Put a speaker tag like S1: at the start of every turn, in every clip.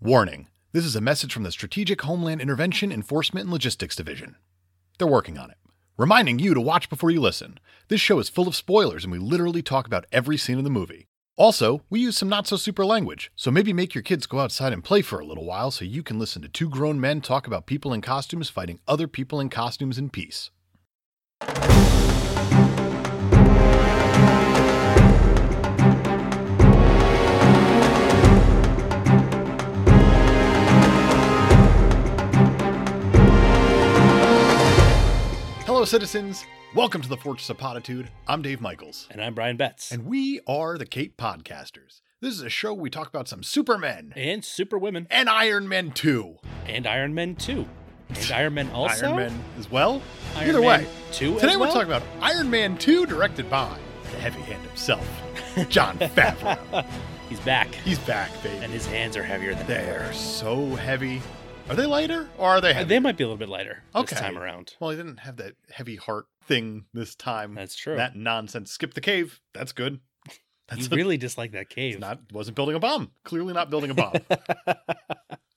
S1: Warning this is a message from the Strategic Homeland Intervention Enforcement and Logistics Division. They're working on it. Reminding you to watch before you listen. This show is full of spoilers and we literally talk about every scene in the movie. Also, we use some not so super language, so maybe make your kids go outside and play for a little while so you can listen to two grown men talk about people in costumes fighting other people in costumes in peace. Hello, citizens. Welcome to the Fortress of Potitude. I'm Dave Michaels.
S2: And I'm Brian Betts. And,
S1: And we are the Cape Podcasters. This is a show where we talk about some Supermen
S2: Superwomen.
S1: and Iron Man 2.
S2: And Iron Man 2. And Iron Man also?
S1: Iron Man as well?
S2: Iron
S1: Either
S2: Man
S1: way,
S2: 2
S1: today
S2: as
S1: we're
S2: well?
S1: talking about Iron Man 2, directed by the heavy hand himself, John Favreau.
S2: He's back.
S1: He's back, baby.
S2: And his hands are heavier than
S1: they
S2: ever. Uh,
S1: are so heavy. Are they lighter or are they heavy?
S2: They might be a little bit lighter
S1: Okay.
S2: this time around.
S1: well, he didn't have that heavy heart thing this time.
S2: That's true.
S1: That nonsense. Skip the cave. That's good.
S2: you
S1: That's a-
S2: really dislike that cave.
S1: It's not wasn't building a bomb. Clearly not building a bomb.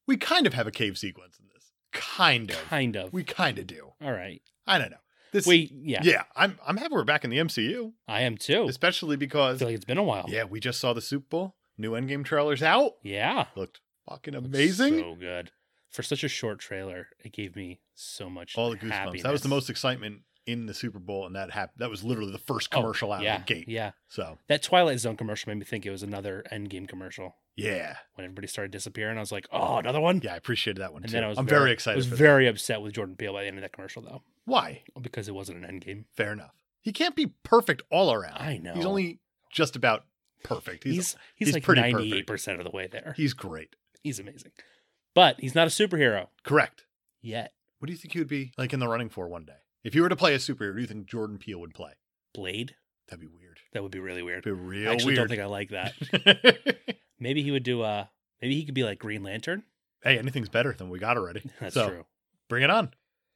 S1: we kind of have a cave sequence in this. Kind of.
S2: kind of.
S1: We kind of do.
S2: All right.
S1: I don't know. This
S2: Wait, yeah, Oh.
S1: yeah, I'm I'm happy we're back in the MCU,
S2: I am too.
S1: especially
S2: I
S1: because
S2: feel like it's been a while.
S1: yeah, we just saw the Super Bowl. New Endgame trailer's out.
S2: Yeah.
S1: Looked fucking
S2: Looks
S1: amazing.
S2: So good. For such a short trailer, it gave me so much
S1: All the goosebumps. That was the
S2: happiness.
S1: most excitement in the Super Bowl, and that happened. That was literally the first
S2: Oh,
S1: commercial out
S2: yeah,
S1: of the gate.
S2: Yeah.
S1: So
S2: That Twilight Zone commercial made me think it was another Endgame commercial.
S1: yeah,
S2: When everybody started disappearing, I was like, oh, another one?
S1: yeah, I appreciated that one
S2: And
S1: too.
S2: then I was
S1: I'm very,
S2: very,
S1: excited.
S2: I was
S1: for that.
S2: very upset with Jordan Peele by the end of that commercial, though,
S1: Why?
S2: because it wasn't an end game.
S1: Fair enough. He can't be perfect all around.
S2: I know.
S1: He's only just about perfect.
S2: He's
S1: He's
S2: he's,
S1: he's
S2: like
S1: pretty
S2: ninety eight percent of the way there.
S1: he's great.
S2: He's amazing, but he's not a superhero
S1: Correct.
S2: yet.
S1: What do you think he would be like in the running for one day? If you were to play a superhero, do you think Jordan Peele would play?
S2: Blade
S1: That'd be weird.
S2: that would be really weird.
S1: That'd be real
S2: I actually
S1: weird.
S2: don't think I like that. maybe he would do. Uh, maybe he could be like Green Lantern.
S1: hey, anything's better than we got already.
S2: That's
S1: so
S2: true.
S1: bring it on.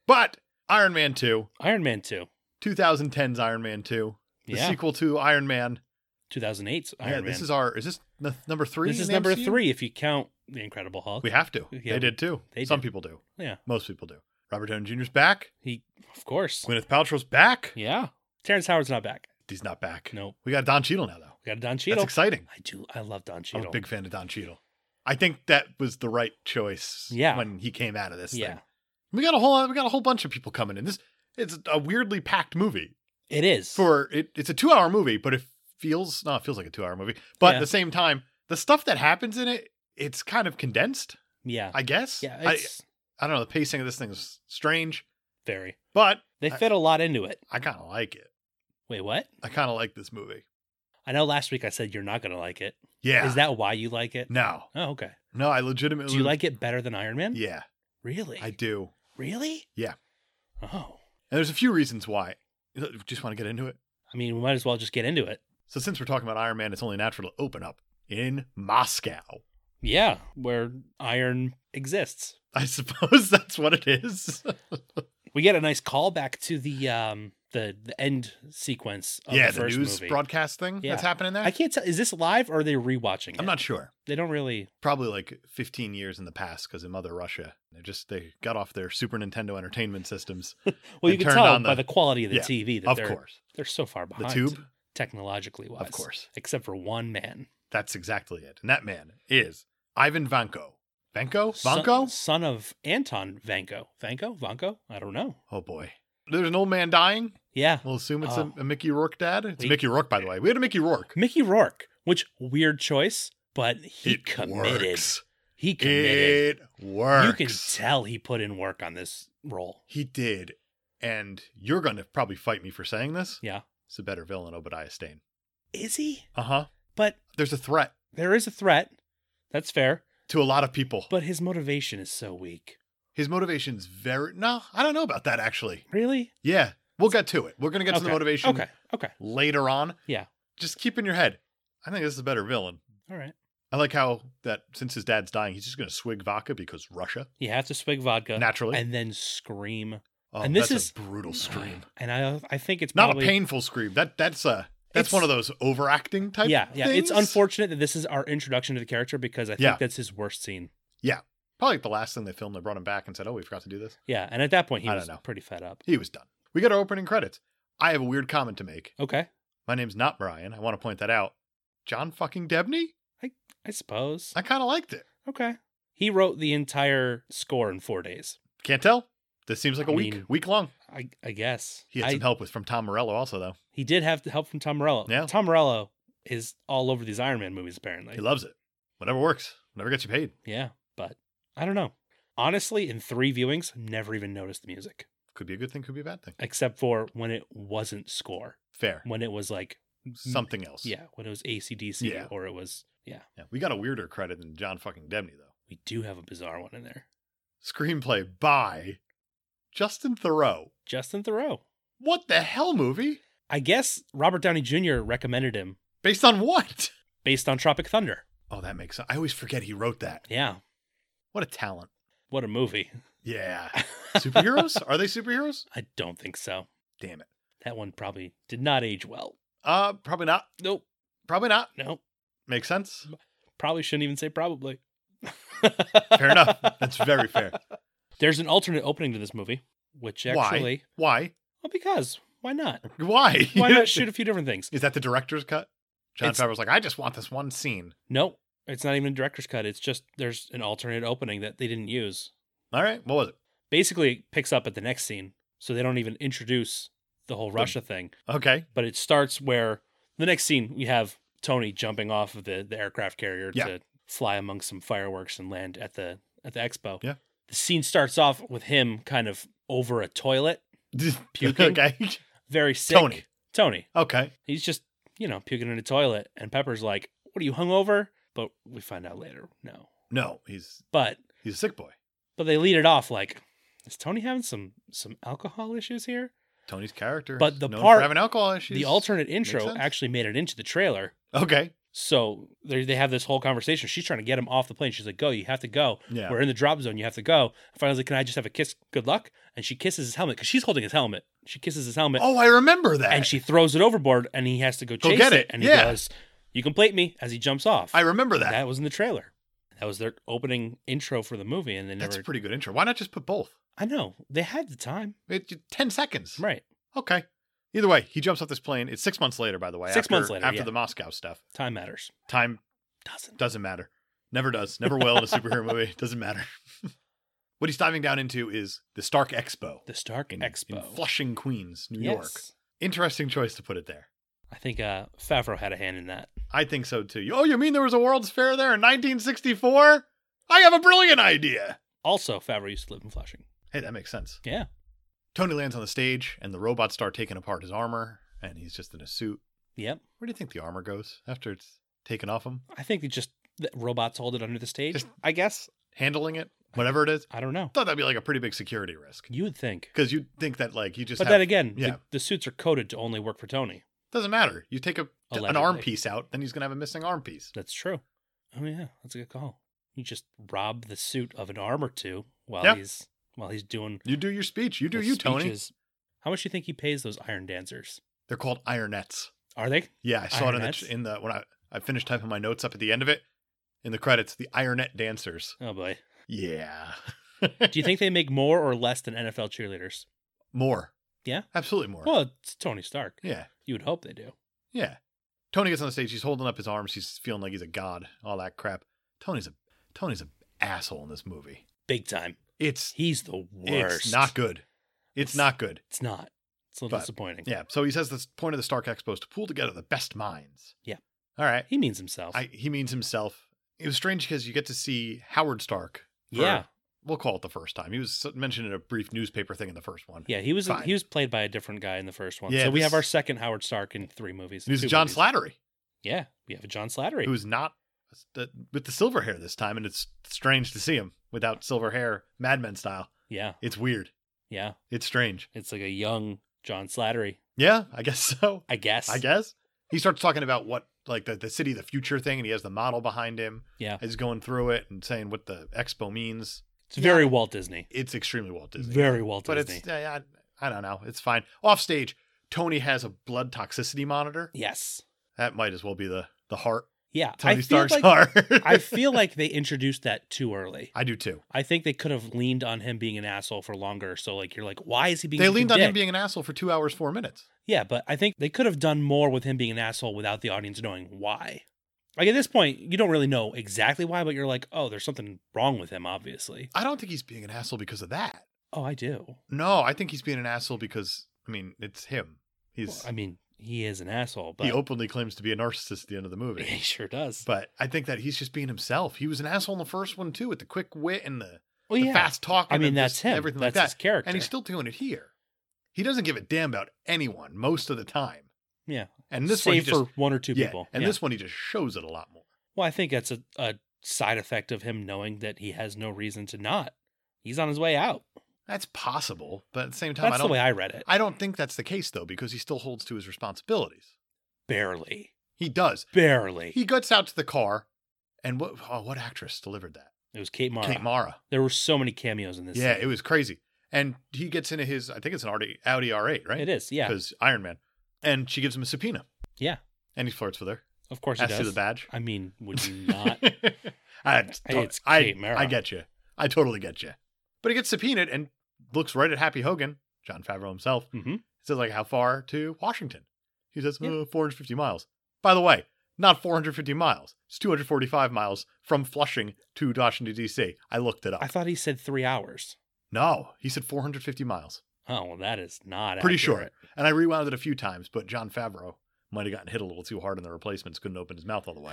S1: But Iron Man 2,
S2: Iron Man two.
S1: 2010's Iron Man 2, the
S2: Yeah,
S1: sequel to Iron Man.
S2: two thousand eight. Iron
S1: yeah,
S2: Man.
S1: this is our is this n- number three?
S2: This
S1: in
S2: is
S1: the
S2: number
S1: MCU?
S2: three if you count the Incredible Hulk.
S1: We have to.
S2: Yeah,
S1: they did too.
S2: they
S1: Some
S2: did.
S1: people do.
S2: Yeah.
S1: Most people do. Robert Downey Jr.'s back.
S2: He, of course.
S1: Gwyneth Paltrow's back.
S2: Yeah, Terrence Howard's not back.
S1: He's not back.
S2: Nope.
S1: We got Don Cheadle now, though.
S2: We got a Don Cheadle.
S1: That's exciting.
S2: I do. I love Don Cheadle.
S1: I'm a big fan of Don Cheadle. I think that was the right choice.
S2: Yeah.
S1: When he came out of this
S2: yeah.
S1: thing, we got a whole we got a whole bunch of people coming in. This it's a weirdly packed movie.
S2: It is.
S1: For it, it's a two hour movie, but it feels no, it feels like a two hour movie. But
S2: Yeah.
S1: at the same time, the stuff that happens in it, it's kind of condensed.
S2: yeah.
S1: I guess.
S2: yeah,
S1: I,
S2: it's
S1: I don't know. The pacing of this thing is strange,
S2: very.
S1: but
S2: They
S1: I-
S2: fit a lot into it.
S1: I kind of like it.
S2: Wait, what?
S1: I kind of like this movie.
S2: I know last week I said you're not going to like it. Is
S1: Yeah.
S2: that why you like it?
S1: no?
S2: Oh, okay.
S1: No, I legitimately
S2: Do you like it better than Iron Man?
S1: Yeah,
S2: Really?
S1: I do.
S2: Really?
S1: Yeah.
S2: Oh.
S1: And there's a few reasons why. Just want to get into it.
S2: I mean, we might as well just get into it.
S1: So since we're talking about Iron Man, it's only natural to open up in Moscow.
S2: Yeah, where iron exists.
S1: I suppose that's what it is.
S2: We get a nice callback to the um the the end sequence of
S1: yeah,
S2: the
S1: the,
S2: first
S1: news
S2: movie.
S1: broadcast thing
S2: Yeah.
S1: that's happening there.
S2: I can't tell is this live or are they rewatching it?
S1: I'm not sure.
S2: They don't really
S1: Probably like 15 years in the past because in Mother Russia, they just they got off their Super Nintendo entertainment systems.
S2: Well,
S1: They
S2: you can
S1: turned
S2: tell
S1: on
S2: by
S1: the-
S2: the quality of the
S1: Yeah,
S2: TV that
S1: of
S2: they're
S1: course,
S2: they're so far
S1: the
S2: behind
S1: tube.
S2: technologically wise.
S1: Of course,
S2: Except for one man.
S1: that's exactly it. And that man is Ivan Vanko. Vanko?
S2: Son-
S1: Vanko?
S2: Son, of Anton Vanko. Vanko? Vanko? I don't know.
S1: Oh boy, there's an old man dying.
S2: Yeah.
S1: We'll assume it's
S2: Oh.
S1: a, a Mickey Rourke dad. It's a
S2: We-
S1: Mickey Rourke, by the way. We had a Mickey Rourke.
S2: Mickey Rourke, which weird choice, but he
S1: It
S2: committed.
S1: works.
S2: He committed.
S1: It works.
S2: You can tell he put in work on this role.
S1: He did, and you're going to probably fight me for saying this.
S2: Yeah.
S1: It's a better villain, Obadiah Stane.
S2: Is he?
S1: Uh huh.
S2: But
S1: There's a threat
S2: there is a threat. That's fair.
S1: to a lot of people.
S2: But his motivation is so weak.
S1: His motivation's very. No, I don't know about that actually.
S2: Really?
S1: Yeah, we'll get to it. We're going to get to the
S2: Okay.
S1: motivation
S2: Okay. Okay.
S1: later on.
S2: Yeah.
S1: Just keep in your head. I think this is a better villain.
S2: All right.
S1: I like how that since his dad's dying, he's just going to swig vodka because Russia
S2: You have to swig vodka
S1: naturally.
S2: and then scream.
S1: oh,
S2: and this
S1: that's
S2: is-
S1: a brutal scream.
S2: And I I think it's
S1: Not
S2: probably
S1: a painful scream. That that's a that's
S2: It's-
S1: one of those overacting type.
S2: yeah, yeah. It's
S1: things.
S2: unfortunate that this is our introduction to the character because I think
S1: Yeah.
S2: that's his worst scene.
S1: Probably the last thing they filmed, they brought him back and said, "Oh, we forgot to do this."
S2: Yeah, and at that point he
S1: I
S2: was
S1: don't know.
S2: pretty fed up.
S1: He was done. We got our opening credits. I have a weird comment to make.
S2: Okay,
S1: My name's not Brian. I want to point that out. John fucking Debney.
S2: I suppose.
S1: I kind of liked it.
S2: Okay. He wrote the entire score in four days.
S1: Can't tell. This seems like a
S2: I
S1: week,
S2: mean-
S1: week long.
S2: I, I guess
S1: He had
S2: I-
S1: some help with from Tom Morello also though.
S2: he did have the help from Tom Morello.
S1: Yeah.
S2: Tom Morello is all over these Iron Man movies apparently.
S1: He loves it. Whatever works. Whatever gets you paid.
S2: yeah, but I don't know. Honestly, in three viewings, never even noticed the music
S1: Could be a good thing. Could be a bad thing.
S2: except for when it wasn't score,
S1: Fair.
S2: when it was like
S1: Something else.
S2: mm, yeah, when it was ACDC
S1: Yeah.
S2: or it was yeah.
S1: yeah. We got a weirder credit than John fucking Debney though.
S2: We do have a bizarre one in there.
S1: Screenplay by Justin Thoreau.
S2: Justin Thoreau.
S1: What the hell movie?
S2: I guess Robert Downey Jr. recommended him
S1: Based on what?
S2: based on Tropic Thunder.
S1: Oh, that makes sense. I always forget he wrote that.
S2: Yeah,
S1: What a talent.
S2: what a movie.
S1: Yeah. Superheroes? Are they superheroes?
S2: I don't think so.
S1: Damn it.
S2: That one probably did not age well.
S1: Uh, probably not.
S2: Nope.
S1: Probably not.
S2: Nope.
S1: Makes sense.
S2: Probably shouldn't even say probably.
S1: Fair enough. That's very fair.
S2: There's an alternate opening to this movie, which
S1: Why?
S2: actually,
S1: Why?
S2: well, because why not?
S1: Why?
S2: Why not shoot a few different things?
S1: Is that the director's cut? John
S2: It's-
S1: Favreau's like, I just want this one scene.
S2: No, it's not even a director's cut. It's just there's an alternate opening that they didn't use.
S1: All right. What was it?
S2: Basically, it picks up at the next scene, so they don't even introduce the whole Russia thing.
S1: Okay.
S2: But it starts where the next scene we have Tony jumping off of the, the aircraft carrier
S1: Yeah.
S2: to fly among some fireworks and land at the at the expo.
S1: Yeah.
S2: The scene starts off with him kind of over a toilet, Puking.
S1: okay.
S2: very sick.
S1: Tony.
S2: Tony.
S1: Okay.
S2: He's just, you know, puking in a toilet. And Pepper's like, What are you hungover? But we find out later. No.
S1: No, he's
S2: But
S1: he's a sick boy.
S2: but they lead it off like, is Tony having some some alcohol issues here?
S1: Tony's character.
S2: But
S1: is
S2: the
S1: known
S2: part-
S1: for having alcohol issues.
S2: the alternate intro
S1: sense.
S2: actually made it into the trailer.
S1: Okay.
S2: So they they have this whole conversation. She's trying to get him off the plane. She's like, "Go, you have to go.
S1: Yeah.
S2: We're in the drop zone. You have to go." And finally, he's like, can I just have a kiss? Good luck. And she kisses his helmet because she's holding his helmet. She kisses his helmet,
S1: Oh, I remember that.
S2: and she throws it overboard, and he has to go
S1: Go
S2: chase
S1: get
S2: it.
S1: it.
S2: And he
S1: Yeah.
S2: goes, "You can plate me," as he jumps off.
S1: I remember that.
S2: That was in the trailer. That was their opening intro for the movie, and they
S1: That's
S2: never.
S1: a pretty good intro. Why not just put both?
S2: I know they had the time,
S1: It, 10 seconds.
S2: right?
S1: Okay. Either way, he jumps off this plane. It's six months later, by the way.
S2: Six
S1: after,
S2: months later,
S1: After
S2: yeah.
S1: the Moscow stuff.
S2: Time matters.
S1: Time
S2: Doesn't.
S1: doesn't matter. Never does. Never will in a superhero movie. Doesn't matter. what he's diving down into is the Stark Expo
S2: The Stark
S1: in,
S2: Expo,
S1: in Flushing, Queens, New York.
S2: Yes.
S1: Interesting choice to put it there.
S2: I think uh, Favreau had a hand in that.
S1: I think so too. Oh, you mean there was a World's Fair there in 1964? I have a brilliant idea.
S2: Also, Favreau used to live in Flushing.
S1: Hey, that makes sense.
S2: Yeah.
S1: Tony lands on the stage, and the robots start taking apart his armor, and he's just in a suit.
S2: Yep.
S1: Where do you think the armor goes after it's taken off him?
S2: I think they just the robots hold it under the stage.
S1: Just-
S2: I guess.
S1: Handling it, whatever it is.
S2: I don't know.
S1: I thought that'd be like a pretty big security risk
S2: You would think,
S1: because you'd think that like you just
S2: but
S1: have,
S2: then again,
S1: yeah.
S2: the, the suits are coded to only work for Tony.
S1: doesn't matter. You take a an
S2: Allegedly.
S1: arm piece out, then he's gonna have a missing arm piece.
S2: That's true. Oh yeah, that's a good call. You just rob the suit of an arm or two while
S1: Yeah.
S2: he's while he's doing.
S1: You do your speech. You do
S2: the
S1: you, Tony.
S2: speeches. How much do you think he pays those Iron Dancers?
S1: They're called ironettes.
S2: Are they?
S1: Yeah, I saw
S2: Ironettes?
S1: it in the in the when I I finished typing my notes up at the end of it in the credits. The ironette dancers.
S2: Oh boy.
S1: Yeah,
S2: Do you think they make more or less than NFL cheerleaders?
S1: more.
S2: Yeah?
S1: absolutely more.
S2: Well, it's Tony Stark.
S1: yeah,
S2: You would hope they do.
S1: yeah. Tony gets on the stage. He's holding up his arms. He's feeling like he's a god. All that crap. Tony's a Tony's an asshole in this movie.
S2: Big time.
S1: It's
S2: He's the worst.
S1: it's not good. It's
S2: It's-
S1: not good.
S2: It's not. It's a little
S1: But-
S2: disappointing.
S1: Yeah. So he says the point of the Stark Expo is to pool together the best minds.
S2: Yeah.
S1: All right.
S2: He means himself.
S1: I, he means himself. It was strange because you get to see Howard Stark. for-
S2: yeah.
S1: We'll call it the first time. He was mentioned in a brief newspaper thing in the first one.
S2: Yeah, he was
S1: Fine.
S2: he was played by a different guy in the first one.
S1: Yeah,
S2: so we have
S1: this-
S2: our second Howard Stark in three movies.
S1: And He's
S2: two
S1: John
S2: movies.
S1: Slattery,
S2: Yeah, we have a John Slattery.
S1: who is not the- with the silver hair this time. And it's strange to see him without silver hair, Mad Men style.
S2: yeah,
S1: It's weird.
S2: yeah.
S1: It's strange.
S2: It's like a young John Slattery,
S1: Yeah, I guess so.
S2: I guess.
S1: I guess. He starts talking about what, like the, the city of the future thing, and he has the model behind him.
S2: Yeah.
S1: He's going through it and saying what the expo means.
S2: It's very Walt Disney.
S1: it's extremely Walt Disney.
S2: Very Walt
S1: but
S2: Disney.
S1: it's I, I I don't know. It's fine. Off stage, Tony has a blood toxicity monitor.
S2: Yes.
S1: That might as well be the the heart.
S2: Yeah,
S1: Tony
S2: I feel
S1: Stark's
S2: like
S1: heart.
S2: I feel like they introduced that too early.
S1: I do too.
S2: I think they could have leaned on him being an asshole for longer. So like you're like, why is he being?
S1: They
S2: such a
S1: leaned on him
S2: dick?
S1: being an asshole for two hours, four minutes.
S2: Yeah, but I think they could have done more with him being an asshole without the audience knowing why. Like at this point, you don't really know exactly why, but you're like, oh, there's something wrong with him, obviously.
S1: I don't think he's being an asshole because of that.
S2: Oh, I do.
S1: No, I think he's being an asshole because I mean it's him. He's
S2: Well, I mean, he is an asshole, but
S1: he openly claims to be a narcissist at the end of the
S2: he
S1: movie.
S2: sure does.
S1: but I think that he's just being himself. He was an asshole in the first one too, with the quick wit and the,
S2: well,
S1: the
S2: yeah,
S1: fast talking.
S2: I mean,
S1: and
S2: that's
S1: just
S2: him.
S1: Everything
S2: that's
S1: like
S2: his
S1: that.
S2: character.
S1: And he's still doing it here. He doesn't give a damn about anyone most of the time.
S2: Yeah.
S1: And this one he
S2: save
S1: just,
S2: for one or two
S1: yeah,
S2: people.
S1: And
S2: Yeah.
S1: this one he just shows it a lot more.
S2: Well, I think that's a, a side effect of him knowing that he has no reason to not. He's on his way out.
S1: That's possible, but at the same time, I
S2: That's the
S1: don't.
S2: way I read it.
S1: I don't think that's the case though, because he still holds to his responsibilities.
S2: barely,
S1: He does.
S2: barely.
S1: He guts out to the car, and what? Oh, what actress delivered that?
S2: it was Kate Mara.
S1: Kate Mara.
S2: There were so many cameos in this.
S1: Yeah,
S2: scene.
S1: it was crazy. And he gets into his. I think it's an Audi, Audi R8, right?
S2: it is. Yeah,
S1: Because Iron Man, and she gives him a subpoena,
S2: yeah.
S1: and he flirts with her.
S2: Of course, he
S1: Asks for
S2: does.
S1: the badge.
S2: I mean, would you not?
S1: I,
S2: it's
S1: I-
S2: Kate Mara.
S1: I get you. I totally get you. But he gets subpoenaed and looks right at Happy Hogan, John Favreau himself,
S2: hmm
S1: It says like how far to Washington. He says
S2: Yeah.
S1: uh, 450 miles. By the way, not 450 miles. It's 245 miles from Flushing to Washington D.C. I looked it up.
S2: I thought he said three hours.
S1: no, he said 450 miles.
S2: Oh well, that is not
S1: Pretty sure.
S2: accurate.
S1: And I rewound it a few times, but John Favreau might have gotten hit a little too hard in the replacements. Couldn't open his mouth all the way.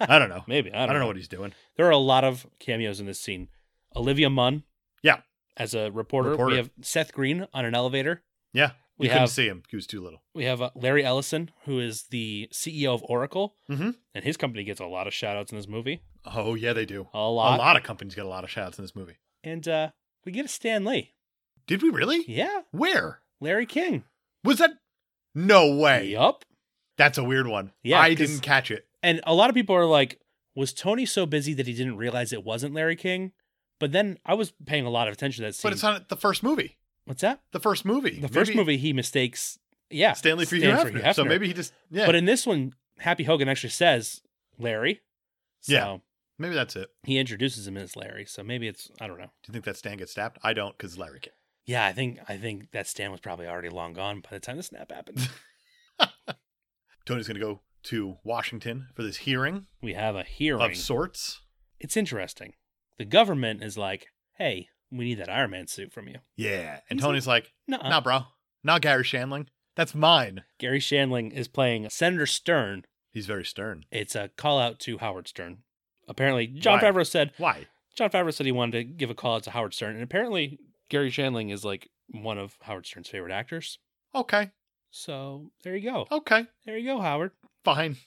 S1: I don't know.
S2: Maybe I
S1: I
S2: don't,
S1: don't, know. what he's doing.
S2: There are a lot of cameos in this scene. Olivia Munn.
S1: Yeah.
S2: As a reporter,
S1: Reporter.
S2: we have Seth Green on an elevator.
S1: Yeah,
S2: We
S1: we couldn't
S2: have-
S1: see him. He was too little.
S2: We have uh, Larry Ellison, who is the CEO of Oracle,
S1: Mhm.
S2: and his company gets a lot of shout outs in this movie.
S1: Oh yeah, they do.
S2: A lot.
S1: A lot of companies get a lot of shoutouts in this movie.
S2: And uh, we get a Stan Lee.
S1: Did we really?
S2: Yeah.
S1: Where
S2: Larry King.
S1: was that? No way.
S2: Yup.
S1: That's a weird one.
S2: Yeah,
S1: I
S2: 'cause-
S1: didn't catch it.
S2: And a lot of people are like, was Tony so busy that he didn't realize it wasn't Larry King? But then I was paying a lot of attention to that scene.
S1: But it's not the first movie.
S2: What's that?
S1: The first movie.
S2: The first
S1: Maybe
S2: movie he mistakes. Yeah.
S1: Stanley for Hugh
S2: Stan
S1: Hefner. So maybe he just yeah.
S2: But in this one, Happy Hogan actually says Larry. So
S1: Yeah. maybe that's it.
S2: he introduces him as Larry. So maybe it's I don't know.
S1: Do you think that Stan gets stabbed? I don't, because Larry can.
S2: Yeah, I think I think that Stan was probably already long gone by the time the snap happened.
S1: Tony's going to go to Washington for this hearing,
S2: we have a hearing.
S1: of sorts.
S2: it's interesting. The government is like, hey, we need that Iron Man suit from you.
S1: Yeah, and
S2: He's
S1: Tony's like,
S2: No,
S1: "Nah, bro, not Gary Shandling. That's mine."
S2: Gary Shandling is playing Senator Stern.
S1: He's very stern.
S2: It's a call out to Howard Stern. Apparently, John
S1: Why?
S2: Favreau said
S1: Why?
S2: John Favreau said he wanted to give a call out to Howard Stern, and apparently Gary Shandling is like one of Howard Stern's favorite actors.
S1: Okay,
S2: So there you go.
S1: okay,
S2: There you go, Howard.
S1: fine.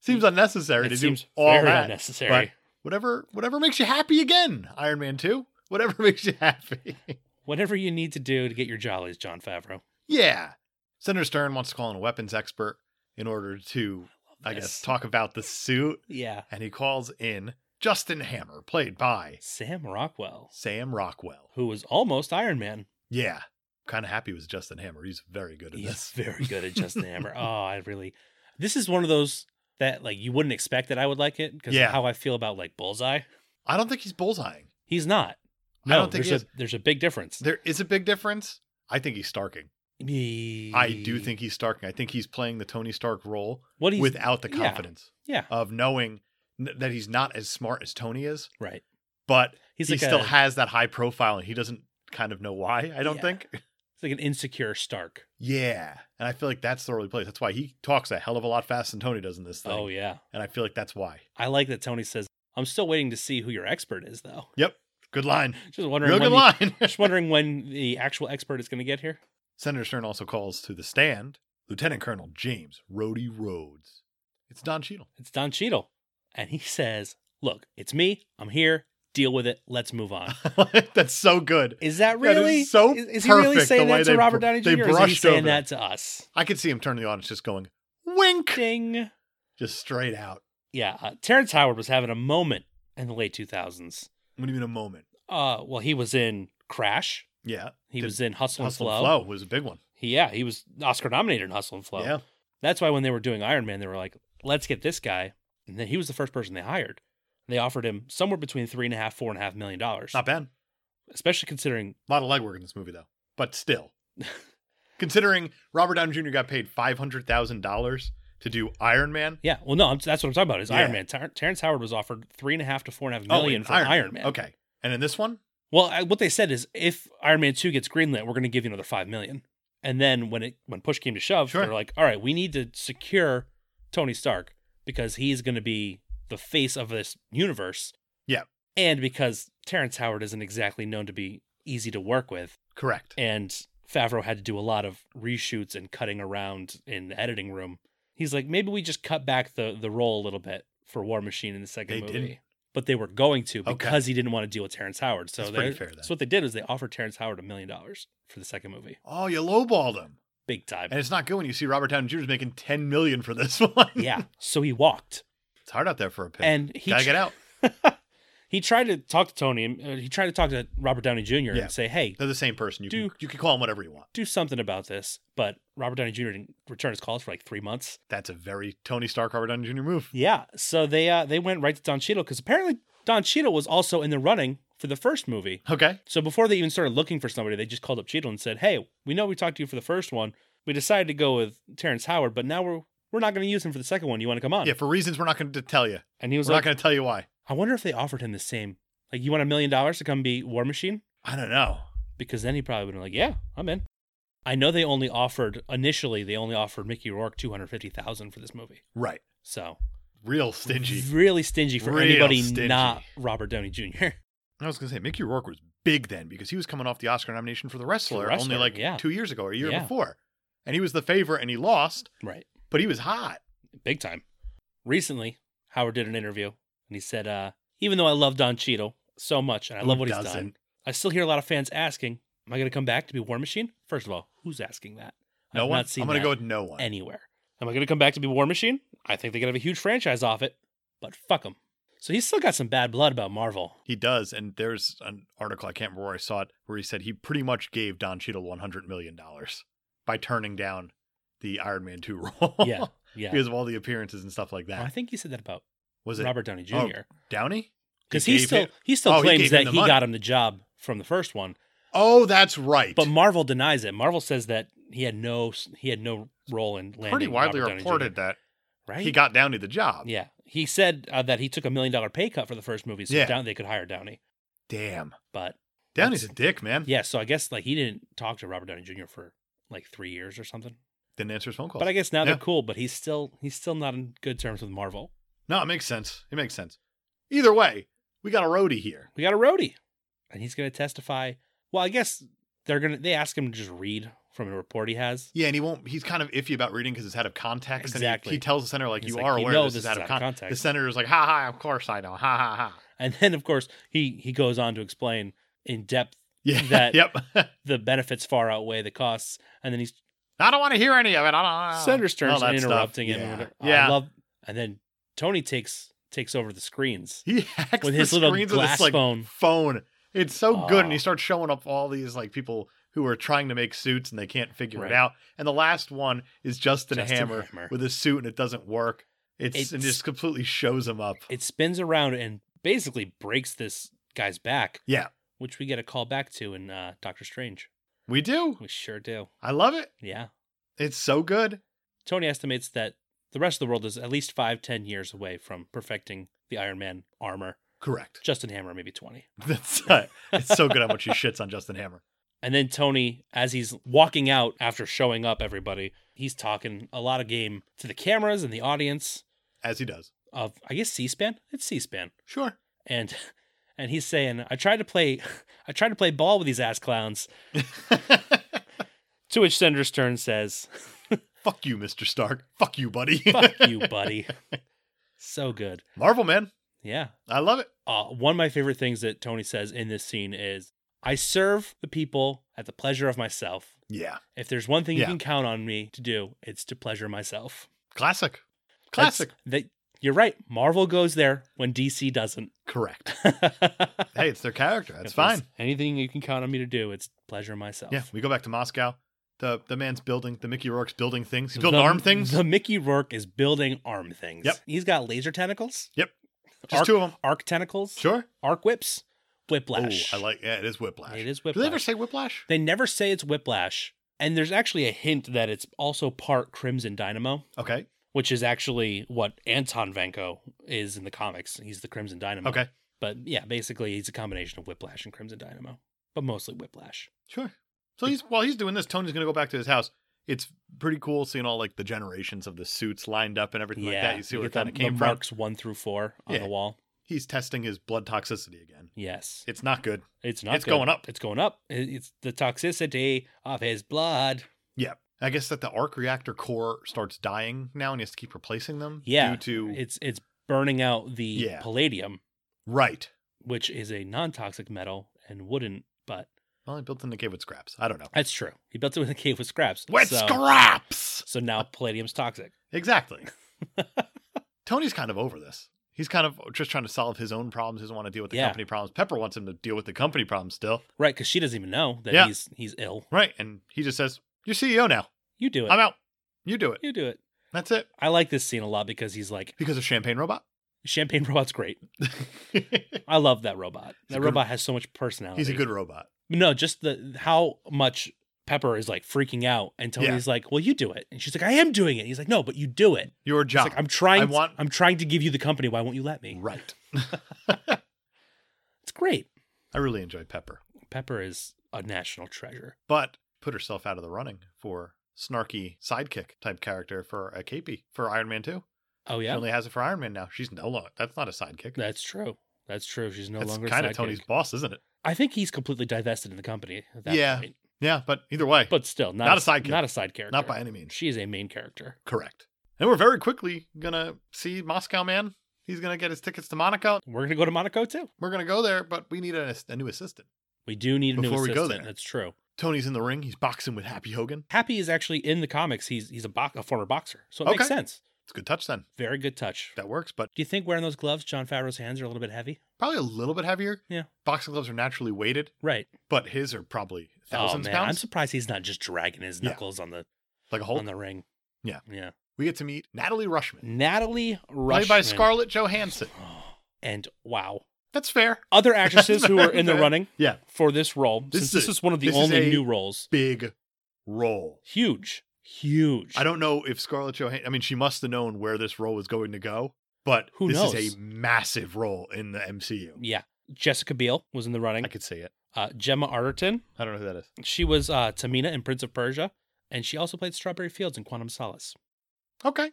S1: Seems unnecessary
S2: It
S1: to
S2: seems
S1: do all
S2: very
S1: that.
S2: unnecessary.
S1: but- Whatever, whatever makes you happy. Again, Iron Man Two. Whatever makes you happy.
S2: Whatever you need to do to get your jollies, John Favreau.
S1: Yeah. Senator Stern wants to call in a weapons expert in order to, I guess,
S2: Yes.
S1: talk about the suit.
S2: Yeah.
S1: And he calls in Justin Hammer, played by
S2: Sam Rockwell,
S1: Sam Rockwell.
S2: who was almost Iron Man.
S1: Yeah. Kind of happy with Justin Hammer. He's very good at
S2: He's
S1: this.
S2: very good at Justin Hammer. Oh, I really. This is one of those that like you wouldn't expect that I would like it because
S1: Yeah.
S2: of how I feel about like Bullseye.
S1: I don't think he's bullseyeing.
S2: He's not.
S1: I
S2: No,
S1: don't think he
S2: there's
S1: is.
S2: a there's a big difference.
S1: There is a big difference. I think he's Starking.
S2: Me.
S1: I do think he's Starking. I think he's playing the Tony Stark role
S2: what he's
S1: without the
S2: yeah.
S1: confidence
S2: yeah
S1: of knowing n- that he's not as smart as Tony is,
S2: right.
S1: but
S2: He's
S1: he
S2: like
S1: still
S2: a,
S1: has that high profile and he doesn't kind of know why, I don't
S2: Yeah.
S1: think.
S2: he's like an insecure Stark.
S1: Yeah. And I feel like that's the early place. That's why he talks a hell of a lot faster than Tony does in this thing.
S2: Oh yeah,
S1: And I feel like that's why.
S2: I like that Tony says. I'm still waiting to see who your expert is though.
S1: Good line.
S2: Just wondering.
S1: Real
S2: when
S1: good
S2: the-
S1: line.
S2: Just wondering when the actual expert is going to get here.
S1: Senator Stern also calls to the stand Lieutenant Colonel James Rhodey Rhodes. It's Don Cheadle.
S2: It's Don Cheadle, and he says, "Look, it's me. I'm here. Deal with it. Let's move on."
S1: that's so good.
S2: Is that
S1: That is
S2: really
S1: so
S2: Is, is he really
S1: perfect,
S2: saying
S1: the way
S2: that to
S1: they
S2: Robert
S1: br-
S2: Downey Jr.
S1: they
S2: or is he
S1: brushed
S2: saying
S1: over
S2: that to us?
S1: I could see him turn to the audience just going, wink,
S2: Ding.
S1: just straight out.
S2: Yeah, uh, Terrence Howard was having a moment in the late 2000s.
S1: What do you mean a moment?
S2: Uh, well, he was in Crash.
S1: Yeah.
S2: He
S1: Did
S2: was in Hustle,
S1: Hustle
S2: and
S1: and
S2: Flow.
S1: Flow was a big one.
S2: He- yeah, he was Oscar nominated in Hustle and Flow.
S1: Yeah.
S2: That's why when they were doing Iron Man, they were like, "Let's get this guy." And then he was the first person they hired. They offered him somewhere between three and a half, four and a half million dollars.
S1: Not bad.
S2: Especially considering
S1: A lot of legwork in this movie, though. But still, considering Robert Downey Jr. got paid five hundred thousand dollars to do Iron Man.
S2: Yeah, well, no, I'm, that's what I'm talking about. Is
S1: Yeah.
S2: Iron Man? Ter- Terrence Howard was offered three and a half to four and a half million
S1: and
S2: for Iron, Man.
S1: Oh, Okay, and in this one,
S2: Well, I, what they said is if Iron Man two gets greenlit, we're going to give you another five million. And then when it when push came to shove,
S1: Sure.
S2: they're like, all right, we need to secure Tony Stark because he's going to be the face of this universe.
S1: Yeah.
S2: and because Terrence Howard isn't exactly known to be easy to work with,
S1: correct.
S2: and Favreau had to do a lot of reshoots and cutting around in the editing room. He's like, maybe we just cut back the the role a little bit for War Machine in the second
S1: They
S2: movie.
S1: didn't?
S2: But they were going to
S1: Okay.
S2: because he didn't want to deal with Terrence Howard. So
S1: That's pretty
S2: they-
S1: fair then.
S2: so what they did is they offered Terrence Howard a million dollars for the second movie,
S1: Oh, you lowballed him,
S2: big time.
S1: and it's not good when you see Robert Downey Jr. is making ten million for this one.
S2: yeah, so he walked
S1: it's hard out there for a pig.
S2: and he
S1: gotta
S2: tr-
S1: get out.
S2: he tried to talk to Tony. and, uh, He tried to talk to Robert Downey Jr.
S1: Yeah.
S2: and say, hey,
S1: They're the same person. You
S2: Do-
S1: can, you can call him whatever you want.
S2: do something about this. But Robert Downey Jr. didn't return his calls for like three months.
S1: That's a very Tony Stark Robert Downey Jr. move.
S2: Yeah, so they uh, they went right to Don Cheadle because apparently Don Cheadle was also in the running for the first movie.
S1: Okay,
S2: So before they even started looking for somebody, they just called up Cheadle and said, "Hey, we know we talked to you for the first one. We decided to go with Terrence Howard, but now we're we're not going to use him for the second one. You want to come on?"
S1: yeah. For reasons we're not going to tell you,
S2: And he was
S1: we're not
S2: like,
S1: going to tell you why.
S2: "I wonder if they offered him the same. Like, you want a million dollars to come be War Machine?
S1: I don't know.
S2: Because then he probably would have been like, "Yeah, I'm in." I know they only offered initially they only offered Mickey Rourke two hundred fifty thousand for this movie.
S1: Right,
S2: So
S1: real stingy.
S2: Really stingy for
S1: Real
S2: anybody
S1: stingy.
S2: not Robert Downey Jr.
S1: I was gonna say Mickey Rourke was big then because he was coming off the Oscar nomination for The Wrestler,
S2: For Wrestler,
S1: only like
S2: yeah.
S1: two years ago or a year
S2: Yeah.
S1: before, and he was the favorite and he lost,
S2: right.
S1: but he was hot.
S2: Big time. Recently, Howard did an interview and he said, uh, even though I love Don Cheadle so much and I
S1: Who
S2: love what he's done,
S1: doesn't?
S2: I still hear a lot of fans asking, Am I gonna come back to be War Machine? First of all, who's asking that?
S1: No
S2: I've
S1: one.
S2: not seen
S1: I'm gonna
S2: that
S1: go with no one.
S2: anywhere. Am I gonna come back to be War Machine? I think they could have a huge franchise off it, but fuck them. So he's still got some bad blood about Marvel.
S1: He does, and there's an article I can't remember where I saw it where he said he pretty much gave Don Cheadle 100 million dollars by turning down the Iron Man 2 role.
S2: Yeah, Yeah.
S1: because of all the appearances and stuff like
S2: Oh,
S1: that.
S2: I think he said that about
S1: was it
S2: Robert Downey Jr.
S1: Oh, Downey?
S2: because
S1: He
S2: he,
S1: gave
S2: still
S1: it-
S2: he still
S1: Oh, he
S2: claims
S1: gave him
S2: that
S1: the
S2: he
S1: money.
S2: got him the job from the first one,
S1: Oh, that's right.
S2: but Marvel denies it. Marvel says that he had no he had no role in landing.
S1: pretty widely
S2: Robert Downey Jr.,
S1: reported that
S2: right?
S1: he got Downey the job.
S2: yeah. He said uh, that he took a million dollar pay cut for the first movie, so
S1: Yeah.
S2: Down, they could hire Downey.
S1: Damn,
S2: But
S1: Downey's a dick, man.
S2: yeah, so I guess like he didn't talk to Robert Downey Jr. for like three years or something.
S1: Didn't answer his phone calls.
S2: But I guess now they're
S1: Yeah.
S2: cool. But he's still he's still not in good terms with Marvel.
S1: No, it makes sense. It makes sense. Either way, we got a roadie here.
S2: we got a roadie and he's going to testify well i guess they're going to they ask him to just read from a report he has
S1: Yeah, and he won't. He's kind of iffy about reading because it's out of context. and he-
S2: Exactly.
S1: he, tells the senator like,
S2: He's
S1: "You
S2: like,
S1: are
S2: "You
S1: aware
S2: know
S1: this, is out of con-
S2: context."
S1: The senator's like, "Ha ha! Of course I know. Ha ha ha."
S2: and then of course he he goes on to explain in depth
S1: Yeah.
S2: That-
S1: yep.
S2: the benefits far outweigh the costs and then he's
S1: I don't want to hear any of it. I don't- I don't.
S2: senator
S1: all
S2: stern's
S1: that stuff.
S2: interrupting him
S1: Yeah.
S2: and whatever.
S1: Yeah.
S2: I love and then tony takes takes over the screens
S1: He hacks
S2: with
S1: the
S2: his little
S1: screens with
S2: glass
S1: this, like,
S2: phone
S1: phone. It's so good, and
S2: Aw.
S1: he starts showing up all these like people who are trying to make suits and they can't figure
S2: Right.
S1: it out. And the last one is Justin,
S2: Justin
S1: Hammer,
S2: Hammer.
S1: with a suit, and it doesn't work. It's, and
S2: It's-
S1: just completely shows him up.
S2: it spins around and basically breaks this guy's back
S1: Yeah.
S2: which we get a call back to in uh, doctor strange
S1: We do.
S2: we sure do
S1: I love it.
S2: yeah
S1: It's so good.
S2: Tony estimates that the rest of the world is at least five, ten years away from perfecting the Iron Man armor.
S1: Correct.
S2: Justin Hammer, maybe 20.
S1: That's uh, it's so good how much he shits on Justin Hammer.
S2: And then Tony, as he's walking out after showing up everybody, he's talking a lot of game to the cameras and the audience
S1: As he does.
S2: of, I guess, C-SPAN. It's C-SPAN,
S1: Sure.
S2: and and he's saying, "I tried to play, I tried to play ball with these ass clowns." To which Senator Stern says,
S1: Fuck you, Mr. Stark. Fuck you, buddy.
S2: "Fuck you, buddy." So good,
S1: Marvel man.
S2: yeah.
S1: I love it.
S2: Uh, one of my favorite things that Tony says in this scene is, "I serve the people at the pleasure of myself.
S1: Yeah.
S2: If there's one thing
S1: Yeah.
S2: you can count on me to do, it's to pleasure myself."
S1: Classic.
S2: That's-
S1: Classic.
S2: that you're right. Marvel goes there when DC doesn't.
S1: Correct.
S2: That's
S1: Hey, it's their character. That's fine.
S2: Anything you can count on me to do, it's pleasure myself.
S1: Yeah, we go back to Moscow. The the man's building the Mickey Rourke's building things. He's building arm things.
S2: The Mickey Rourke is building arm things.
S1: Yep.
S2: He's got laser tentacles,
S1: Just
S2: arc-
S1: two of them.
S2: arc tentacles,
S1: Sure.
S2: arc whips, whiplash.
S3: Oh, I like. Yeah, it is whiplash.
S2: It is
S3: Do they ever
S2: whiplash.
S3: say whiplash?
S2: They never say it's whiplash. And there's actually a hint that it's also part Crimson Dynamo,
S3: Okay.
S2: which is actually what Anton Vanko is in the comics. He's the Crimson Dynamo.
S1: Okay.
S2: But yeah, basically he's a combination of Whiplash and Crimson Dynamo, but mostly Whiplash.
S1: Sure.
S3: So he's
S1: While he's doing this, Tony's gonna go back to his house. It's pretty cool seeing all like the generations of the suits lined up and everything like that. You see where it kind
S2: get the-
S1: of came
S2: the
S1: from.
S2: marks one through four on
S1: Yeah.
S2: the wall.
S1: He's testing his blood toxicity again.
S2: Yes,
S1: It's not good.
S2: it's not.
S1: it's
S2: good.
S1: going up.
S2: It's going up. It- It's the toxicity of his blood.
S1: I guess that the arc reactor core starts dying now, and he has to keep replacing them.
S2: Yeah,
S1: Due to
S2: It's it's burning out the
S1: Yeah.
S2: palladium,
S1: right.
S2: which is a non-toxic metal and wouldn't. But
S1: Well, he built in the cave with scraps. I don't know.
S2: that's true. He built it with a cave with scraps.
S1: With
S2: so,
S1: scraps.
S2: so now palladium's toxic.
S1: Exactly. Tony's kind of over this. He's kind of just trying to solve his own problems. He doesn't want to deal with the
S2: Yeah.
S1: company problems. Pepper wants him to deal with the company problems still.
S2: Right, because she doesn't even know that
S1: Yeah.
S2: he's he's ill.
S1: Right. And he just says, You're CEO now.
S2: You do it.
S1: I'm out. You do it.
S2: You do it.
S1: That's it.
S2: I like this scene a lot because he's like,
S1: Because of Champagne Robot.
S2: Champagne Robot's great.
S1: He's
S2: I love that robot.
S1: He's a
S2: that
S1: good-
S2: robot has so much personality.
S1: a good robot.
S2: No, just the how much Pepper is like freaking out, and Tony's like, "Well, you do it," and she's like, "I am doing it." And he's like, "No, but you do it."
S1: Your
S2: It's
S1: job.
S2: like, "I'm
S1: I
S2: trying. I
S1: want-
S2: am trying to give you the company. Why won't you let me?"
S1: right.
S2: It's great.
S1: I really enjoyed Pepper,
S2: Pepper is a national treasure.
S1: but put herself out of the running for snarky sidekick type character for a KP for Iron Man 2.
S2: Oh
S1: She
S2: yeah,
S1: only has it for Iron Man now. She's no longer, that's not a sidekick.
S2: that's true. That's true. She's no
S1: that's
S2: longer
S1: kind
S2: kind
S1: of Tony's boss, isn't it?
S2: I think he's completely divested in the company at that
S1: Yeah.
S2: point.
S1: Yeah, but either way,
S2: But still, not,
S1: Not
S2: a
S1: a sidekick.
S2: Not a side character.
S1: not by any means.
S2: She is a main character.
S1: Correct. And we're very quickly gonna see Moscow Man. He's gonna get his tickets to Monaco.
S2: We're gonna go to Monaco too.
S1: We're gonna go there, but we need a, a new assistant.
S2: We do need a new
S1: Before we
S2: assistant.
S1: go there.
S2: That's true.
S1: Tony's in the ring. He's boxing with Happy Hogan.
S2: Happy is actually in the comics. He's he's a, bo- a former boxer, so it makes
S1: Okay.
S2: sense.
S1: It's a good touch then.
S2: Very good touch.
S1: That works, but
S2: Do you think wearing those gloves, John Favreau's hands are a little bit heavy?
S1: probably a little bit heavier.
S2: Yeah.
S1: Boxing gloves are naturally weighted,
S2: Right.
S1: but his are probably thousands
S2: oh man, I'm
S1: pounds,
S2: surprised he's not just dragging his
S1: Yeah.
S2: knuckles on the
S1: like a whole.
S2: on the ring.
S1: Yeah.
S2: Yeah.
S1: we get to meet Natalie Rushman,
S2: Natalie Rushman.
S1: played by Scarlett Johansson.
S2: And wow.
S1: That's fair.
S2: Other actresses who are in the running
S1: Yeah.
S2: for this role.
S1: This
S2: since
S1: is
S2: this
S1: a-
S2: is one of the
S1: this is
S2: only
S1: a-
S2: new roles.
S1: Big role.
S2: Huge. Huge.
S1: I don't know if Scarlett Johansson. I mean, she must have known where this role was going to go, but
S2: Who
S1: this is
S2: knows?
S1: a massive role in the MCU.
S2: Yeah. Jessica Biel was in the running.
S1: I could see it.
S2: Uh, Gemma Arterton.
S1: I don't know who that is.
S2: She was uh, Tamina in Prince of Persia. And she also played Strawberry Fields in Quantum Solace.
S1: Okay.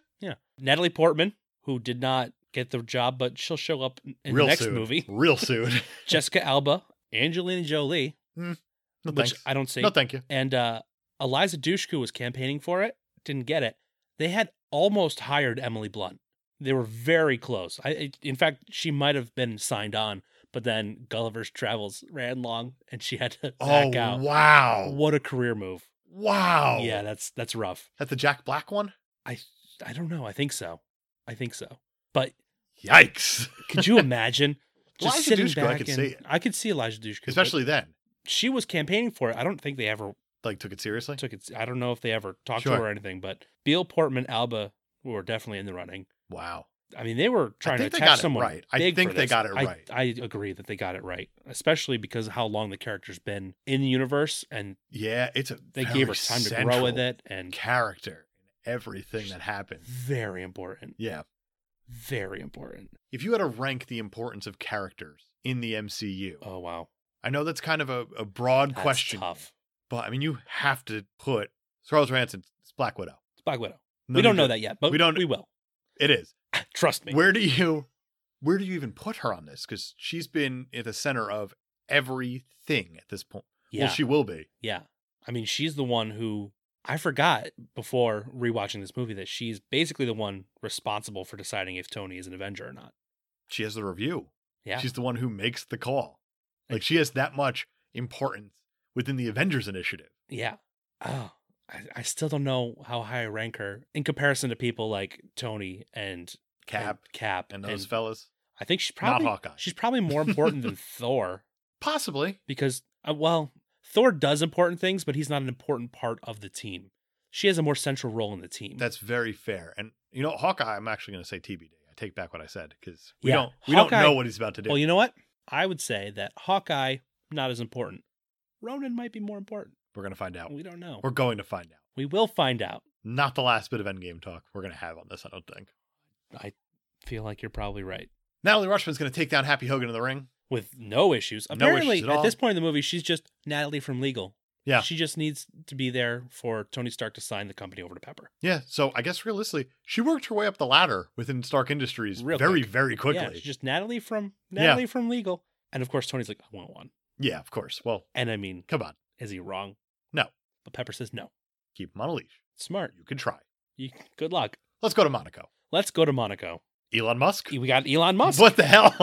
S2: Natalie Portman, who did not get the job, but she'll show up in
S1: Real
S2: the next
S1: soon.
S2: movie.
S1: Real soon.
S2: Jessica Alba, Angelina Jolie,
S1: no,
S2: which
S1: thanks.
S2: I don't see,
S1: no, thank you.
S2: and uh, Eliza Dushku was campaigning for it, didn't get it. They had almost hired Emily Blunt. They were very close. I, I- in fact, she might have been signed on, but then Gulliver's Travels ran long, and she had to
S1: Oh,
S2: back out.
S1: wow.
S2: What a career move!
S1: Wow.
S2: Yeah, that's that's rough.
S1: That's the Jack Black one?
S2: I don't know. I think so. I think so. But
S1: Yikes.
S2: Could you imagine?
S1: Elijah Dushku, I could see it.
S2: I could see Elijah Dushku. but
S1: Especially then.
S2: she was campaigning for it. I don't think they ever
S1: Like, took it seriously?
S2: took it. I don't know if they ever talked
S1: Sure.
S2: to her or anything. But Beale, Portman, Alba were definitely in the running.
S1: Wow.
S2: I mean, they were trying
S1: think they
S2: to attach
S1: got it
S2: someone.
S1: right. I
S2: big
S1: think
S2: for
S1: they
S2: this.
S1: got it
S2: I-
S1: right.
S2: I agree that they got it right, especially because of how long the character's been in the universe, and
S1: Yeah, it's a
S2: they
S1: very
S2: gave her time to grow with
S1: central
S2: it, and
S1: Character in everything that happened.
S2: very important,
S1: Yeah.
S2: very important.
S1: If you had to rank the importance of characters in the MCU,
S2: Oh wow,
S1: I know that's kind of a, a broad
S2: That's
S1: question,
S2: Tough.
S1: but I mean, you have to put Scarlett Johansson, it's Black Widow.
S2: It's Black Widow.
S1: None
S2: we
S1: of
S2: don't know
S1: your-
S2: that yet, but
S1: we don't-
S2: We will.
S1: It is.
S2: Trust me.
S1: Where do you where do you even put her on this? Because she's been at the center of everything at this point.
S2: yeah.
S1: Well, she will be.
S2: Yeah. I mean, she's the one who I forgot before rewatching this movie that she's basically the one responsible for deciding if Tony is an Avenger or not.
S1: She has the review.
S2: Yeah.
S1: She's the one who makes the call. Like she has that much importance within the Avengers initiative.
S2: yeah. Oh, I, I still don't know how high I rank her in comparison to people like Tony and
S1: Cap
S2: and Cap
S1: and those fellas.
S2: I think she's
S1: Not
S2: probably
S1: Hawkeye.
S2: she's probably more important than Thor
S1: Possibly.
S2: because uh, well, Thor does important things, but he's not an important part of the team. She has a more central role in the team.
S1: That's very fair. And you know, Hawkeye, I'm actually going to say TBD. I take back what I said because we
S2: Yeah.
S1: don't we
S2: Hawkeye-
S1: don't know what he's about to do.
S2: well, you know what? I would say that Hawkeye not as important. Ronan might be more important.
S1: We're going to find out.
S2: We don't know.
S1: We're going to find out.
S2: We will find out.
S1: Not the last bit of Endgame talk we're going to have on this. I don't think
S2: Feel like you're probably right.
S1: Natalie Rushman's going to take down Happy Hogan in the ring.
S2: With no issues.
S1: No
S2: Apparently,
S1: issues at
S2: at,
S1: all.
S2: this point in the movie, she's just Natalie from Legal.
S1: Yeah.
S2: She just needs to be there for Tony Stark to sign the company over to Pepper.
S1: Yeah, so I guess realistically, she worked her way up the ladder within Stark Industries
S2: Real
S1: very,
S2: quick.
S1: very quickly.
S2: Yeah,
S1: Yeah,
S2: she's just Natalie from
S1: Yeah.
S2: Natalie from Legal. And of course, Tony's like, I want one.
S1: of course. Well,
S2: And I mean,
S1: come on,
S2: is he wrong?
S1: No.
S2: But Pepper says no.
S1: keep him on a leash.
S2: Smart.
S1: You can try.
S2: You, good luck.
S1: Let's go to Monaco.
S2: Let's go to Monaco.
S1: Elon Musk.
S2: We got Elon Musk.
S1: What the hell?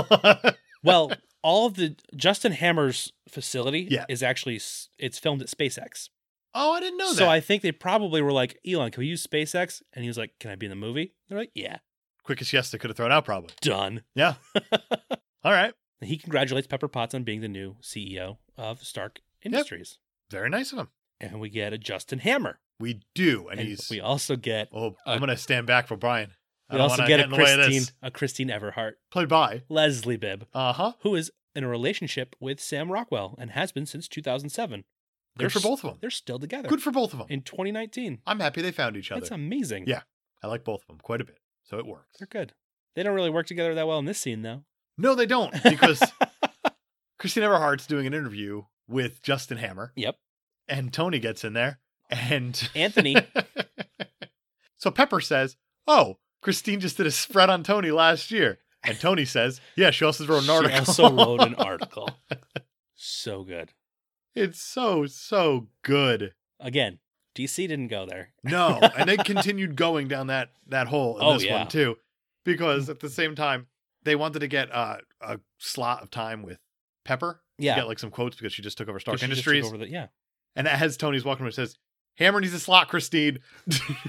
S2: well, all of the Justin Hammer's facility
S1: Yeah.
S2: is actually s- it's filmed at SpaceX.
S1: oh, I didn't know
S2: so
S1: that.
S2: I think they probably were like, Elon, can we use SpaceX? And he was like, Can I be in the movie? They're like, Yeah,
S1: Quickest yes they could have thrown out, probably.
S2: done.
S1: All right.
S2: And he congratulates Pepper Potts on being the new CEO of Stark Industries.
S1: Very nice of him.
S2: And we get a Justin Hammer.
S1: We do. And,
S2: And
S1: he's.
S2: we also get
S1: oh,
S2: uh,
S1: I'm going to stand back for Brian. I
S2: we
S1: don't
S2: also
S1: wanna
S2: get a
S1: in the way of this.
S2: Christine a Christine Everhart,
S1: Played by.
S2: Leslie Bibb,
S1: Uh huh.
S2: who is in a relationship with Sam Rockwell and has been since 2007. They're
S1: Good for
S2: s-
S1: both of them.
S2: They're still together.
S1: Good for both of them.
S2: in 2019.
S1: I'm happy they found each other.
S2: That's amazing.
S1: Yeah. I like both of them quite a bit. So it works.
S2: um They're good. They don't really work together that well in this scene, though.
S1: No, they don't because Christine Everhart's doing an interview with Justin Hammer,
S2: yep.
S1: and Tony gets in there, and
S2: Anthony.
S1: so Pepper says, "Oh, Christine just did a spread on Tony last year," and Tony says, "Yeah, she also wrote an
S2: she
S1: article.
S2: also wrote an article. So good.
S1: it's so so good."
S2: Again, DC didn't go there.
S1: No, and they continued going down that that hole in
S2: Oh,
S1: this
S2: yeah. Mm.
S1: one too, because at the same time they wanted to get uh, a slot of time with Pepper.
S2: Yeah.
S1: Get like some quotes because she just took over Stark
S2: Because she just took
S1: Industries.
S2: over the- yeah.
S1: And as Tony's walking over, it says, Hammer needs a slot, Christine.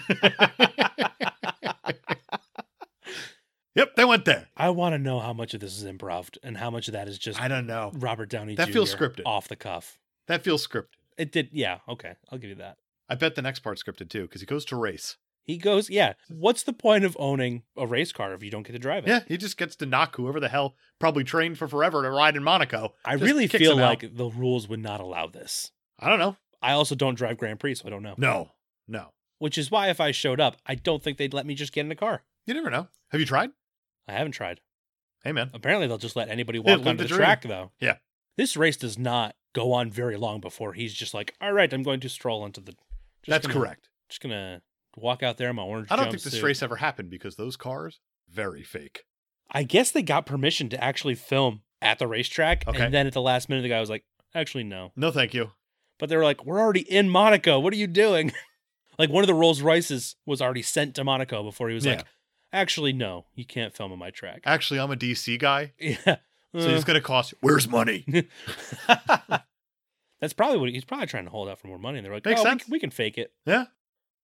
S1: yep, they went there.
S2: I want to know how much of this is improv and how much of that is just
S1: I don't know.
S2: Robert Downey
S1: That
S2: Jr.
S1: feels scripted.
S2: off the cuff.
S1: That feels scripted.
S2: It did. Yeah. Okay. I'll give you that.
S1: I bet the next part's scripted too, because he goes to race.
S2: He goes, yeah. What's the point of owning a race car if you don't get to drive it?
S1: Yeah, he just gets to knock whoever the hell probably trained for forever to ride in Monaco.
S2: I
S1: Just
S2: really
S1: kicks
S2: feel
S1: him out.
S2: like the rules would not allow this.
S1: I don't know.
S2: I also don't drive Grand Prix, so I don't know.
S1: No, no.
S2: Which is why if I showed up, I don't think they'd let me just get in a car.
S1: You never know. Have you tried?
S2: I haven't tried.
S1: Hey, man.
S2: Apparently, they'll just let anybody
S1: Yeah,
S2: walk
S1: live
S2: onto
S1: the
S2: the,
S1: dream.
S2: track, though.
S1: Yeah.
S2: This race does not go on very long before he's just like, all right, I'm going to stroll into the. Just
S1: That's
S2: gonna-
S1: correct.
S2: Just going to walk out there in my orange
S1: I don't think this
S2: jumpsuit."
S1: race ever happened because those cars, very fake.
S2: I guess they got permission to actually film at the racetrack.
S1: Okay.
S2: And then at the last minute, the guy was like, actually, no.
S1: No, thank you.
S2: But they were like, we're already in Monaco. What are you doing? like one of the Rolls Royces was already sent to Monaco before he was
S1: Yeah.
S2: like, actually, no, you can't film on my track.
S1: Actually, I'm a DC guy,
S2: yeah.
S1: so it's going to cost you. Where's money?
S2: Uh, That's probably what he's probably trying to hold out for more money. And they're like,
S1: Makes
S2: oh, we,
S1: sense.
S2: can- we can fake it.
S1: Yeah.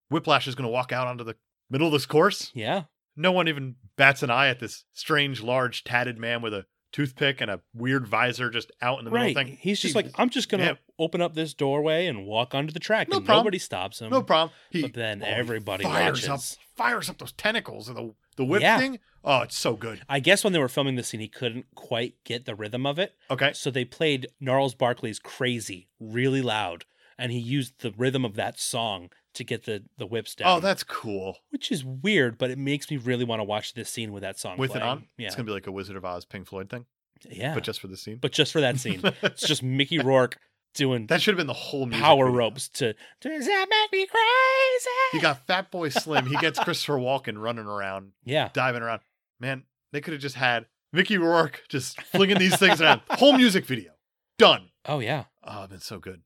S1: Whiplash is going to walk out onto the middle of this course.
S2: Yeah.
S1: No one even bats an eye at this strange, large, tatted man with a toothpick and a weird visor just out in the
S2: Right.
S1: middle thing.
S2: He's just like, I'm just going to
S1: Yeah.
S2: open up this doorway and walk onto the track.
S1: No
S2: and
S1: problem.
S2: nobody stops him.
S1: no problem. He
S2: um, But then
S1: oh, he
S2: everybody
S1: fires
S2: watches.
S1: up, fires up those tentacles of the the whip
S2: Yeah.
S1: thing. Oh, it's so good.
S2: I guess when they were filming this scene, he couldn't quite get the rhythm of it.
S1: Okay,
S2: So they played Gnarls Barkley's Crazy really loud. And he used the rhythm of that song to get the, the whips down.
S1: oh, that's cool.
S2: Which is weird, but it makes me really want to watch this scene with that song.
S1: With it
S2: playing.
S1: on,
S2: Yeah.
S1: it's gonna be like a Wizard of Oz, Pink Floyd thing,
S2: yeah.
S1: but just for the scene.
S2: but just for that scene. It's just Mickey Rourke doing
S1: that should have been the whole music
S2: power
S1: video.
S2: ropes to Does that make me crazy?
S1: You got Fat Boy Slim. He gets Christopher Walken running around.
S2: yeah.
S1: diving around. Man, they could have just had Mickey Rourke just flinging these things around. Whole music video. Done.
S2: Oh yeah.
S1: Oh, it's been so good.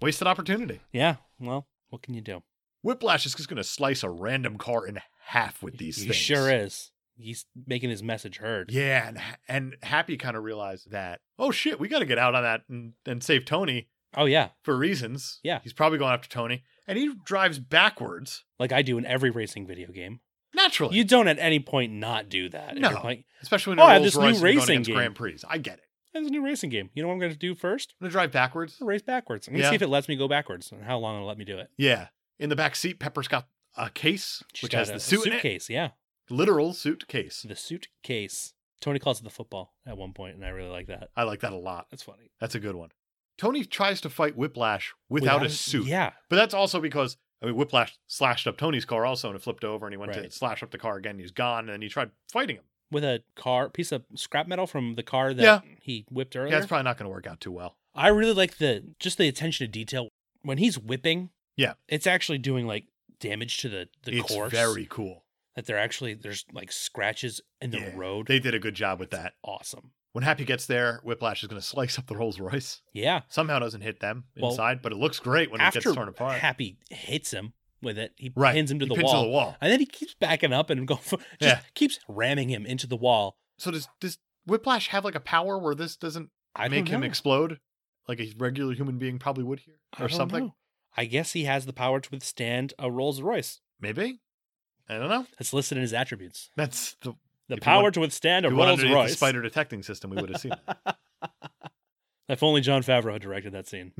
S1: Wasted opportunity.
S2: Yeah. Well, what can you do?
S1: Whiplash is just going to slice a random car in half with these
S2: he
S1: things.
S2: sure is. He's making his message heard.
S1: Yeah, and, and Happy kind of realized that, oh shit, we got to get out on that and, and save Tony
S2: Oh yeah.
S1: for reasons.
S2: Yeah.
S1: He's probably going after Tony. And he drives backwards
S2: Like I do in every racing video game.
S1: naturally,
S2: You don't at any point not do that. At
S1: No.
S2: your point-
S1: especially when
S2: Oh,
S1: oh,
S2: I have
S1: Rolls
S2: this new
S1: Royce is going
S2: racing
S1: against
S2: game.
S1: Grand Prix. I get it.
S2: It's a new racing game. You know what I'm going to do first?
S1: I'm gonna drive backwards.
S2: I'm gonna race backwards. I'm going to
S1: Yeah.
S2: see if it lets me go backwards and how long it'll let me do it.
S1: Yeah. In the back seat, Pepper's got a case,
S2: She's
S1: which
S2: got
S1: has
S2: a-
S1: the
S2: a
S1: suit in it.
S2: suitcase. Yeah,
S1: Literal suitcase.
S2: the suitcase. Tony calls it the football at one point, and I really like that.
S1: I like that a lot.
S2: That's funny.
S1: That's a good one. Tony tries to fight Whiplash without, a suit.
S2: Yeah,
S1: But that's also because I mean Whiplash slashed up Tony's car also and it flipped over and he went to
S2: Right.
S1: slash up the car again. and He's gone and he tried fighting him.
S2: with a car piece of scrap metal from the car that
S1: Yeah.
S2: he whipped earlier.
S1: Yeah, it's probably not going to work out too well.
S2: I really like the just the attention to detail when he's whipping.
S1: Yeah.
S2: it's actually doing like damage to the the
S1: it's
S2: course.
S1: very cool.
S2: that they're actually there's like scratches in the
S1: Yeah,
S2: road.
S1: They did a good job with that.
S2: awesome.
S1: When Happy gets there, Whiplash is going to slice up the Rolls Royce.
S2: Yeah.
S1: Somehow doesn't hit them
S2: Well,
S1: inside, but it looks great when it
S2: After
S1: gets torn apart.
S2: Happy hits him with it, he
S1: right,
S2: pins him to
S1: He
S2: the
S1: pins
S2: wall.
S1: the wall.
S2: And then he keeps backing up and going for, just
S1: Yeah.
S2: keeps ramming him into the wall.
S1: So does does Whiplash have like a power where this doesn't
S2: I
S1: make
S2: don't
S1: him
S2: know.
S1: explode, like a regular human being probably would here,
S2: I
S1: or
S2: don't
S1: something?
S2: know. I guess he has the power to withstand a Rolls Royce.
S1: Maybe. I don't know.
S2: That's listed in his attributes.
S1: That's the
S2: The
S1: If you
S2: power
S1: want-
S2: to withstand a
S1: if it went
S2: Rolls
S1: underneath
S2: Royce.
S1: The spider detecting system. We would have seen. It.
S2: if only John Favreau had directed that scene.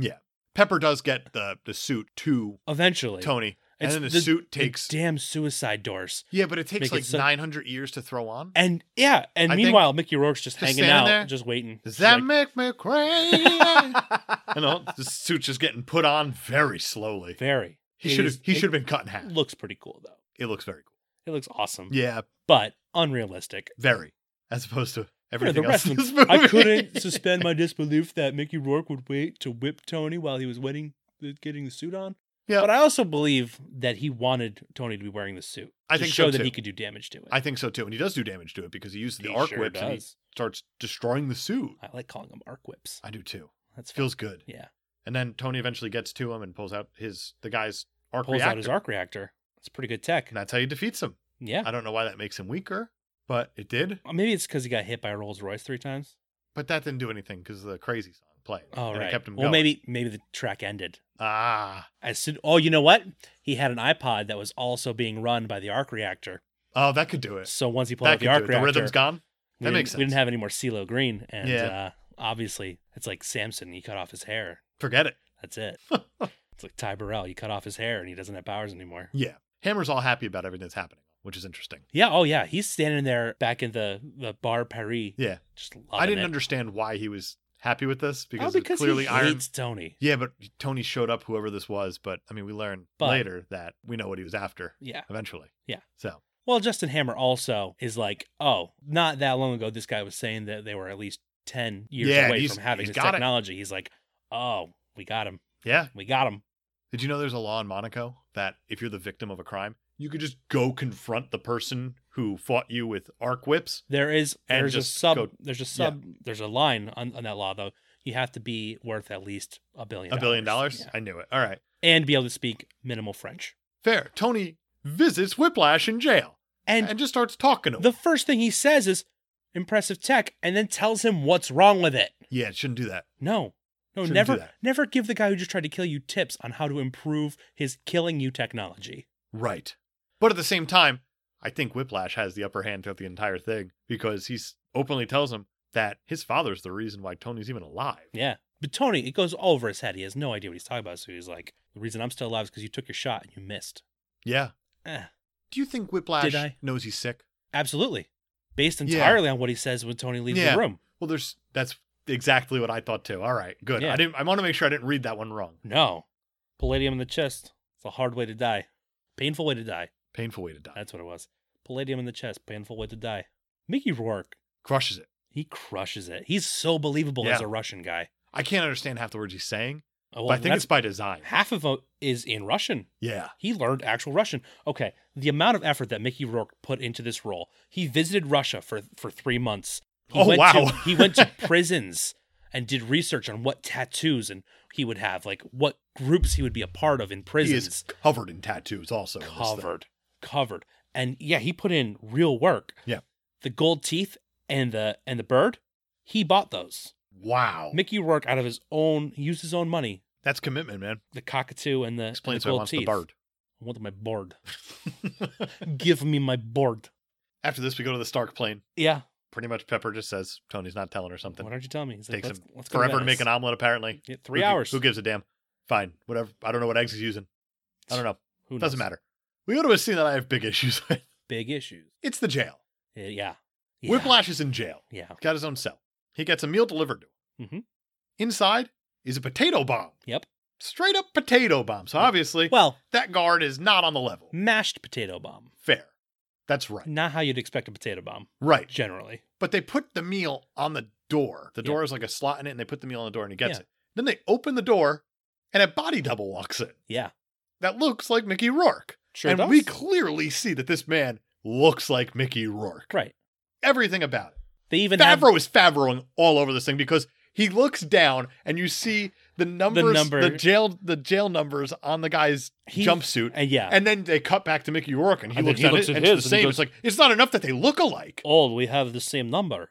S1: Pepper does get the the suit to
S2: Eventually.
S1: Tony, and
S2: It's
S1: then the, suit takes.
S2: damn suicide doors.
S1: yeah, but it
S2: make
S1: takes
S2: it
S1: like
S2: so-
S1: 900 years to throw on.
S2: And yeah, and
S1: I think
S2: meanwhile, Mickey Rourke's just,
S1: just
S2: hanging
S1: standing
S2: out,
S1: there.
S2: just waiting.
S1: Does
S2: She's
S1: that
S2: like,
S1: make me crazy? I know the suit's just getting put on very slowly.
S2: very?
S1: He
S2: It
S1: should have
S2: is-
S1: he
S2: it
S1: should have been cut in half.
S2: Looks pretty cool though.
S1: It looks very cool.
S2: It looks awesome,
S1: Yeah,
S2: but unrealistic.
S1: very. As opposed to everything
S2: the
S1: else
S2: rest
S1: in
S2: of
S1: this movie.
S2: I couldn't suspend my disbelief that Mickey Rourke would wait to whip Tony while he was waiting, getting the suit on.
S1: Yeah.
S2: But I also believe that he wanted Tony to be wearing the suit.
S1: I
S2: to
S1: think
S2: show
S1: so,
S2: that
S1: too.
S2: he could do damage to it.
S1: I think so too, and he does do damage to it because he uses the
S2: He
S1: arc
S2: sure
S1: whips and he
S2: does.
S1: starts destroying the suit.
S2: I like calling them arc whips.
S1: I do too.
S2: That's fun.
S1: Feels good.
S2: yeah.
S1: And then Tony eventually gets to him and pulls out his the guy's arc
S2: Pulls
S1: reactor.
S2: out his arc reactor. It's pretty good tech.
S1: and that's how he defeats him.
S2: Yeah.
S1: I don't know why that makes him weaker, but it did.
S2: Well, maybe it's because he got hit by a Rolls Royce three times.
S1: But that didn't do anything because the crazy song played.
S2: Oh
S1: and
S2: right.
S1: It kept him
S2: well,
S1: going.
S2: maybe maybe the track ended.
S1: Ah.
S2: As soon, oh, you know what? He had an iPod that was also being run by the arc reactor.
S1: Oh, that could do it.
S2: So once he pulled
S1: That
S2: out
S1: could
S2: the
S1: do
S2: arc
S1: it.
S2: reactor,
S1: The rhythm's gone.
S2: we
S1: That
S2: didn't-
S1: makes
S2: We didn't
S1: sense.
S2: have any more CeeLo Green, and
S1: Yeah.
S2: uh, obviously it's like Samson. You cut off his hair.
S1: Forget it.
S2: That's it. it's like Ty Burrell. You cut off his hair, and he doesn't have powers anymore.
S1: Yeah. Hammer's all happy about everything that's happening, which is interesting.
S2: Yeah. Oh yeah. He's standing there back in the the bar Paris.
S1: Yeah.
S2: Just loving
S1: I didn't
S2: it.
S1: understand why he was happy with this because,
S2: oh,
S1: it
S2: because
S1: clearly
S2: he
S1: Iron.
S2: hates Tony.
S1: Yeah, but Tony showed up, whoever this was. But I mean, we learn
S2: But-
S1: later that we know what he was after
S2: Yeah.
S1: eventually.
S2: Yeah.
S1: So
S2: Well, Justin Hammer also is like, oh, not that long ago, this guy was saying that they were at least 10 years
S1: Yeah,
S2: away
S1: he's-
S2: from having
S1: he's
S2: this
S1: got it.
S2: technology. He's like, oh, we got him.
S1: yeah,
S2: We got him.
S1: Did you know there's a law in Monaco that if you're the victim of a crime, you could just go confront the person who fought you with arc whips?
S2: There is
S1: And
S2: there's a
S1: just
S2: sub
S1: go-
S2: there's a sub there's a line on, on that law though. You have to be worth at least a billion
S1: A billion dollars?
S2: Yeah.
S1: I knew it. All right.
S2: and be able to speak minimal French.
S1: Fair. Tony visits Whiplash in jail and,
S2: And
S1: just starts talking to him.
S2: the first thing he says is impressive tech and then tells him what's wrong with it.
S1: yeah, it shouldn't do that.
S2: No. No,
S1: Shouldn't do
S2: never
S1: that.
S2: never give the guy who just tried to kill you tips on how to improve his killing you technology.
S1: Right. But at the same time, I think Whiplash has the upper hand throughout the entire thing because he's openly tells him that his father's the reason why Tony's even alive.
S2: Yeah. But Tony, it goes all over his head. He has no idea what he's talking about. So he's like, the reason I'm still alive is because you took your shot and you missed.
S1: Yeah.
S2: Eh,
S1: Do you think Whiplash
S2: Did I?
S1: knows he's sick?
S2: absolutely. Based
S1: Yeah.
S2: entirely on what he says when Tony leaves
S1: Yeah.
S2: the room.
S1: Well, there's that's exactly what I thought too. All right, good.
S2: Yeah.
S1: I didn't. I want to make sure I didn't read that one wrong.
S2: No. Palladium in the chest. It's a hard way to die. Painful way to die.
S1: Painful way to die.
S2: That's what it was. Palladium in the chest. Painful way to die. Mickey Rourke,
S1: Crushes it.
S2: he crushes it. He's so believable as
S1: Yeah.
S2: a Russian guy.
S1: I can't understand half the words he's saying,
S2: Oh,
S1: but I think it's by design.
S2: half of it is in Russian.
S1: Yeah,
S2: He learned actual Russian. Okay, the amount of effort that Mickey Rourke put into this role. He visited Russia for for three months. He
S1: Oh,
S2: went
S1: wow.
S2: To, he went to prisons and did research on what tattoos and he would have, like what groups he would be a part of in
S1: he
S2: prisons.
S1: is covered in tattoos. Also in this thing.
S2: covered, covered, and yeah, he put in real work.
S1: Yeah.
S2: the gold teeth and the and the bird, he bought those.
S1: Wow,
S2: Mickey Rourke out of his own, he used his own money.
S1: that's commitment, man.
S2: The cockatoo and the, and
S1: Explains why he
S2: the gold
S1: wants
S2: teeth.
S1: the bird.
S2: I want my board. Give me my board.
S1: After this, we go to the Stark plane.
S2: Yeah.
S1: pretty much Pepper just says Tony's not telling her something.
S2: Why don't you tell me? He's
S1: Takes
S2: let's,
S1: him
S2: let's go
S1: Forever to make
S2: Venice."
S1: an omelet, apparently.
S2: Yeah, three
S1: Who gi-
S2: hours.
S1: Who gives a damn? Fine, whatever. I don't know what eggs he's using. I don't know.
S2: Who
S1: Doesn't
S2: knows?
S1: matter. We go to a scene that I have big issues with.
S2: Big issues.
S1: It's the jail.
S2: Yeah, yeah. Yeah.
S1: Whiplash is in jail.
S2: Yeah.
S1: Got his own cell. He gets a meal delivered to him.
S2: Mhm.
S1: Inside is a potato bomb.
S2: Yep.
S1: Straight up potato bomb. So obviously,
S2: Well,
S1: that guard is not on the level.
S2: mashed potato bomb.
S1: Fair. That's right.
S2: Not how you'd expect a potato bomb
S1: Right.
S2: generally.
S1: But they put the meal on the door. The
S2: Yeah.
S1: door is like a slot in it, and they put the meal on the door, and he gets
S2: Yeah.
S1: it. Then they open the door, and a body double walks in
S2: Yeah.
S1: that looks like Mickey Rourke.
S2: Sure
S1: and
S2: does.
S1: we clearly see that this man looks like Mickey Rourke.
S2: right.
S1: Everything about it.
S2: They even have
S1: Favreau is Favreauing all over this thing because he looks down, and you see the numbers, the,
S2: number.
S1: jail, the jail numbers on the guy's
S2: He-
S1: jumpsuit.
S2: Uh, yeah.
S1: And then they cut back to Mickey Rourke, and he
S2: And then
S1: looks,
S2: he
S1: at,
S2: looks
S1: it,
S2: at
S1: and it's
S2: his,
S1: the
S2: and he
S1: same.
S2: goes-
S1: it's like it's not enough that they look alike.
S2: oh, we have the same number.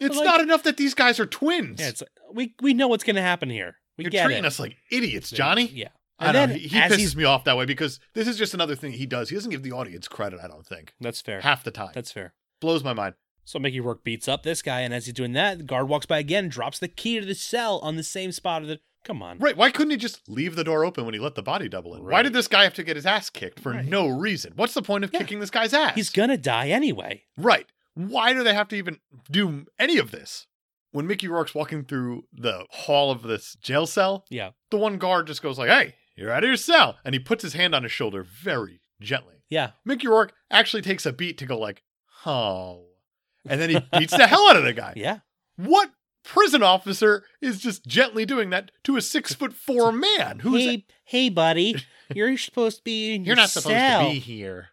S1: It's
S2: Like-
S1: not enough that these guys are twins.
S2: Yeah, it's we we know what's gonna happen here. We
S1: You're
S2: get
S1: treating
S2: it.
S1: us like idiots, Johnny.
S2: Yeah.
S1: I
S2: And
S1: don't
S2: then
S1: know. He, he
S2: as
S1: pisses
S2: he's
S1: me off that way because this is just another thing he does. He doesn't give the audience credit, I don't think.
S2: that's fair.
S1: Half the time.
S2: That's fair.
S1: Blows my mind.
S2: So Mickey Rourke beats up this guy, and as he's doing that, the guard walks by again, drops the key to the cell on the same spot of the. Come on.
S1: Right. Why couldn't he just leave the door open when he let the body double in? Why
S2: Right.
S1: did this guy have to get his ass kicked for
S2: Right.
S1: no reason? What's the point of
S2: Yeah.
S1: kicking this guy's ass?
S2: He's gonna die anyway.
S1: Right. Why do they have to even do any of this? When Mickey Rourke's walking through the hall of this jail cell,
S2: Yeah.
S1: the one guard just goes like, "Hey, you're out of your cell," and he puts his hand on his shoulder very gently.
S2: Yeah.
S1: Mickey Rourke actually takes a beat to go like, "Oh," and then he beats the hell out of the guy.
S2: Yeah.
S1: What prison officer is just gently doing that to a six foot four man who's
S2: hey, hey, buddy, you're supposed to be in
S1: you're
S2: your
S1: not supposed
S2: cell.
S1: to be here?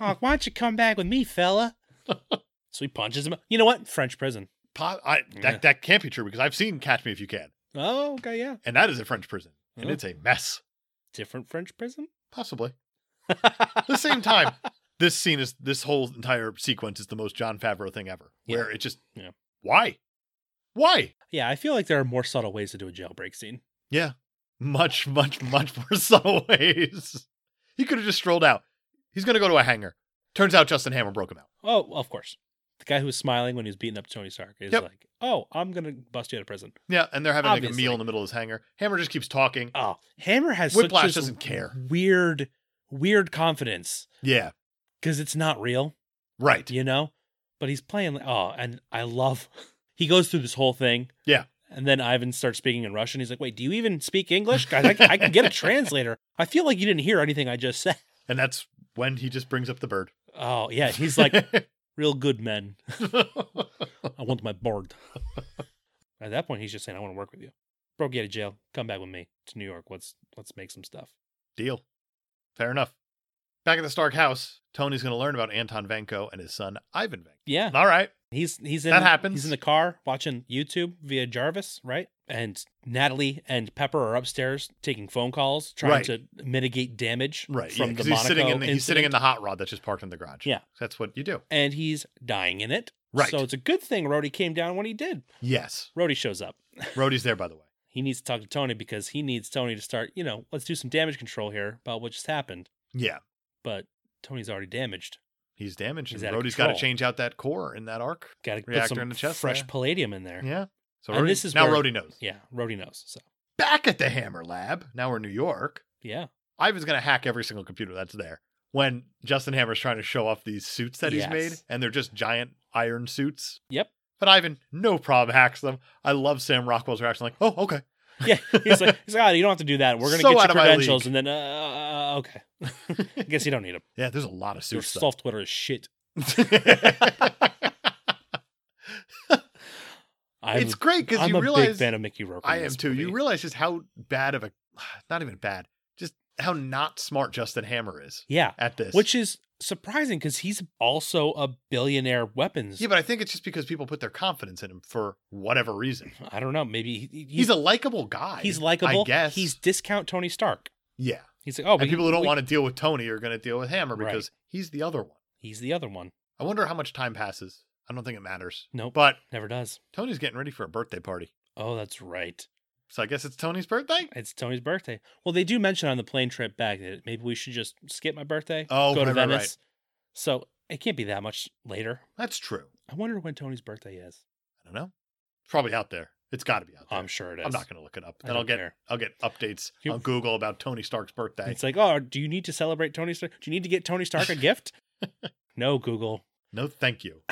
S2: Oh, why don't you come back with me, fella? so he punches him. You know what? French prison.
S1: Po- I, that
S2: Yeah.
S1: that can't be true because I've seen Catch Me If You Can,
S2: Oh, okay, yeah.
S1: and that is a French prison, and
S2: Oh.
S1: it's a mess.
S2: Different French prison.
S1: Possibly. At the same time, this scene is this whole entire sequence is the most John Favreau thing ever.
S2: Yeah.
S1: Where it just
S2: Yeah.
S1: why? Why?
S2: Yeah, I feel like there are more subtle ways to do a jailbreak scene.
S1: Much, much, much more subtle ways. He could have just strolled out. He's gonna go to a hangar. Turns out Justin Hammer broke him out.
S2: Oh, of course. The guy who was smiling when he was beating up Tony Stark is
S1: Yep.
S2: like, "Oh, I'm gonna bust you out of prison."
S1: Yeah, and they're having like a
S2: Obviously.
S1: meal in the middle of his hangar. Hammer just keeps talking.
S2: Oh, Hammer has
S1: Whiplash
S2: such this
S1: doesn't care.
S2: weird, weird confidence
S1: Yeah,
S2: because it's not real.
S1: right.
S2: you know but he's playing like oh and i love he goes through this whole thing
S1: Yeah.
S2: and then ivan starts speaking in russian he's like wait do you even speak english guys I, I can get a translator i feel like you didn't hear anything i just said
S1: And that's when he just brings up the bird.
S2: oh yeah he's like real good men i want my board at that point he's just saying i want to work with you broke you out of jail come back with me to new york let's let's make some stuff
S1: Deal. Fair enough. Back at the Stark house, Tony's going to learn about Anton Venko and his son Ivan Venko.
S2: yeah
S1: All right.
S2: He's he's in
S1: That happens.
S2: He's in the car watching YouTube via Jarvis, right? And Natalie and Pepper are upstairs taking phone calls, trying
S1: Right.
S2: to mitigate damage
S1: Right.
S2: from
S1: yeah,
S2: the
S1: 'cause
S2: Monaco
S1: he's sitting in the, he's sitting in
S2: incident,
S1: the hot rod that's just parked in the garage.
S2: Yeah.
S1: That's what you do.
S2: and he's dying in it.
S1: Right.
S2: So it's a good thing Rhodey came down when he did.
S1: yes.
S2: Rhodey shows up.
S1: Rhodey's there, by the way.
S2: He needs to talk to Tony because he needs Tony to start. You know, let's do some damage control here about what just happened.
S1: Yeah.
S2: But Tony's already damaged.
S1: He's damaged.
S2: He's
S1: and
S2: out of
S1: Rhodey's got to
S2: control.
S1: change out that core in that arc.
S2: Got to put
S1: Reactor
S2: some
S1: in the chest,
S2: fresh
S1: yeah.
S2: palladium in there.
S1: Yeah. So
S2: And
S1: Rhodey-
S2: this is
S1: now
S2: where-
S1: Rhodey knows.
S2: Yeah, Rhodey knows. So
S1: Back at the Hammer Lab. Now we're in New York.
S2: yeah,
S1: Ivan's going to hack every single computer that's there. When Justin Hammer's trying to show off these suits that he's
S2: Yes.
S1: made, and they're just giant iron suits.
S2: Yep.
S1: But Ivan, no problem, hacks them. I love Sam Rockwell's reaction, like, oh, okay.
S2: yeah. He's like, he's like, oh, you don't have to do that. We're gonna
S1: So
S2: get
S1: out
S2: your
S1: of my
S2: credentials, and then uh, uh, okay. I guess you don't need them.
S1: Yeah, there's a lot of
S2: Your
S1: suits. though.
S2: software is shit. I'm,
S1: it's great because
S2: I'm
S1: you
S2: a big
S1: realize
S2: fan of Mickey Rourke. in
S1: I am
S2: this
S1: too. You
S2: movie.
S1: realize just how bad of a, not even bad, just how not smart Justin Hammer is
S2: yeah,
S1: at this.
S2: which is surprising because he's also a billionaire weapons.
S1: yeah, but I think it's just because people put their confidence in him for whatever reason.
S2: I don't know. Maybe he, he-
S1: He's a likable guy.
S2: he's likable.
S1: I guess
S2: he's discount Tony Stark.
S1: yeah.
S2: He's like, oh,
S1: and
S2: we-
S1: people who don't
S2: we-
S1: want to deal with Tony are going to deal with Hammer
S2: Right.
S1: because he's the other one.
S2: He's the other one.
S1: I wonder how much time passes. I don't think it matters.
S2: Nope,
S1: But
S2: never does.
S1: Tony's getting ready for a birthday party.
S2: Oh, that's right.
S1: So I guess it's Tony's birthday?
S2: It's Tony's birthday. Well, they do mention on the plane trip back that maybe we should just skip my birthday.
S1: Oh,
S2: go to
S1: right, right, right.
S2: Venice. So it can't be that much later.
S1: That's true.
S2: I wonder when Tony's birthday is.
S1: I don't know. It's probably out there. It's got to be out there.
S2: I'm sure it is.
S1: I'm not going to look it up.
S2: I
S1: Then I'll
S2: don't
S1: get
S2: care.
S1: I'll get updates
S2: You-
S1: on Google about Tony Stark's birthday.
S2: It's like, oh, do you need to celebrate Tony Stark? Do you need to get Tony Stark a gift? no, Google.
S1: no, thank you.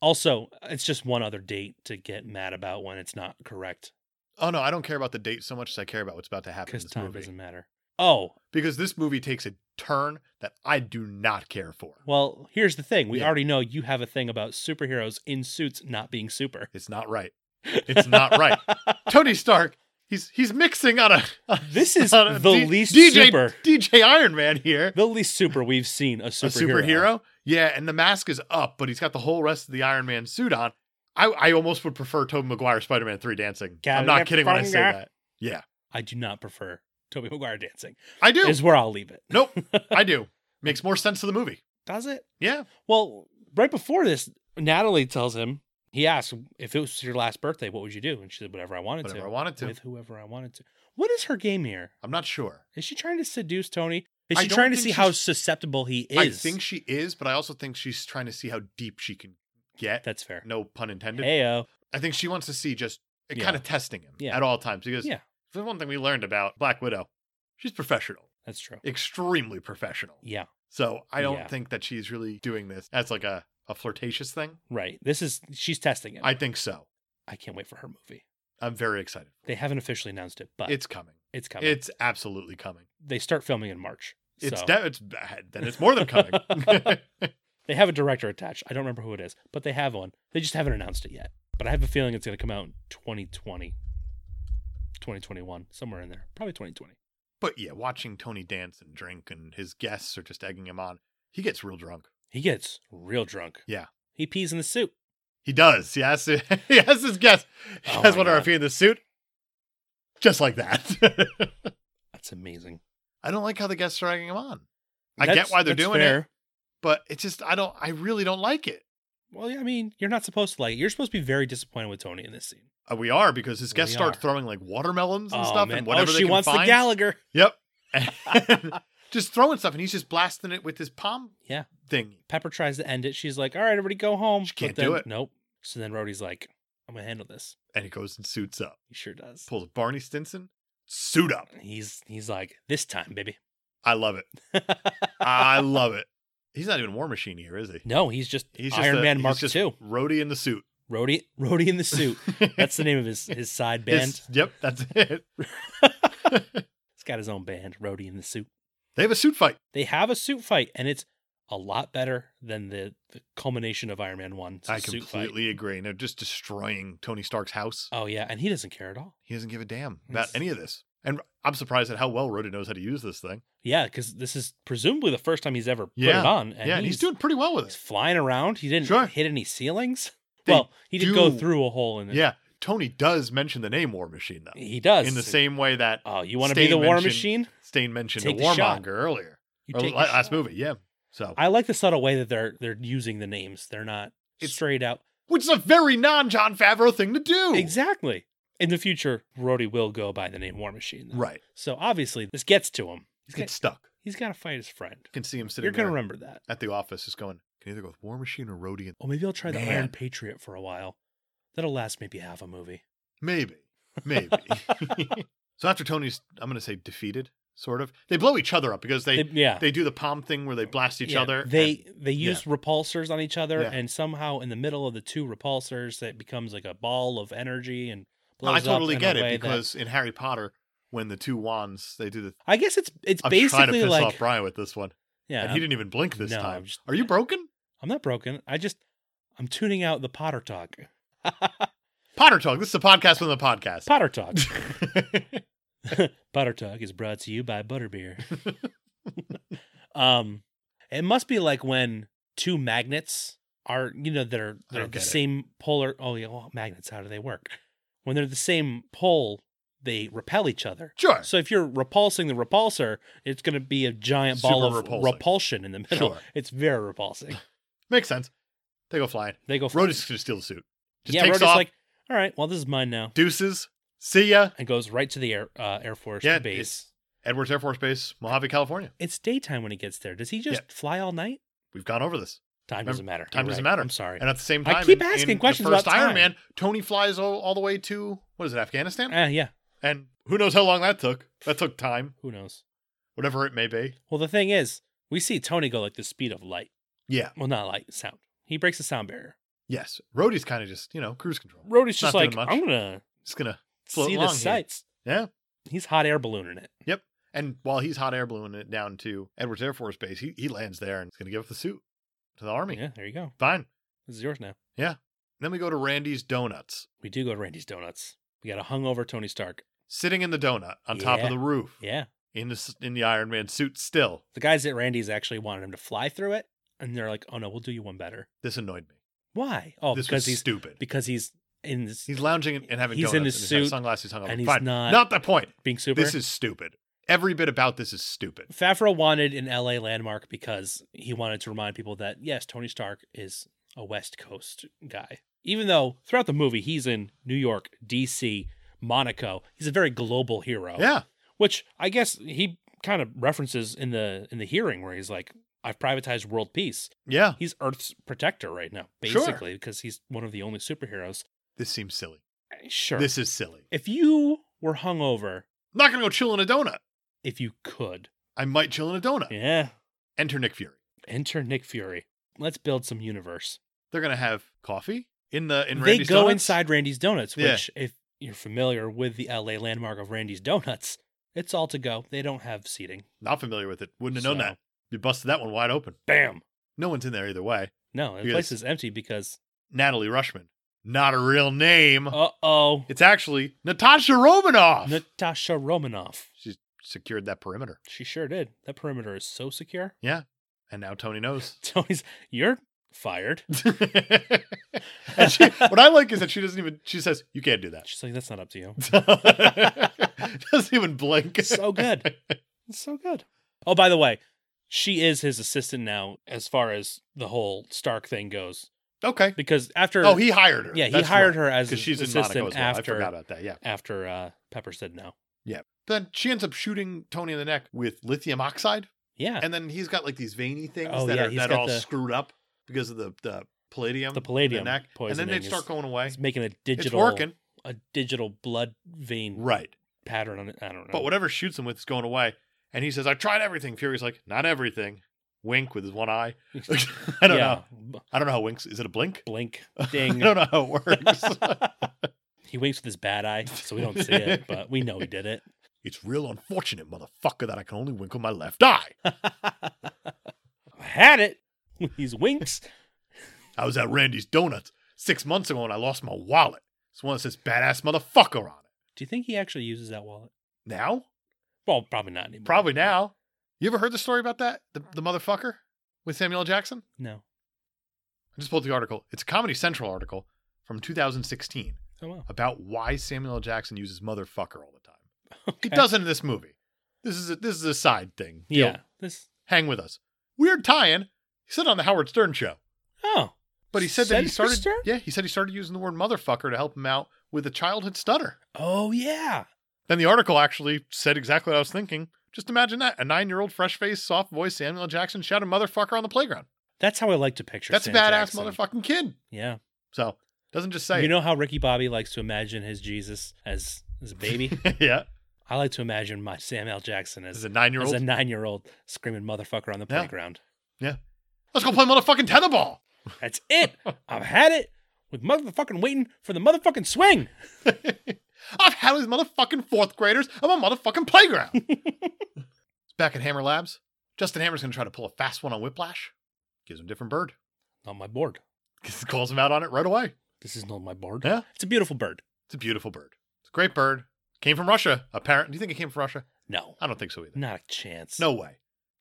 S2: also, it's just one other date to get mad about when it's not correct
S1: Oh no, I don't care about the date so much as I care about what's about to happen in
S2: because
S1: this
S2: time
S1: movie.
S2: doesn't matter. Oh,
S1: Because this movie takes a turn that I do not care for.
S2: well, here's the thing. We
S1: Yeah.
S2: already know you have a thing about superheroes in suits not being super.
S1: It's not right. It's not right. Tony Stark, he's he's mixing on a.
S2: This is
S1: on a
S2: the
S1: Uh, D-
S2: least
S1: DJ
S2: super,
S1: DJ Iron Man here.
S2: the least super we've seen a superhero.
S1: a superhero. Yeah, and the mask is up, but he's got the whole rest of the Iron Man suit on. I, I almost would prefer Tobey Maguire Spider Man Three dancing. I'm not kidding when I say
S2: California.
S1: that. Yeah,
S2: I do not prefer Toby Maguire dancing.
S1: I do.
S2: Is where I'll leave it.
S1: nope, I do. Makes more sense to the movie.
S2: Does it?
S1: Yeah,
S2: Well, right before this, Natalie tells him, he asks, if it was your last birthday, what would you do? And she said, whatever I wanted
S1: whatever
S2: to.
S1: I wanted to.
S2: With whoever I wanted to. What is her game here?
S1: I'm not sure.
S2: Is she trying to seduce Tony? Is
S1: I
S2: she
S1: don't
S2: trying to
S1: think
S2: see how
S1: she's-
S2: susceptible he is?
S1: I think she is, but I also think she's trying to see how deep she can get.
S2: That's fair.
S1: No pun intended.
S2: Heyo.
S1: I think she wants to see just
S2: Yeah.
S1: kind of testing him
S2: Yeah.
S1: at all times because
S2: Yeah.
S1: the one thing we learned about Black Widow, she's professional,
S2: That's true.
S1: extremely professional.
S2: Yeah,
S1: So I don't
S2: Yeah.
S1: think that she's really doing this as like a, a flirtatious thing.
S2: right. This is, she's testing him. I,
S1: I think so.
S2: can't wait for her movie.
S1: I'm very excited.
S2: They haven't officially announced it, but
S1: It's coming.
S2: it's coming.
S1: It's absolutely coming.
S2: they start filming in March.
S1: It's
S2: so
S1: de- it's bad. Then it's more than coming.
S2: they have a director attached. I don't remember who it is, but they have one. They just haven't announced it yet. But I have a feeling it's going to come out in 2020, 2021, somewhere in there. Probably 2020.
S1: but yeah, watching Tony dance and drink and his guests are just egging him on. He gets real drunk.
S2: He gets real drunk.
S1: Yeah.
S2: He pees in the suit.
S1: He does. He has to, he has his guests. He
S2: Oh
S1: has
S2: my
S1: one
S2: God.
S1: RFP in the suit. Just like that.
S2: That's amazing.
S1: I don't like how the guests are egging him on. I
S2: That's-
S1: get why they're
S2: that's
S1: doing
S2: fair.
S1: it, but it's just I don't I really don't like it.
S2: Well, yeah, I mean, you're not supposed to like it. You're supposed to be very disappointed with Tony in this scene.
S1: Uh, we are because his guests
S2: We
S1: start
S2: are.
S1: throwing like watermelons and
S2: oh,
S1: stuff
S2: man.
S1: and whatever
S2: oh,
S1: they
S2: she
S1: can
S2: wants
S1: find.
S2: the Gallagher.
S1: Yep. just throwing stuff, and he's just blasting it with his palm
S2: Yeah.
S1: thing.
S2: Pepper tries to end it. She's like, all right, everybody go home.
S1: She
S2: But
S1: can't
S2: then-
S1: do it.
S2: Nope. So then Rhodey's like, I'm going to handle this.
S1: And he goes and suits up.
S2: He sure does.
S1: Pulls Barney Stinson, suit up.
S2: He's he's like, this time, baby.
S1: I love it. I love it. He's not even War Machine here, is he?
S2: no, he's just
S1: He's just
S2: Iron
S1: a-
S2: Man
S1: he's
S2: Mark
S1: just
S2: II.
S1: Rhodey in the suit.
S2: Rhodey, Rhodey in the suit. That's the name of his his side band.
S1: His- yep, that's it.
S2: He's got his own band, Rhodey in the suit.
S1: They have a suit fight.
S2: They have a suit fight, and it's a lot better than the, the culmination of Iron Man One. It's a
S1: I
S2: suit fight.
S1: completely agree. And they're just destroying Tony Stark's house.
S2: Oh yeah, and he doesn't care at all.
S1: He doesn't give a damn about
S2: It's-
S1: any of this. And I'm surprised at how well Rhodey knows how to use this thing.
S2: Yeah, because this is presumably the first time he's ever put
S1: Yeah.
S2: it on. And
S1: yeah, and he's doing pretty well with
S2: he's
S1: it.
S2: flying around. He didn't
S1: Sure.
S2: hit any ceilings.
S1: They
S2: well, he did go
S1: do-
S2: through a hole in it.
S1: Yeah. Tony does mention the name War Machine, though.
S2: he does.
S1: In the same way that
S2: Oh, you want to be
S1: Stain
S2: the War
S1: mentioned-
S2: Machine?
S1: Stain mentioned the
S2: Take the shot.
S1: Warmonger earlier.
S2: You
S1: Or
S2: take
S1: Oh, la-
S2: the
S1: last
S2: shot.
S1: movie, yeah. So,
S2: I like the subtle way that they're they're using the names. They're not
S1: It's-
S2: straight out.
S1: which is a very non John Favreau thing to do.
S2: Exactly. In the future, Rhodey will go by the name War Machine. though.
S1: Right.
S2: So obviously, this gets to him. He's
S1: He's
S2: got,
S1: getting stuck.
S2: he's got to fight his friend.
S1: You can see him sitting
S2: You're gonna
S1: there
S2: remember that.
S1: at the office, just going, can either go with War Machine or Rhodey. and-"
S2: Oh, maybe I'll try the Iron
S1: Man.
S2: Patriot for a while. That'll last maybe half a movie.
S1: Maybe. Maybe. so, after Tony's, I'm going to say defeated, sort of, they blow each other up because they,
S2: They- yeah.
S1: they do the palm thing where they blast each
S2: Yeah,
S1: other. and-
S2: They they use repulsors on each other,
S1: Yeah.
S2: and somehow in the middle of the two repulsors, that becomes like a ball of energy and
S1: No,
S2: blows
S1: I totally
S2: up in
S1: get
S2: a way
S1: it
S2: that-
S1: because in Harry Potter, when the two wands, they do the.
S2: I guess it's it's
S1: I'm trying to
S2: basically
S1: piss
S2: like
S1: off Brian with this one,
S2: yeah.
S1: and he didn't even blink this
S2: No,
S1: time.
S2: I'm just-
S1: Are you broken?
S2: I'm not broken. I just I'm tuning out the Potter talk.
S1: Potter talk. This is a podcast within a podcast.
S2: Potter talk. Potter talk is brought to you by Butterbeer. um, it must be like when two magnets are you know that are they're
S1: don't
S2: the
S1: get it.
S2: same polar. Oh yeah, well, magnets. How do they work? When they're the same pole, they repel each other.
S1: sure,
S2: So if you're repulsing the repulsor, it's going to be a giant ball
S1: Super
S2: of
S1: repulsing.
S2: repulsion in the middle.
S1: Sure.
S2: It's very repulsing.
S1: makes sense. They go flying.
S2: They go.
S1: Rhodey's gonna steal the suit. Just
S2: yeah,
S1: takes
S2: Rhodey's
S1: off.
S2: like, all right, well this is mine now,
S1: deuces. See ya.
S2: and goes right to the air uh, air force
S1: Yeah,
S2: base.
S1: Edwards Air Force Base, Mojave, California.
S2: It's daytime when he gets there. Does he just fly all night?
S1: We've gone over this.
S2: Time doesn't matter.
S1: time
S2: You're
S1: doesn't
S2: right.
S1: matter.
S2: I'm sorry.
S1: And at the same
S2: I
S1: time,
S2: keep
S1: in- in
S2: asking
S1: the
S2: questions
S1: first
S2: about
S1: Iron
S2: time.
S1: Man, Tony flies all, all the way to what is it, Afghanistan?
S2: Eh, yeah.
S1: and who knows how long that took? That took time,
S2: Who knows?
S1: whatever it may be.
S2: Well, the thing is, we see Tony go like the speed of light.
S1: Yeah.
S2: Well, not light, sound. He breaks the sound barrier.
S1: Yes. Rhodey's kind of just you know cruise control.
S2: Rhodey's just
S1: Not doing
S2: like,
S1: much.
S2: I'm gonna
S1: Just gonna Float
S2: see the
S1: along here.
S2: sights.
S1: yeah.
S2: He's hot air ballooning it.
S1: And while he's hot air ballooning it down to Edwards Air Force Base, he he lands there and is gonna give up the suit to the army.
S2: Yeah, there you go.
S1: Fine.
S2: This is yours now.
S1: Then we go to Randy's Donuts,
S2: We do go to Randy's Donuts. We got a hungover Tony Stark.
S1: sitting in the donut on top
S2: Yeah.
S1: of the roof
S2: Yeah.
S1: in the s- in the Iron Man suit. Still,
S2: The guys at Randy's actually wanted him to fly through it, and they're like, "Oh no, we'll do you one better."
S1: this annoyed me.
S2: Why? Oh,
S1: this was
S2: because he's
S1: stupid.
S2: because he's in this
S1: He's lounging and- and having
S2: He's
S1: donuts.
S2: in his
S1: and he's
S2: suit,
S1: got sunglasses hung on.
S2: and he's
S1: Fine.
S2: not-
S1: the point.
S2: being super.
S1: This is stupid. Every bit about this is stupid.
S2: Favreau wanted an LA landmark because he wanted to remind people that yes, Tony Stark is a West Coast guy. Even though throughout the movie he's in New York, DC, Monaco, he's a very global hero.
S1: Yeah,
S2: Which I guess he kind of references in the in the hearing where he's like, I've privatized world peace.
S1: yeah.
S2: He's Earth's protector right now,
S1: Sure.
S2: basically, because he's one of the only superheroes.
S1: This seems silly.
S2: Sure.
S1: This is silly.
S2: if you were hungover,
S1: I'm not gonna go chill in a donut.
S2: if you could.
S1: I might chill in a donut.
S2: Yeah.
S1: Enter Nick Fury.
S2: Enter Nick Fury. Let's build some universe.
S1: They're gonna have coffee in the in
S2: they
S1: Randy's
S2: go
S1: Donuts?
S2: inside Randy's Donuts,
S1: Yeah.
S2: which, if you're familiar with the LA landmark of Randy's Donuts, it's all to go. They don't have seating.
S1: Not familiar with it. Wouldn't have known
S2: So-
S1: that. You busted that one wide open.
S2: Bam.
S1: No one's in there either way.
S2: No, the
S1: Because-
S2: place is empty because,
S1: Natalie Rushman. Not a real name.
S2: uh oh,
S1: It's actually Natasha Romanoff.
S2: Natasha Romanoff.
S1: She's secured that perimeter.
S2: She sure did. That perimeter is so secure.
S1: And now Tony knows.
S2: Tony's, you're fired.
S1: and she, what I like is that she doesn't even. She says, "You can't do that."
S2: She's like, that's not up to you.
S1: doesn't even blink.
S2: so good. It's so good. Oh, by the way, she is his assistant now as far as the whole Stark thing goes.
S1: Okay.
S2: Because after
S1: Oh, he hired her.
S2: Yeah, he hired her as
S1: because
S2: his
S1: she's in
S2: assistant
S1: Monaco as well.
S2: after
S1: I forgot about that. Yeah.
S2: after uh, Pepper said no.
S1: Then she ends up shooting Tony in the neck with lithium oxide,
S2: Yeah.
S1: and then he's got like these veiny things
S2: Oh,
S1: that
S2: yeah,
S1: are
S2: he's
S1: that are
S2: got
S1: all
S2: the-
S1: screwed up because of the the palladium,
S2: The
S1: in
S2: palladium
S1: the neck, and then
S2: poisoning
S1: they start
S2: is-
S1: going away.
S2: It's making a digital
S1: It's working,
S2: a digital blood vein
S1: right?
S2: pattern on it. I don't know.
S1: But whatever shoots him with is going away. And he says, I tried everything. Fury's like, not everything. Wink with his one eye. I don't know.
S2: B-
S1: I don't know how winks. Is it a blink?
S2: Blink.
S1: I
S2: Ding.
S1: don't know how it works.
S2: he winks with his bad eye, so we don't see it, but we know he did it.
S1: it's real unfortunate, motherfucker, that I can only wink with my left eye.
S2: Had it. These winks.
S1: I was at Randy's Donuts six months ago and I lost my wallet. It's one that says badass motherfucker on it.
S2: Do you think he actually uses that wallet?
S1: Now?
S2: Well, probably not anymore.
S1: Probably now. You ever heard the story about that? The, the motherfucker with Samuel L. Jackson?
S2: No.
S1: I just pulled the article. It's a Comedy Central article from 2016.
S2: Oh wow.
S1: about why Samuel L. Jackson uses motherfucker all the time. He
S2: Okay.
S1: doesn't in this movie. This is a, this is a side thing.
S2: Yeah.
S1: Deal.
S2: This.
S1: hang with us. Weird tie-in. He said on the Howard Stern show,
S2: Oh.
S1: but he said that he
S2: Censor
S1: started.
S2: Stern?
S1: Yeah, he said he started using the word motherfucker to help him out with a childhood stutter.
S2: Oh yeah.
S1: Then the article actually said exactly what I was thinking. Just imagine that a nine-year-old, fresh-faced, soft-voiced Samuel L. Jackson shouted motherfucker on the playground.
S2: That's how I like to picture.
S1: That's
S2: Sam
S1: a badass
S2: Jackson.
S1: motherfucking kid.
S2: Yeah.
S1: So doesn't just say
S2: you know how Ricky Bobby likes to imagine his Jesus as as a baby.
S1: it. yeah,
S2: I like to imagine my Sam L. Jackson
S1: as
S2: as
S1: a nine-year-old.
S2: as a nine year old screaming motherfucker on the
S1: Yeah.
S2: playground.
S1: Let's go play motherfucking tetherball.
S2: That's it. I've had it with motherfucking waiting for the motherfucking swing.
S1: I've had these motherfucking fourth graders on my motherfucking playground. Back at Hammer Labs, Justin Hammer's gonna try to pull a fast one on Whiplash. Gives him a different bird.
S2: On my board.
S1: Calls him out on it right away.
S2: This is not my board.
S1: Yeah.
S2: It's a beautiful bird.
S1: It's a beautiful bird. It's a great bird. Came from Russia, apparently. Do you think it came from Russia?
S2: No,
S1: I don't think so either.
S2: not a chance.
S1: No way.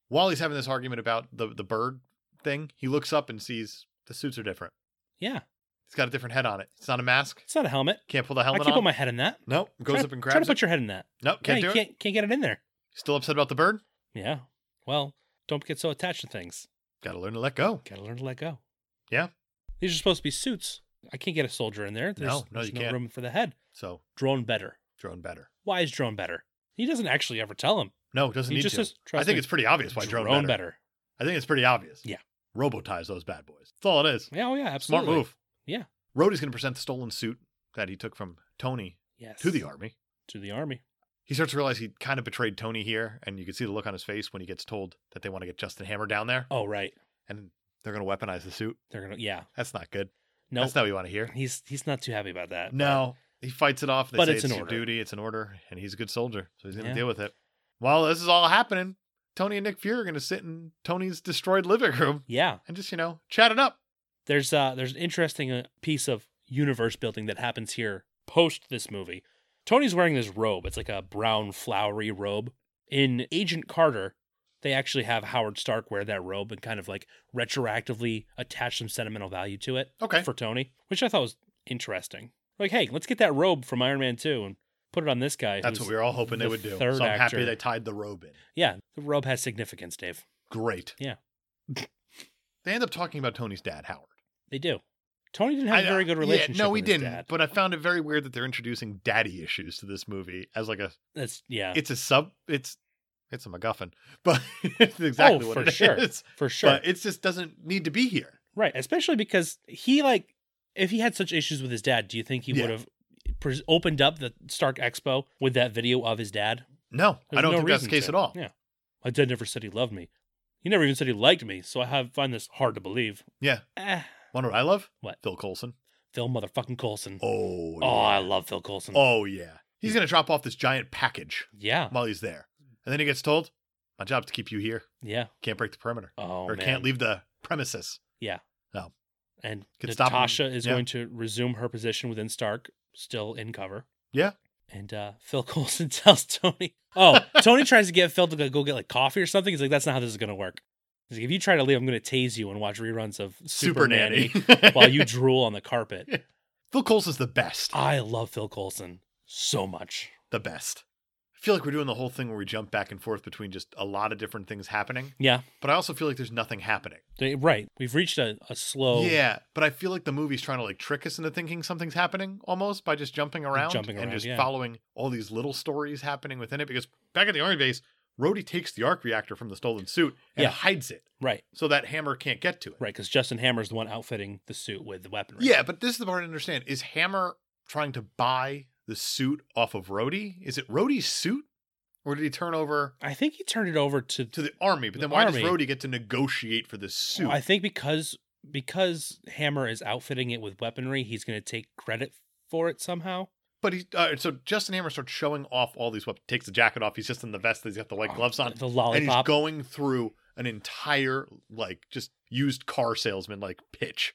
S1: While he's having this argument about the, the bird thing, he looks up and sees the suits are different.
S2: Yeah.
S1: It's got a different head on it. It's not a mask.
S2: It's not a helmet.
S1: Can't pull the
S2: I
S1: helmet
S2: can't
S1: on.
S2: put my head in that.
S1: nope. Goes
S2: Try-
S1: up and
S2: Try
S1: grabs
S2: to put
S1: it.
S2: your head in that.
S1: Nope.
S2: Yeah,
S1: Can't
S2: you
S1: do it.
S2: can't, can't get it in there.
S1: Still upset about the bird?
S2: Yeah. Well, don't get so attached to things.
S1: Gotta learn to let go.
S2: Gotta learn to let go.
S1: Yeah.
S2: These are supposed to be suits. I can't get a soldier in there. There's,
S1: No, no,
S2: there's
S1: you can't.
S2: room for the head.
S1: So
S2: Drone better.
S1: drone better.
S2: Why is drone better? He doesn't actually ever tell him.
S1: No, it doesn't
S2: He
S1: need
S2: just
S1: to.
S2: says,
S1: I
S2: trust
S1: think
S2: me,
S1: it's pretty obvious why drone, better. I think it's pretty obvious.
S2: Yeah.
S1: Robotize those bad boys.
S4: That's all it is.
S2: Yeah, oh yeah,
S4: Smart
S2: absolutely.
S4: move.
S2: Yeah.
S1: Rhodey's going to present the stolen suit that he took from Tony
S2: Yes.
S1: to the army.
S2: to the army.
S1: He starts to realize he kind of betrayed Tony here, and you can see the look on his face when he gets told that they want to get Justin Hammer down there,
S2: Oh right,
S1: and they're going to weaponize the suit.
S2: they're gonna yeah.
S1: That's not good.
S2: No,
S1: That's not what you want to hear.
S2: he's he's not too happy about that. but-
S1: No, he fights it off. They
S2: But
S1: say
S2: it's
S1: it's,
S2: an
S1: your
S2: order.
S1: duty. It's an order, and he's a good soldier, so he's going to
S2: Yeah.
S1: deal with it. While this is all happening, Tony and Nick Fury are going to sit in Tony's destroyed living room
S2: Yeah,
S1: and just you know chat it up.
S2: there's uh there's an interesting uh, piece of universe building that happens here post this movie. Tony's wearing this robe. It's like a brown flowery robe. In Agent Carter, they actually have Howard Stark wear that robe and kind of like retroactively attach some sentimental value to it
S1: Okay,
S2: for Tony, which I thought was interesting. Like, hey, let's get that robe from Iron Man 2 and put it on this guy.
S1: that's what
S2: who's-
S1: we were all hoping they
S2: the
S1: would do. So
S2: third
S1: I'm
S2: actor.
S1: happy they tied the robe in.
S2: Yeah, the robe has significance, Dave.
S1: Great.
S2: Yeah.
S1: they end up talking about Tony's dad, Howard.
S2: They do. Tony didn't have a
S1: I- uh,
S2: very good
S1: yeah,
S2: relationship.
S1: no,
S2: with
S1: we
S2: his
S1: didn't.
S2: dad.
S1: But I found it very weird that they're introducing daddy issues to this movie as like a.
S2: That's yeah,
S1: It's a sub. It's it's a MacGuffin, but it's exactly what
S2: Oh, for
S1: it is.
S2: sure. for sure.
S1: But it just doesn't need to be here.
S2: right, especially because he like, if he had such issues with his dad, do you think he
S1: Yeah.
S2: would have pres opened up the Stark Expo with that video of his dad?
S1: No, I don't think
S2: There's no
S1: that's the
S2: reason
S1: case
S2: to.
S1: at all.
S2: Yeah, my dad never said he loved me. He never even said he liked me. So I have find this hard to believe.
S1: Yeah.
S2: Ah,
S1: Wonder what I love?
S2: What?
S1: Phil Coulson.
S2: Phil motherfucking Coulson. Oh,
S1: Oh,
S2: I
S1: yeah.
S2: love Phil Coulson.
S1: oh yeah. He's gonna drop off this giant package
S2: Yeah,
S1: while he's there, and then he gets told, "My job's to keep you here.
S2: yeah.
S1: Can't break the perimeter
S2: Oh
S1: or
S2: man.
S1: can't leave the premises."
S2: And
S1: Could stop him.
S2: Natasha is
S1: Yeah.
S2: going to resume her position within Stark, still in cover.
S1: Yeah.
S2: And uh, Phil Coulson tells Tony, "Oh, Tony tries to get Phil to go- go get like coffee or something. He's like, that's not how this is gonna work. He's like, if you try to leave, I'm gonna tase you and watch reruns of Super,
S1: Super,
S2: Nanny,
S1: nanny.
S2: while you drool on the carpet."
S1: Phil Coulson's the best.
S2: I love Phil Coulson so much.
S1: the best. I feel like we're doing the whole thing where we jump back and forth between just a lot of different things happening,
S2: Yeah,
S1: but I also feel like there's nothing happening.
S2: they, right. We've reached a, a slow
S1: Yeah, but I feel like the movie's trying to like trick us into thinking something's happening almost by just jumping around
S2: jumping
S1: and
S2: around,
S1: just
S2: yeah.
S1: following all these little stories happening within it. Because back at the army base, Rhodey takes the arc reactor from the stolen suit and
S2: Yeah.
S1: hides it
S2: right,
S1: so that Hammer can't get to it.
S2: right. Because Justin Hammer's the one outfitting the suit with the weaponry.
S1: Yeah, but this is the part I don't understand: is Hammer trying to buy the suit off of Rhodey? Is it Rhodey's suit, or did he turn over
S2: I think he turned it over to
S1: to the army? But
S2: The
S1: then why
S2: army.
S1: does Rhodey get to negotiate for this suit?
S2: I think because because Hammer is outfitting it with weaponry, he's going to take credit for it somehow.
S1: But he uh, so Justin Hammer starts showing off all these weapons. Takes the jacket off. He's just in the vest. He's got the white gloves on,
S2: Oh, The
S1: and he's
S2: lollipop.
S1: going through an entire like just used car salesman like pitch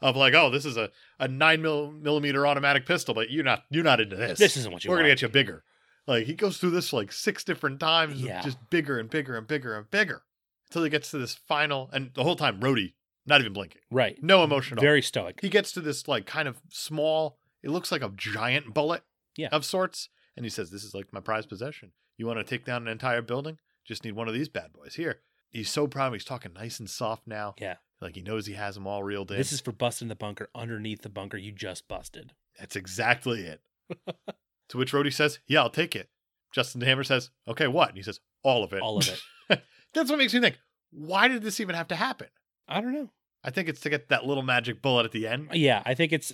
S1: of like, oh, this is a a nine mil- millimeter automatic pistol, but you're not you're not into this.
S2: this isn't what you
S1: We're
S2: want.
S1: gonna get you bigger. Like he goes through this like six different times,
S2: Yeah.
S1: just bigger and bigger and bigger and bigger until he gets to this final. And the whole time, Rhodey not even blinking,
S2: right.
S1: no emotion at all
S2: Very stoic.
S1: he gets to this like kind of small it looks like a giant bullet
S2: Yeah.
S1: of sorts and he says this is like my prized possession you want to take down an entire building just need one of these bad boys here he's so proud he's talking nice and soft now
S2: Yeah.
S1: like he knows he has them all reeled in
S2: This is for busting the bunker underneath the bunker you just busted.
S1: that's exactly it to which Rhodey says yeah i'll take it justin hammer says okay what and he says all of it
S2: All of it.
S1: that's what makes me think why did this even have to happen
S2: I don't know.
S1: i think it's to get that little magic bullet at the end
S2: Yeah, I think it's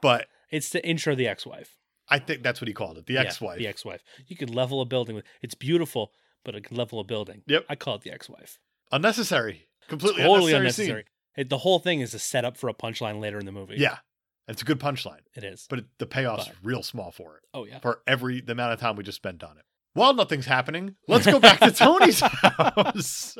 S1: but
S2: it's to intro the ex-wife.
S1: i think that's what he called it the
S2: Yeah,
S1: ex-wife
S2: the ex-wife. You could level a building with. It's beautiful, but it can level a building.
S1: Yep.
S2: I call it the ex-wife.
S1: unnecessary completely
S2: totally
S1: unnecessary,
S2: unnecessary. It, the whole thing is a setup for a punchline later in the movie.
S1: scene. yeah it's a good punchline
S2: it is.
S1: but it, the payoff's
S2: But-
S1: real small for it
S2: Oh yeah.
S1: for every the amount of time we just spent on it while nothing's happening let's go back to tony's house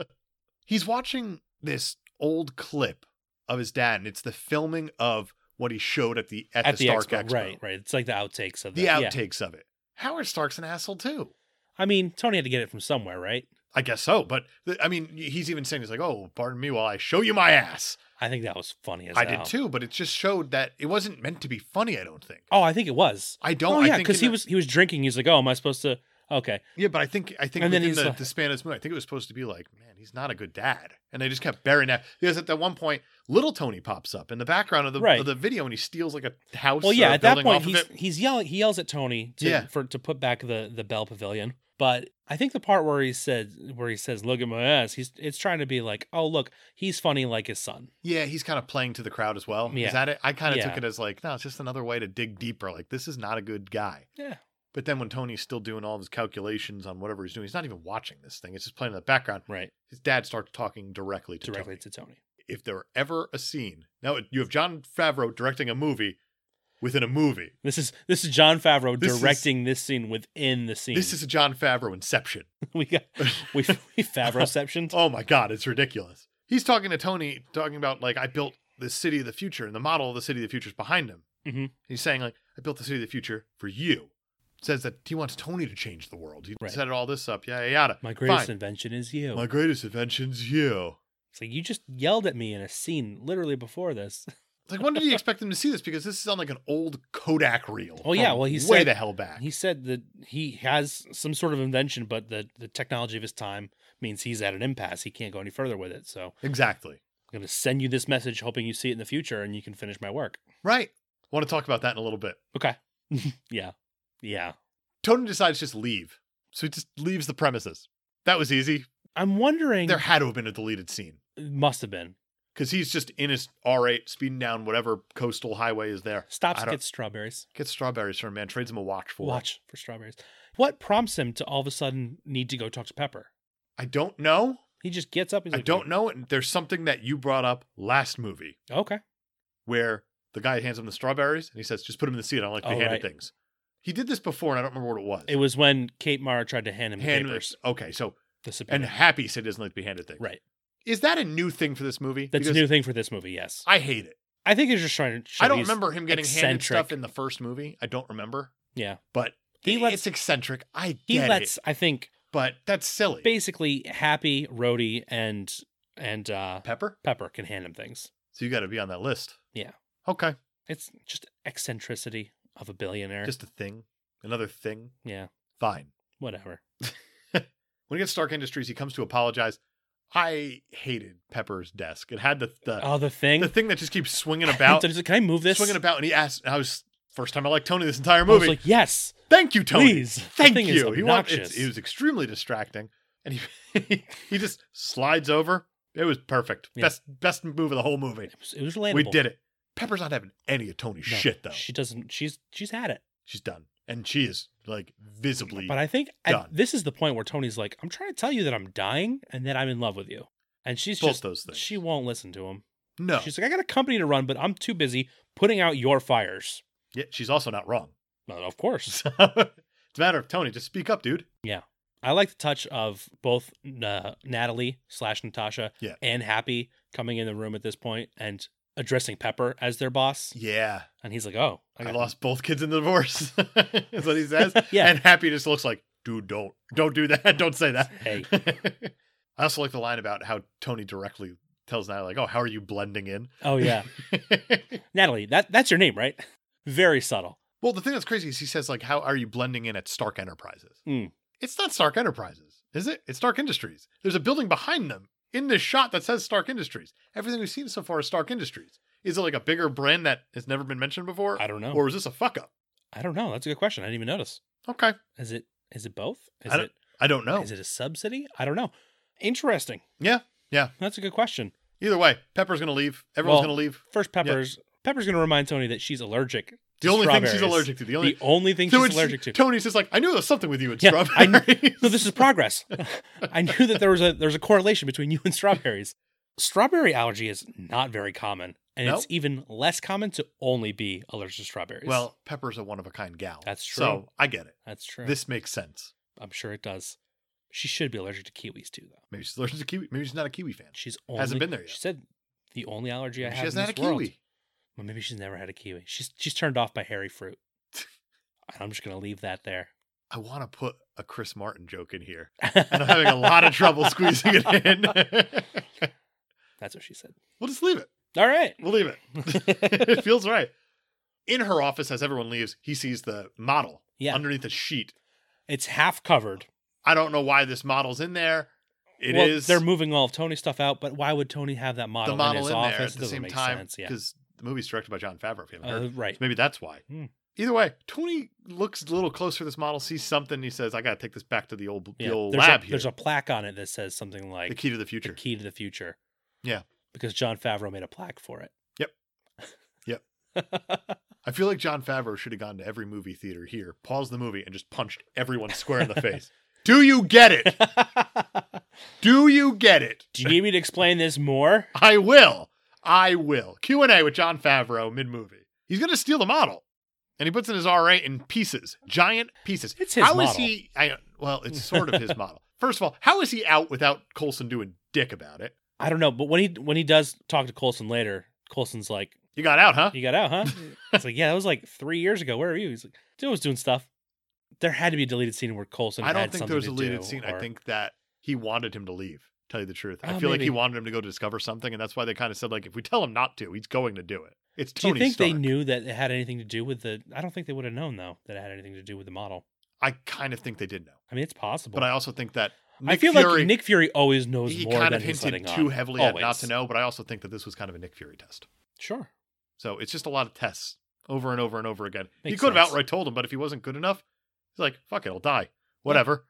S1: he's watching this old clip of his dad and it's the filming of what he showed at the at,
S2: At
S1: the,
S2: the,
S1: stark
S2: expo,
S1: expo,
S2: right? Right. It's like the outtakes of
S1: the
S2: yeah.
S1: outtakes of it howard stark's an asshole too
S2: I mean, Tony had to get it from somewhere, right?
S1: i guess so but th- i mean he's even saying he's like oh pardon me while i show you my ass
S2: I think that was funny as
S1: i
S2: hell.
S1: did too but it just showed that it wasn't meant to be funny i don't think
S2: Oh, I think it was.
S1: I don't.
S2: Oh,
S1: I
S2: yeah,
S1: think
S2: because
S1: in
S2: he
S1: the-
S2: was he was drinking. He's like, oh, am I supposed to? Okay,
S1: Yeah, but I think I think
S2: And then
S1: within
S2: he's
S1: the,
S2: like-
S1: the span of this movie, I think it was supposed to be like, man, he's not a good dad, and they just kept burying that. Because at that one point, little Tony pops up in the background of the
S2: Right.
S1: of the video, and he steals like a house.
S2: well, yeah.
S1: or a
S2: At that
S1: building
S2: point,
S1: off of
S2: he's
S1: it.
S2: he's yelling. He yells at Tony to
S1: Yeah.
S2: for to put back the the Bell Pavilion. But I think the part where he said where he says, "Look at my ass," he's it's trying to be like, "Oh, look, he's funny like his son."
S1: Yeah, he's kind of playing to the crowd as well.
S2: Yeah.
S1: Is that it? I kind of
S2: Yeah.
S1: took it as like, no, it's just another way to dig deeper. Like, this is not a good guy.
S2: Yeah.
S1: But then when Tony's still doing all of his calculations on whatever he's doing, he's not even watching this thing. It's just playing in the background.
S2: Right.
S1: His dad starts talking directly to
S2: Directly
S1: Tony.
S2: to Tony.
S1: if there were ever a scene, now you have John Favreau directing a movie within a movie.
S2: This is this is John Favreau
S1: This is-
S2: directing this scene within the scene.
S1: This is a John Favreau inception.
S2: we got we, we Favreauceptioned.
S1: Oh my god, it's ridiculous. He's talking to Tony, talking about like I built the city of the future, and the model of the city of the future is behind him.
S2: Mhm.
S1: He's saying like I built the city of the future for you. Says that he wants Tony to change the world. He
S2: Right.
S1: set all this up, yada yada.
S2: My greatest
S1: Fine.
S2: invention is you.
S1: my greatest invention's you.
S2: it's like you just yelled at me in a scene literally before this.
S1: Like when did he expect them to see this? Because this is on like an old Kodak reel.
S2: Oh, yeah,
S1: from
S2: well, he
S1: way
S2: said-
S1: the hell back.
S2: He said that he has some sort of invention, but the the technology of his time means he's at an impasse. He can't go any further with it. So
S1: Exactly.
S2: I'm going to send you this message, hoping you see it in the future and you can finish my work.
S1: Right. Want to talk about that in a little bit.
S2: Okay. yeah. Yeah.
S1: Tony decides just leave. So he just leaves the premises. That was easy.
S2: I'm wondering.
S1: There had to have been a deleted scene.
S2: must have been.
S1: because he's just in his R8 speeding down whatever coastal highway is there.
S2: Stops
S1: I
S2: to
S1: don't-
S2: get strawberries.
S1: Gets strawberries from a man, trades him a watch for. it.
S2: Watch for strawberries. What prompts him to all of a sudden need to go talk to Pepper?
S1: I don't know.
S2: He just gets up. He's
S1: I
S2: like,
S1: don't know. And there's something that you brought up last movie
S2: Okay.
S1: where the guy hands him the strawberries and he says, just put him in the seat. I don't like to be
S2: Oh,
S1: handed
S2: right.
S1: things. He did this before and I don't remember what it was.
S2: It was when Kate Mara tried to hand him the
S1: Hand-
S2: papers.
S1: Okay, so,
S2: The subpoena.
S1: and Happy said he doesn't like to be handed things.
S2: right.
S1: Is that a new thing for this movie?
S2: That's
S1: Because
S2: a new thing for this movie. Yes.
S1: I hate it.
S2: I think he's just trying to. show
S1: I don't
S2: he's-
S1: remember him getting handed
S2: eccentric.
S1: stuff in the first movie. I don't remember.
S2: Yeah.
S1: But
S2: He
S1: he
S2: lets-
S1: it's eccentric. I
S2: He
S1: get
S2: lets.
S1: it.
S2: I think
S1: But that's silly.
S2: basically Happy, Rhodey, and and uh,
S1: Pepper?
S2: Pepper can hand him things.
S1: So you got to be on that list.
S2: Yeah.
S1: Okay.
S2: It's just eccentricity of a billionaire.
S1: Just a thing. Another thing.
S2: yeah.
S1: Fine.
S2: Whatever.
S1: When he gets to Stark Industries, he comes to apologize. I hated Pepper's desk. It had the the,
S2: Oh, the thing.
S1: Uh, the thing that just keeps swinging
S2: So
S1: about,
S2: he's like, can I move this?
S1: swinging about, and he asked. I was first time I liked Tony this entire
S2: I was
S1: movie.
S2: like, yes.
S1: Thank you, Tony.
S2: please. The
S1: Thank
S2: thing is
S1: you. He wanted-
S2: obnoxious.
S1: it's- It was extremely distracting, and he he just slides over. It was perfect.
S2: Yeah.
S1: Best best move of the whole movie.
S2: It was, it was relatable.
S1: We did it. Pepper's not having any of Tony's
S2: No,
S1: shit though.
S2: She doesn't. She's she's had it.
S1: She's done, and she is like visibly
S2: But I think at-
S1: done.
S2: this is the point where Tony's like, I'm trying to tell you that I'm dying and that I'm in love with you, and she's
S1: both
S2: just
S1: those things.
S2: she won't listen to him.
S1: no,
S2: She's like, I got a company to run, but I'm too busy putting out your fires.
S1: yeah, she's also not wrong.
S2: Well, of course.
S1: So it's a matter of Tony. Just speak up, dude.
S2: I like the touch of both uh, Natalie slash Natasha
S1: Yeah.
S2: and Happy coming in the room at this point and addressing Pepper as their boss,
S1: Yeah,
S2: and he's like, Oh,
S1: I
S2: got-
S1: lost both kids in the divorce. is what he says.
S2: yeah.
S1: and Happy just looks like, dude, don't, don't do that. Don't say that.
S2: Hey.
S1: I also like the line about how Tony directly tells Natalie, like, "Oh, how are you blending in?"
S2: oh yeah, Natalie. That that's your name, right? Very subtle.
S1: well, the thing that's crazy is he says, like, "How are you blending in at Stark Enterprises?"
S2: Hmm.
S1: It's not Stark Enterprises, is it? It's Stark Industries. There's a building behind them in this shot that says Stark Industries. Everything we've seen so far is Stark Industries. Is it like a bigger brand that has never been mentioned before?
S2: I don't know.
S1: Or is this a fuck up?
S2: I don't know. That's a good question. I didn't even notice.
S1: Okay.
S2: Is it is it both? Is
S1: I don't-
S2: it
S1: I don't know.
S2: is it a subsidy? I don't know. Interesting.
S1: Yeah, yeah.
S2: That's a good question.
S1: Either way, Pepper's going to leave. Everyone's
S2: Well,
S1: going to leave.
S2: First, Pepper's Pepper's going to remind Tony that she's allergic. to
S1: The only thing she's
S2: strawberries.
S1: allergic to. The only
S2: the only thing
S1: So
S2: she's
S1: it's-
S2: allergic to.
S1: Tony's just like, I knew there was something with you at
S2: Yeah, I kn-
S1: strawberry.
S2: No, this is progress. I knew that there was a there's a correlation between you and strawberries. Strawberry allergy is not very common, and it's
S1: Nope.
S2: even less common to only be allergic to strawberries.
S1: well, Pepper's a one of a kind gal.
S2: That's true.
S1: So I get it.
S2: that's true.
S1: This makes sense.
S2: I'm sure it does. She should be allergic to kiwis too, though.
S1: Maybe she's allergic to kiwi. Maybe she's not a kiwi fan.
S2: She's only,
S1: Hasn't been there yet.
S2: She said the only allergy I
S1: Maybe
S2: have
S1: she
S2: in
S1: hasn't had a
S2: this world.
S1: kiwi.
S2: Well, maybe she's never had a kiwi. She's she's turned off by hairy fruit. I'm just gonna leave that there.
S1: I want to put a Chris Martin joke in here, and I'm having a lot of trouble squeezing it in.
S2: That's what she said.
S1: we'll just leave it.
S2: All right.
S1: We'll leave it. it feels right. In her office, as everyone leaves, he sees the model
S2: Yeah.
S1: underneath a sheet.
S2: It's half covered.
S1: I don't know why this model's in there. It is
S2: well, they're moving all of Tony's stuff out, but why would Tony have that model,
S1: the model
S2: in his
S1: in,
S2: office?
S1: there at
S2: It
S1: the
S2: doesn't
S1: same
S2: make
S1: time
S2: sense. Yeah.
S1: because the movie's directed by John Favreau. If you haven't heard,
S2: Uh, right.
S1: maybe that's why.
S2: Hmm.
S1: Either way, Tony looks a little closer to this model, sees something, and he says, "I got to take this back to the old,
S2: Yeah,
S1: the old
S2: there's,
S1: lab
S2: a,
S1: here.
S2: there's a plaque on it that says something like
S1: the key to the
S2: the
S1: future."
S2: key to the future.
S1: Yeah.
S2: Because John Favreau made a plaque for it.
S1: Yep. Yep. I feel like John Favreau should have gone to every movie theater here, paused the movie, and just punched everyone square in the face. Do you get it? Do you get it?
S2: Do you need me to explain this more?
S1: I will. I will. Q and A with John Favreau mid movie. He's gonna steal the model, and he puts in his RA in pieces, giant pieces.
S2: It's his
S1: How is
S2: model.
S1: he? I, well, it's sort of his model. First of all, how is he out without Colson doing dick about it?
S2: I don't know, but when he when he does talk to Colson later, Colson's like,
S1: You got out, huh?
S2: "You got out, huh?" it's like, "Yeah, that was like three years ago. Where are you?" He's like, "Dude, I was doing stuff." There had to be a deleted scene where Colson.
S1: I don't
S2: had
S1: think
S2: something
S1: there was a
S2: to
S1: deleted
S2: do,
S1: scene. I
S2: or-
S1: think that he wanted him to leave. Tell you the truth, I
S2: Oh,
S1: feel like he
S2: maybe.
S1: wanted him to go discover something, and that's why they kind of said like, if we tell him not to, he's going to do it. It's
S2: Do you
S1: Tony
S2: think they
S1: Stark.
S2: knew that it had anything to do with the? I don't think they would have known though that it had anything to do with the model.
S1: I kind of think they did know,
S2: I mean, it's possible.
S1: but I also think that
S2: I
S1: Nick
S2: feel
S1: Fury,
S2: like Nick Fury always knows
S1: he
S2: more
S1: kind of
S2: than he's
S1: hinted
S2: letting
S1: too
S2: on.
S1: heavily at not
S2: Always.
S1: to know, but I also think that this was kind of a Nick Fury test.
S2: Sure.
S1: So it's just a lot of tests over and over and over again. he
S2: Makes
S1: could have
S2: sense.
S1: outright told him, but if he wasn't good enough, he's like, "Fuck it, I'll die, whatever."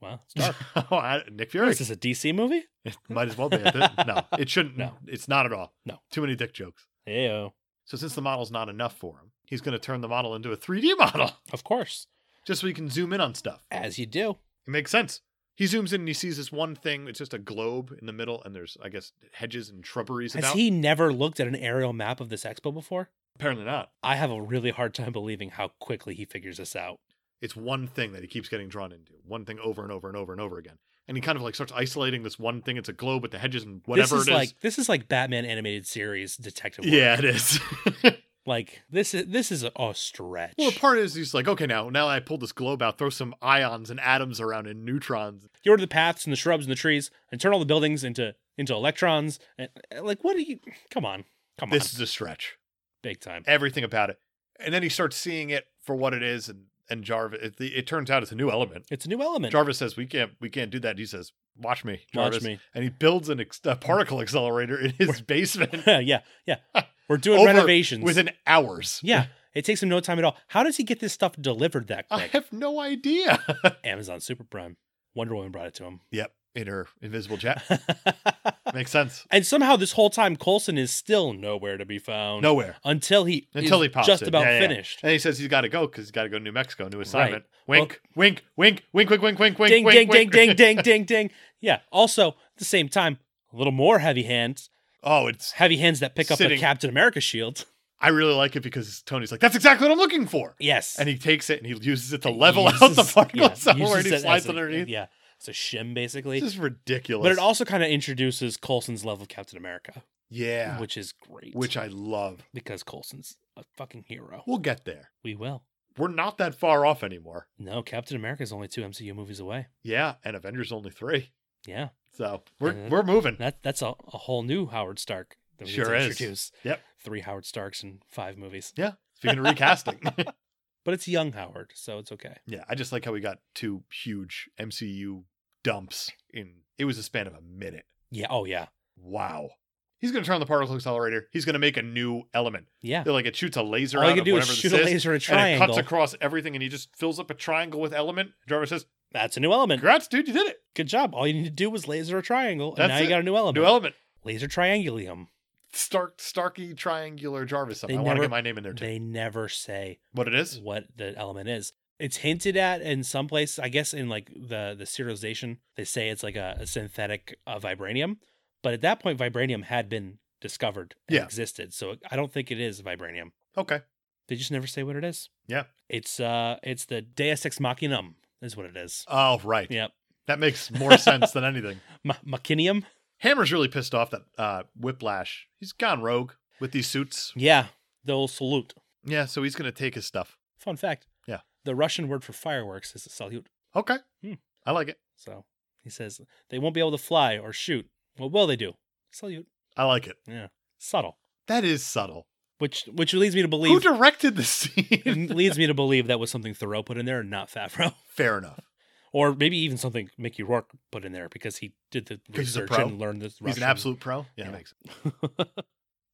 S2: Wow, it's dark.
S1: Oh, I- Nick
S2: What
S1: Fury
S2: is this a DC movie?
S1: It might as well be. at the- no, it shouldn't.
S2: No.
S1: it's not at all.
S2: No.
S1: too many dick jokes.
S2: Ew.
S1: So since the model's not enough for him, he's going to turn the model into a 3D model
S2: Of course,
S1: just so he can zoom in on stuff.
S2: as you do.
S1: It makes sense. He zooms in and he sees this one thing. It's just a globe in the middle, and there's, I guess, hedges and shrubberies
S2: Has
S1: about.
S2: he never looked at an aerial map of this expo before?
S1: Apparently not.
S2: I have a really hard time believing how quickly he figures this out.
S1: It's one thing that he keeps getting drawn into, one thing over and over and over and over again. And he kind of like starts isolating this one thing. It's a globe with the hedges and whatever
S2: this is
S1: it is.
S2: like this is like Batman animated series detective. Work.
S1: yeah, it is.
S2: like this is this is a, a stretch.
S1: well, the part is he's like, okay, now now I pull this globe out, throw some ions and atoms around and neutrons.
S2: Get rid of the paths and the shrubs and the trees, and turn all the buildings into into electrons. And, like, what are you? Come on, come
S1: This
S2: on,
S1: is a stretch.
S2: big time.
S1: everything about it. And then he starts seeing it for what it is, and and Jarvis. It, it turns out it's a new element.
S2: It's a new element.
S1: Jarvis says we can't we can't do that. He says, "Watch me, Jarvis,"
S2: Watch me.
S1: and he builds an ex- a particle accelerator in his basement
S2: yeah, yeah. We're doing
S1: Over
S2: renovations.
S1: within hours.
S2: yeah, it takes him no time at all. How does he get this stuff delivered that
S1: I
S2: quick?
S1: have no idea.
S2: Amazon Super Prime. Wonder Woman brought it to him.
S1: yep, in her invisible jet makes sense.
S2: and somehow this whole time Colson is still nowhere to be found.
S1: Nowhere
S2: Until he
S1: until he
S2: is
S1: pops
S2: Oh, just
S1: in.
S2: about
S1: Yeah, yeah, yeah.
S2: finished.
S1: and he says he's got to go because he's got to go to New Mexico, new assignment.
S2: Well-
S1: Wink, wink, wink, wink, wink, wink, wink, wink,
S2: Ding
S1: wink,
S2: ding ding
S1: wink.
S2: ding ding ding ding. Yeah. Also, at the same time, a little more heavy hands.
S1: Oh, it's
S2: Heavy hands that pick up
S1: Sitting.
S2: the Captain America shield.
S1: I really like it because Tony's like, that's exactly what I'm looking for.
S2: Yes.
S1: and he takes it and he uses it to
S2: He
S1: level out
S2: uses-
S1: the particle
S2: yeah,
S1: somewhere and
S2: uses
S1: he
S2: it
S1: slides
S2: as a-
S1: underneath.
S2: Yeah. It's a shim basically.
S1: This is ridiculous.
S2: But it also kind of introduces Colson's love of Captain America,
S1: yeah, which,
S2: which is great.
S1: I love.
S2: because Colson's a fucking hero.
S1: We'll get there.
S2: We will.
S1: We're not that far off anymore.
S2: No, Captain America is only two MCU movies away.
S1: Yeah, and Avengers only three,
S2: Yeah,
S1: so we're
S2: Mhm.
S1: we're moving.
S2: that that's a, a whole new Howard Stark. That
S1: Sure
S2: to
S1: is.
S2: Introduce.
S1: Yep.
S2: Three Howard Starks in five movies,
S1: Yeah, speaking of recasting,
S2: but it's young Howard, so it's okay.
S1: yeah, I just like how we got two huge MCU dumps in. It was a span of a minute.
S2: Yeah. Oh yeah.
S1: Wow. He's going to turn on the particle accelerator. He's going to make a new element.
S2: Yeah.
S1: They're like it shoots a laser
S2: All
S1: out
S2: you
S1: of
S2: can do is
S1: whatever
S2: shoot
S1: this
S2: a
S1: is,
S2: laser at a
S1: and it
S2: triangle.
S1: cuts across everything, and he just fills up a triangle with element. Jarvis says,
S2: That's a new element.
S1: Congrats, dude, you did it.
S2: Good job. All you need to do was laser a triangle, and
S1: That's
S2: now you
S1: it.
S2: got a new element.
S1: New element.
S2: laser triangulium.
S1: Stark Starkey Triangular Jarvis. I
S2: They
S1: want to
S2: never-
S1: get my name in there too.
S2: They never say
S1: what it is?
S2: what the element is. It's hinted at in some place, I guess in like the the serialization, they say it's like a, a synthetic uh, vibranium, but at that point vibranium had been discovered and
S1: Yeah.
S2: existed. So I don't think it is vibranium.
S1: Okay.
S2: They just never say what it is.
S1: Yeah.
S2: It's uh it's the Deus Ex Machinum is what it is.
S1: Oh, right.
S2: Yep.
S1: That makes more sense than anything.
S2: Ma- Machinium?
S1: Hammer's really pissed off that uh, Whiplash, he's gone rogue with these suits.
S2: Yeah. They'll salute.
S1: Yeah, so he's going to take his stuff.
S2: Fun fact.
S1: Yeah.
S2: The Russian word for fireworks is salute.
S1: Okay.
S2: Hmm.
S1: I like it.
S2: So he says they won't be able to fly or shoot. What will they do? Salute.
S1: I like it.
S2: Subtle.
S1: That is subtle.
S2: which which leads me to
S1: Who
S2: believe
S1: directed the scene?
S2: leads me to believe that was something Thoreau put in there and not Favreau,
S1: Fair enough.
S2: or maybe even something Mickey Rourke put in there because he did the
S1: he's a
S2: research
S1: pro.
S2: and learned this.
S1: He's an
S2: Russian.
S1: absolute pro. Yeah,
S2: Yeah.
S1: That makes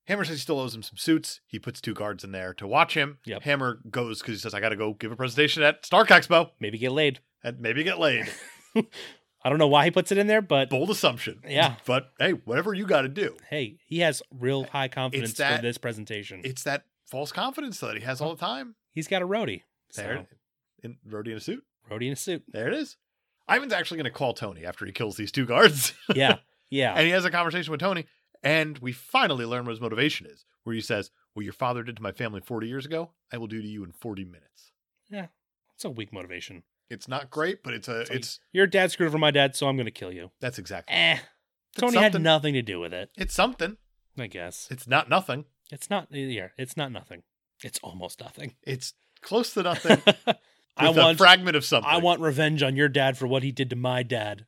S1: Hammer says he still owes him some suits. He puts two guards in there to watch him.
S2: Yep.
S1: Hammer goes because he says, I got to go give a presentation at Stark Expo
S2: Maybe get laid.
S1: and maybe get laid.
S2: I don't know why he puts it in there, but
S1: Bold assumption.
S2: Yeah.
S1: But hey, whatever you got to do.
S2: hey, he has real high confidence
S1: that-
S2: for this presentation.
S1: It's that false confidence that he has all the time.
S2: He's got a roadie.
S1: There.
S2: So,
S1: it- In, Rhodey in a suit.
S2: roadie in a suit.
S1: There it is. Ivan's actually going to call Tony after he kills these two guards.
S2: Yeah. Yeah.
S1: and he has a conversation with Tony. And we finally learn what his motivation is, where he says, What your father did to my family 40 years ago, I will do to you in 40 minutes.
S2: it's a weak motivation.
S1: It's not great, but it's a,
S2: It's like-
S1: it's,
S2: Your dad screwed over my dad, so I'm going to kill you.
S1: that's exactly.
S2: Eh.
S1: It's
S2: Tony
S1: something.
S2: had nothing to do with it,
S1: It's something.
S2: I guess.
S1: It's not nothing.
S2: It's not, eh, yeah, it's not nothing. It's almost nothing.
S1: It's close to nothing.
S2: I
S1: with a
S2: want,
S1: fragment of something.
S2: I want revenge on your dad for what he did to my dad.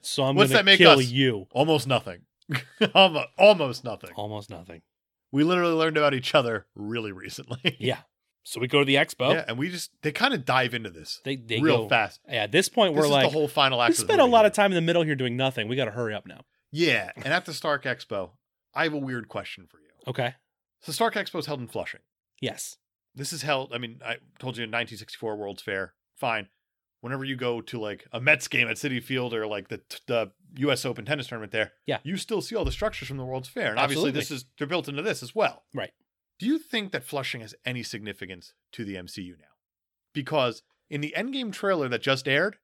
S2: So I'm going
S1: What's
S2: to
S1: that make
S2: kill
S1: us?
S2: you.
S1: almost nothing. almost, almost nothing.
S2: Almost nothing.
S1: We literally learned about each other really recently.
S2: Yeah. So we go to the expo.
S1: Yeah, and we just they kind of dive into this
S2: They they
S1: real
S2: go
S1: fast.
S2: Yeah, at this point
S1: this
S2: we're
S1: is
S2: like
S1: the whole final act.
S2: we
S1: of the
S2: spent a
S1: movie
S2: lot
S1: here.
S2: of time in the middle here doing nothing. We got to hurry up now.
S1: Yeah, and at the Stark Expo, I have a weird question for you.
S2: Okay.
S1: So Stark Expo is held in Flushing.
S2: Yes.
S1: This is held. I mean, I told you in 1964 World's Fair. Fine. Whenever you go to like a Mets game at City Field or like the t- the U.S. Open tennis tournament there,
S2: Yeah.
S1: you still see all the structures from the World's Fair, and obviously
S2: Absolutely.
S1: this is they're built into this as well.
S2: Right.
S1: Do you think that Flushing has any significance to the MCU now? Because in the Endgame trailer that just aired,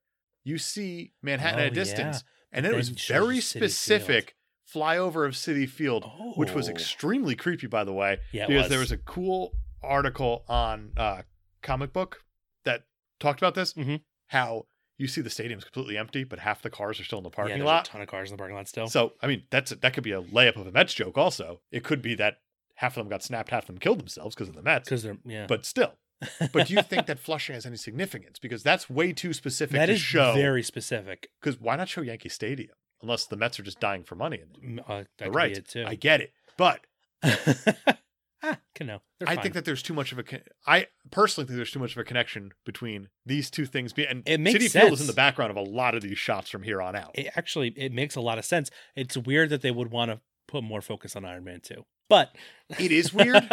S1: you see Manhattan
S2: Oh,
S1: at a distance, and
S2: But
S1: it was
S2: then shows
S1: very
S2: City Field.
S1: specific flyover of City Field,
S2: Oh.
S1: which was extremely creepy, by the way,
S2: Yeah, it
S1: because
S2: was.
S1: there was a cool article on uh, comic book that talked about this.
S2: Mhm.
S1: How you see the stadium's completely empty, but half the cars are still in the
S2: yeah,
S1: parking
S2: there's
S1: lot.
S2: a ton of cars in the parking lot still.
S1: So, I mean, that's that could be a layup of a Mets joke. Also, it could be that half of them got snapped, half of them killed themselves because of the Mets.
S2: Cuz they're yeah.
S1: But still, but do you think that Flushing has any significance? Because that's way too specific
S2: that
S1: to
S2: is
S1: show.
S2: very specific.
S1: Because why not show Yankee Stadium unless the Mets are just dying for money? In it.
S2: Mm, Uh, that
S1: The
S2: could
S1: rights.
S2: be it too.
S1: I get it, but
S2: ah, no. They're
S1: I
S2: fine.
S1: think that there's too much of a. Con- I personally think there's too much of a connection between these two things. Be- and
S2: It makes
S1: City Field is
S2: sense.
S1: in the background of a lot of these shots from here on out.
S2: it actually it makes a lot of sense. It's weird that they would want to put more focus on Iron Man 2. But
S1: it is weird,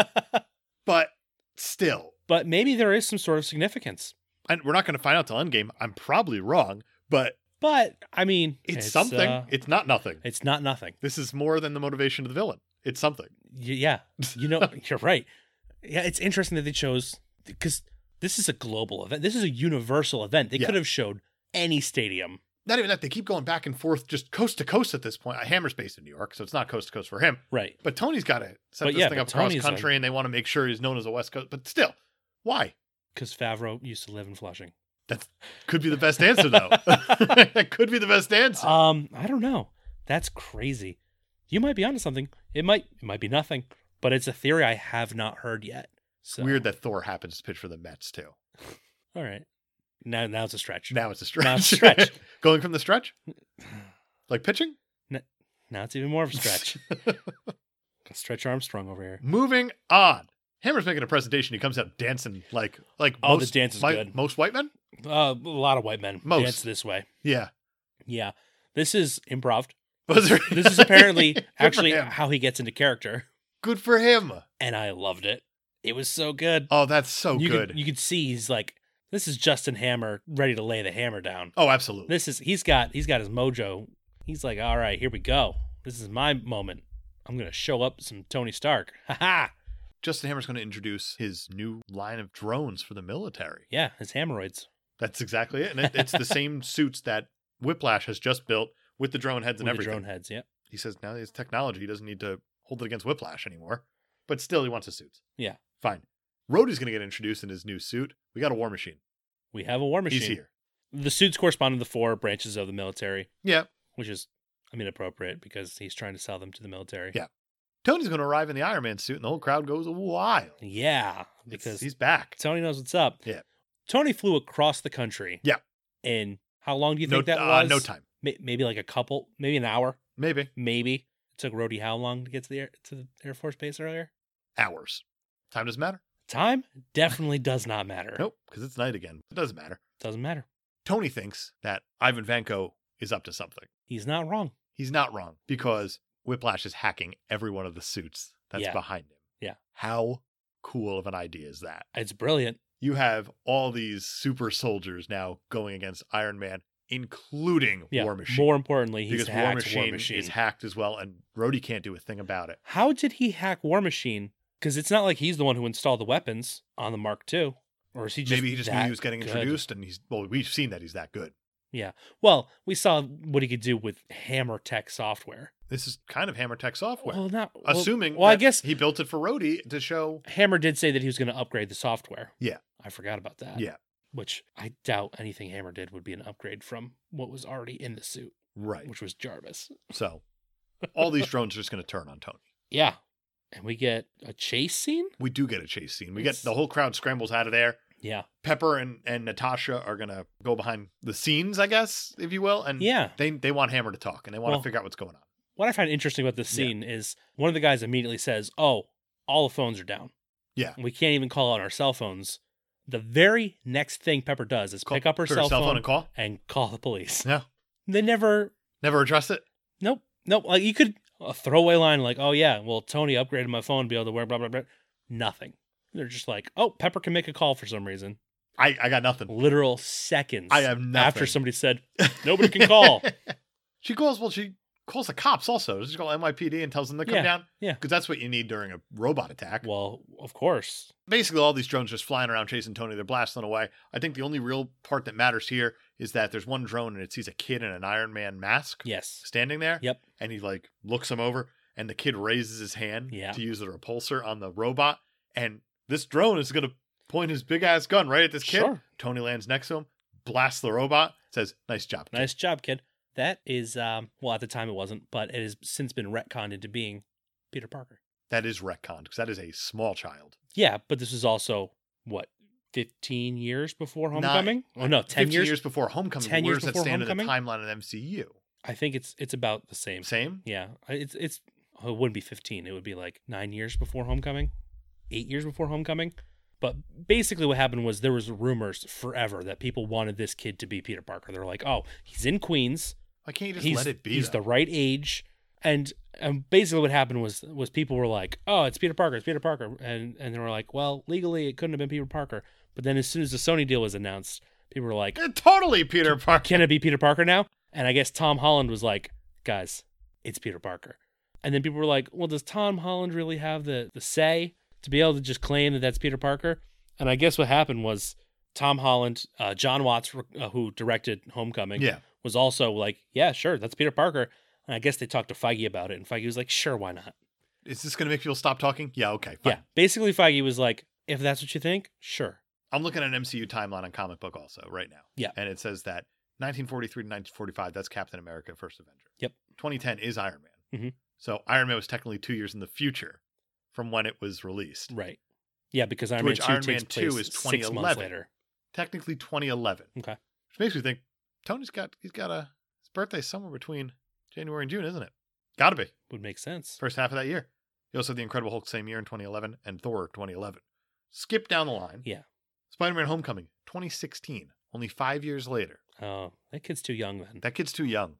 S1: but still,
S2: but maybe there is some sort of significance.
S1: and we're not going to find out till Endgame. I'm probably wrong, but
S2: But I mean,
S1: it's, something.
S2: uh,
S1: it's not nothing.
S2: it's not nothing.
S1: This is more than the motivation of the villain. It's something.
S2: Y- yeah you know you're right yeah it's interesting that they chose because this is a global event this is a universal event they
S1: Yeah.
S2: could have showed any stadium
S1: Not even that. They keep going back and forth, just coast to coast at this point. Hammer's based in New York, so it's not coast to coast for him.
S2: right
S1: But Tony's got to set
S2: But
S1: this
S2: yeah,
S1: thing
S2: but
S1: up across
S2: Tony's
S1: country, and they want to make sure he's known as a West Coast. But still, why?
S2: because favreau used to live in flushing
S1: Could be the best answer though. that could be the best answer.
S2: um i don't know that's crazy you might be onto something it might it might be nothing but it's a theory i have not heard yet
S1: It's
S2: so
S1: Weird that Thor happens to pitch for the Mets too.
S2: all right now now it's a stretch
S1: Now it's a stretch.
S2: it's a stretch.
S1: going from the stretch, like pitching.
S2: now it's even more of a stretch stretch armstrong over here
S1: Moving on. Hammer's making a presentation. He comes out dancing like like
S2: Oh, the
S1: most,
S2: dance is
S1: like,
S2: good.
S1: Most white men.
S2: uh, a lot of white men
S1: Most.
S2: dance this way
S1: Yeah.
S2: yeah this is improv
S1: Was there-
S2: this is apparently
S1: Good for
S2: actually
S1: him.
S2: how he gets into character
S1: good for him.
S2: and i loved it it was so good
S1: Oh, that's so
S2: you
S1: good.
S2: could you could see he's like this is justin hammer ready to lay the hammer down
S1: oh, absolutely.
S2: this is he's got he's got his mojo he's like all right here we go this is my moment i'm gonna show up some tony stark haha
S1: Justin Hammer's going to introduce his new line of drones for the military.
S2: yeah his hammeroids
S1: That's exactly it. And it, it's the same suits that Whiplash has just built with the drone heads and
S2: with the
S1: everything.
S2: drone heads yeah
S1: he says now his technology he doesn't need to hold it against whiplash anymore but still he wants his suits
S2: Yeah.
S1: fine Rhodey's going to get introduced in his new suit we got a war machine,
S2: we have a war machine
S1: he's here
S2: the suits correspond to the four branches of the military
S1: yeah
S2: which is i mean appropriate because he's trying to sell them to the military
S1: Yeah. tony's going to arrive in the iron man suit and the whole crowd goes wild
S2: yeah
S1: because
S2: because
S1: he's back
S2: Tony knows what's up.
S1: Yeah.
S2: Tony flew across the country.
S1: Yeah.
S2: In how long do you
S1: no,
S2: think that
S1: uh,
S2: was?
S1: no time
S2: May- maybe like a couple, maybe an hour,
S1: maybe
S2: maybe. It took Rhodey how long to get to the air, to the Air Force Base earlier?
S1: hours time doesn't matter
S2: Time definitely does not matter.
S1: nope because it's night again it doesn't matter
S2: Doesn't matter.
S1: tony thinks that ivan vanko is up to something
S2: He's not wrong.
S1: he's not wrong because Whiplash is hacking every one of the suits that's
S2: Yeah.
S1: behind him.
S2: Yeah.
S1: How cool of an idea is that?
S2: It's brilliant.
S1: You have all these super soldiers now going against Iron Man, including
S2: Yeah.
S1: War Machine.
S2: More importantly, he's
S1: because
S2: hacked
S1: War Machine,
S2: War Machine.
S1: is hacked as well, and Rhodey can't do a thing about it.
S2: How did he hack War Machine? Because it's not like he's the one who installed the weapons on the Mark II. Or is he just
S1: Maybe he just knew
S2: that
S1: he was getting
S2: good?
S1: introduced, and he's well. We've seen that he's that good.
S2: Well, we saw what he could do with Hammer Tech software.
S1: This is kind of Hammer Tech software.
S2: Well, not well-
S1: Assuming,
S2: Well, I
S1: that
S2: guess
S1: he built it for Rhodey to show.
S2: Hammer did say that he was going to upgrade the software.
S1: Yeah.
S2: I forgot about that.
S1: Yeah.
S2: Which I doubt anything Hammer did would be an upgrade from what was already in the suit,
S1: Right.
S2: which was Jarvis.
S1: So all these drones are just going to turn on Tony.
S2: Yeah. And we get a chase scene.
S1: We do get a chase scene. We get
S2: It's-
S1: the whole crowd scrambles out of there.
S2: Yeah.
S1: Pepper and, and Natasha are going to go behind the scenes, I guess, if you will. And
S2: Yeah.
S1: they, they want Hammer to talk and they want
S2: Well-
S1: to figure out what's going on.
S2: What I find interesting about this
S1: Yeah.
S2: scene is one of the guys immediately says, Oh, all the phones are down.
S1: Yeah.
S2: We can't even call on our cell phones. The very next thing Pepper does is
S1: Call-
S2: pick up her
S1: pick
S2: cell, phone,
S1: and call.
S2: and call the police.
S1: Yeah.
S2: They never
S1: Never address it.
S2: Nope. Nope. Like you could a throwaway line like, "Oh yeah, well Tony upgraded my phone to be able to wear blah blah blah." Nothing. They're just like, "Oh, Pepper can make a call for some reason."
S1: I, I got nothing.
S2: Literal seconds.
S1: I have nothing.
S2: after somebody said nobody can call.
S1: she calls, well, she calls the cops also. She calls NYPD and tells them to come
S2: Yeah,
S1: down.
S2: yeah.
S1: Because that's what you need during a robot attack.
S2: well, of course.
S1: basically all these drones just flying around chasing Tony. They're blasting away. I think the only real part that matters here is that there's one drone and it sees a kid in an Iron Man mask
S2: Yes.
S1: standing there.
S2: Yep.
S1: And he like looks him over and the kid raises his hand
S2: Yeah.
S1: to use the repulsor on the robot. And this drone is gonna point his big ass gun right at this kid.
S2: Sure.
S1: Tony lands next to him, blasts the robot, says, Nice job. kid."
S2: Nice job, kid. That is um well, at the time it wasn't, but it has since been retconned into being Peter Parker.
S1: That is retcon because that is a small child.
S2: Yeah, but this is also what 15 years before
S1: Nine-
S2: Homecoming? oh no, 10
S1: 15
S2: years.
S1: before Homecoming.
S2: 10
S1: Where
S2: years
S1: does that
S2: before
S1: stand in the
S2: Homecoming?
S1: timeline of MCU?
S2: I think it's it's about the same.
S1: Same?
S2: Yeah, I- it's it's oh, it wouldn't be 15. It would be like 9 years before Homecoming, 8 years before Homecoming. But basically what happened was there was rumors forever that people wanted this kid to be Peter Parker. They're like, "Oh, he's in Queens.
S1: Why can't you just
S2: he's
S1: let it be?
S2: he's
S1: though?
S2: the right age." And and basically what happened was was people were like, "Oh, it's Peter Parker. It's Peter Parker." And and they were like, "Well, legally it couldn't have been Peter Parker." But then as soon as the Sony deal was announced, people were like,
S1: You're totally Peter Parker.
S2: can it be Peter Parker now? And I guess Tom Holland was like, guys, it's Peter Parker. And then people were like, well, does Tom Holland really have the, the say to be able to just claim that that's Peter Parker? And I guess what happened was Tom Holland, uh, John Watts, uh, who directed Homecoming,
S1: Yeah.
S2: was also like, yeah, sure, that's Peter Parker. And I guess they talked to Feige about it, and Feige was like, sure, why not?
S1: Is this going to make people stop talking? Yeah, okay. Fine.
S2: Yeah. Basically, Feige was like, if that's what you think, sure.
S1: I'm looking at an MCU timeline on comic book also right now.
S2: Yeah.
S1: And it says that 1943 to 1945, that's Captain America, First Avenger.
S2: Yep.
S1: 2010 is Iron Man.
S2: Mhm.
S1: So Iron Man was technically two years in the future from when it was released.
S2: Right. Yeah, because Iron
S1: which
S2: Man 2
S1: Iron
S2: takes
S1: Man 2
S2: place
S1: is
S2: six months
S1: 2011.
S2: later.
S1: Technically 2011.
S2: Okay.
S1: Which makes me think Tony's got, he's got a, his birthday somewhere between January and June, isn't it? Gotta be.
S2: Would make sense.
S1: First half of that year. He also had The Incredible Hulk same year in 2011 and Thor 2011. Skip down the line.
S2: Yeah.
S1: Spider Man Homecoming 2016, only five years later.
S2: Oh, that kid's too young then.
S1: That kid's too young.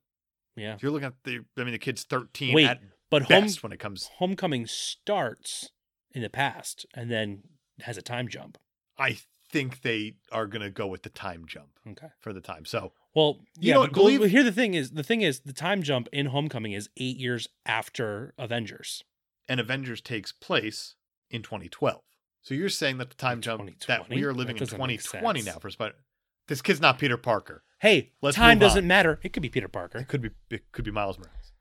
S2: Yeah.
S1: If you're looking at the, I mean, the kid's 13
S2: Wait,
S1: at
S2: But home
S1: best when it comes.
S2: homecoming starts in the past and then has a time jump.
S1: I think they are going to go with the time jump
S2: Okay.
S1: for the time. So,
S2: Well,
S1: You
S2: yeah,
S1: don't
S2: but- well,
S1: believe-
S2: but here the thing is the thing is the time jump in homecoming is 8 years after Avengers.
S1: and Avengers takes place in 2012. So you're saying that the time jump that
S2: 2020?
S1: we are living
S2: That
S1: in
S2: doesn't make
S1: 2020
S2: sense.
S1: now for Spider. This kid's not Peter Parker.
S2: Hey,
S1: Let's move
S2: time
S1: on.
S2: doesn't matter. It could be Peter Parker.
S1: It could be. It could be Miles Morales.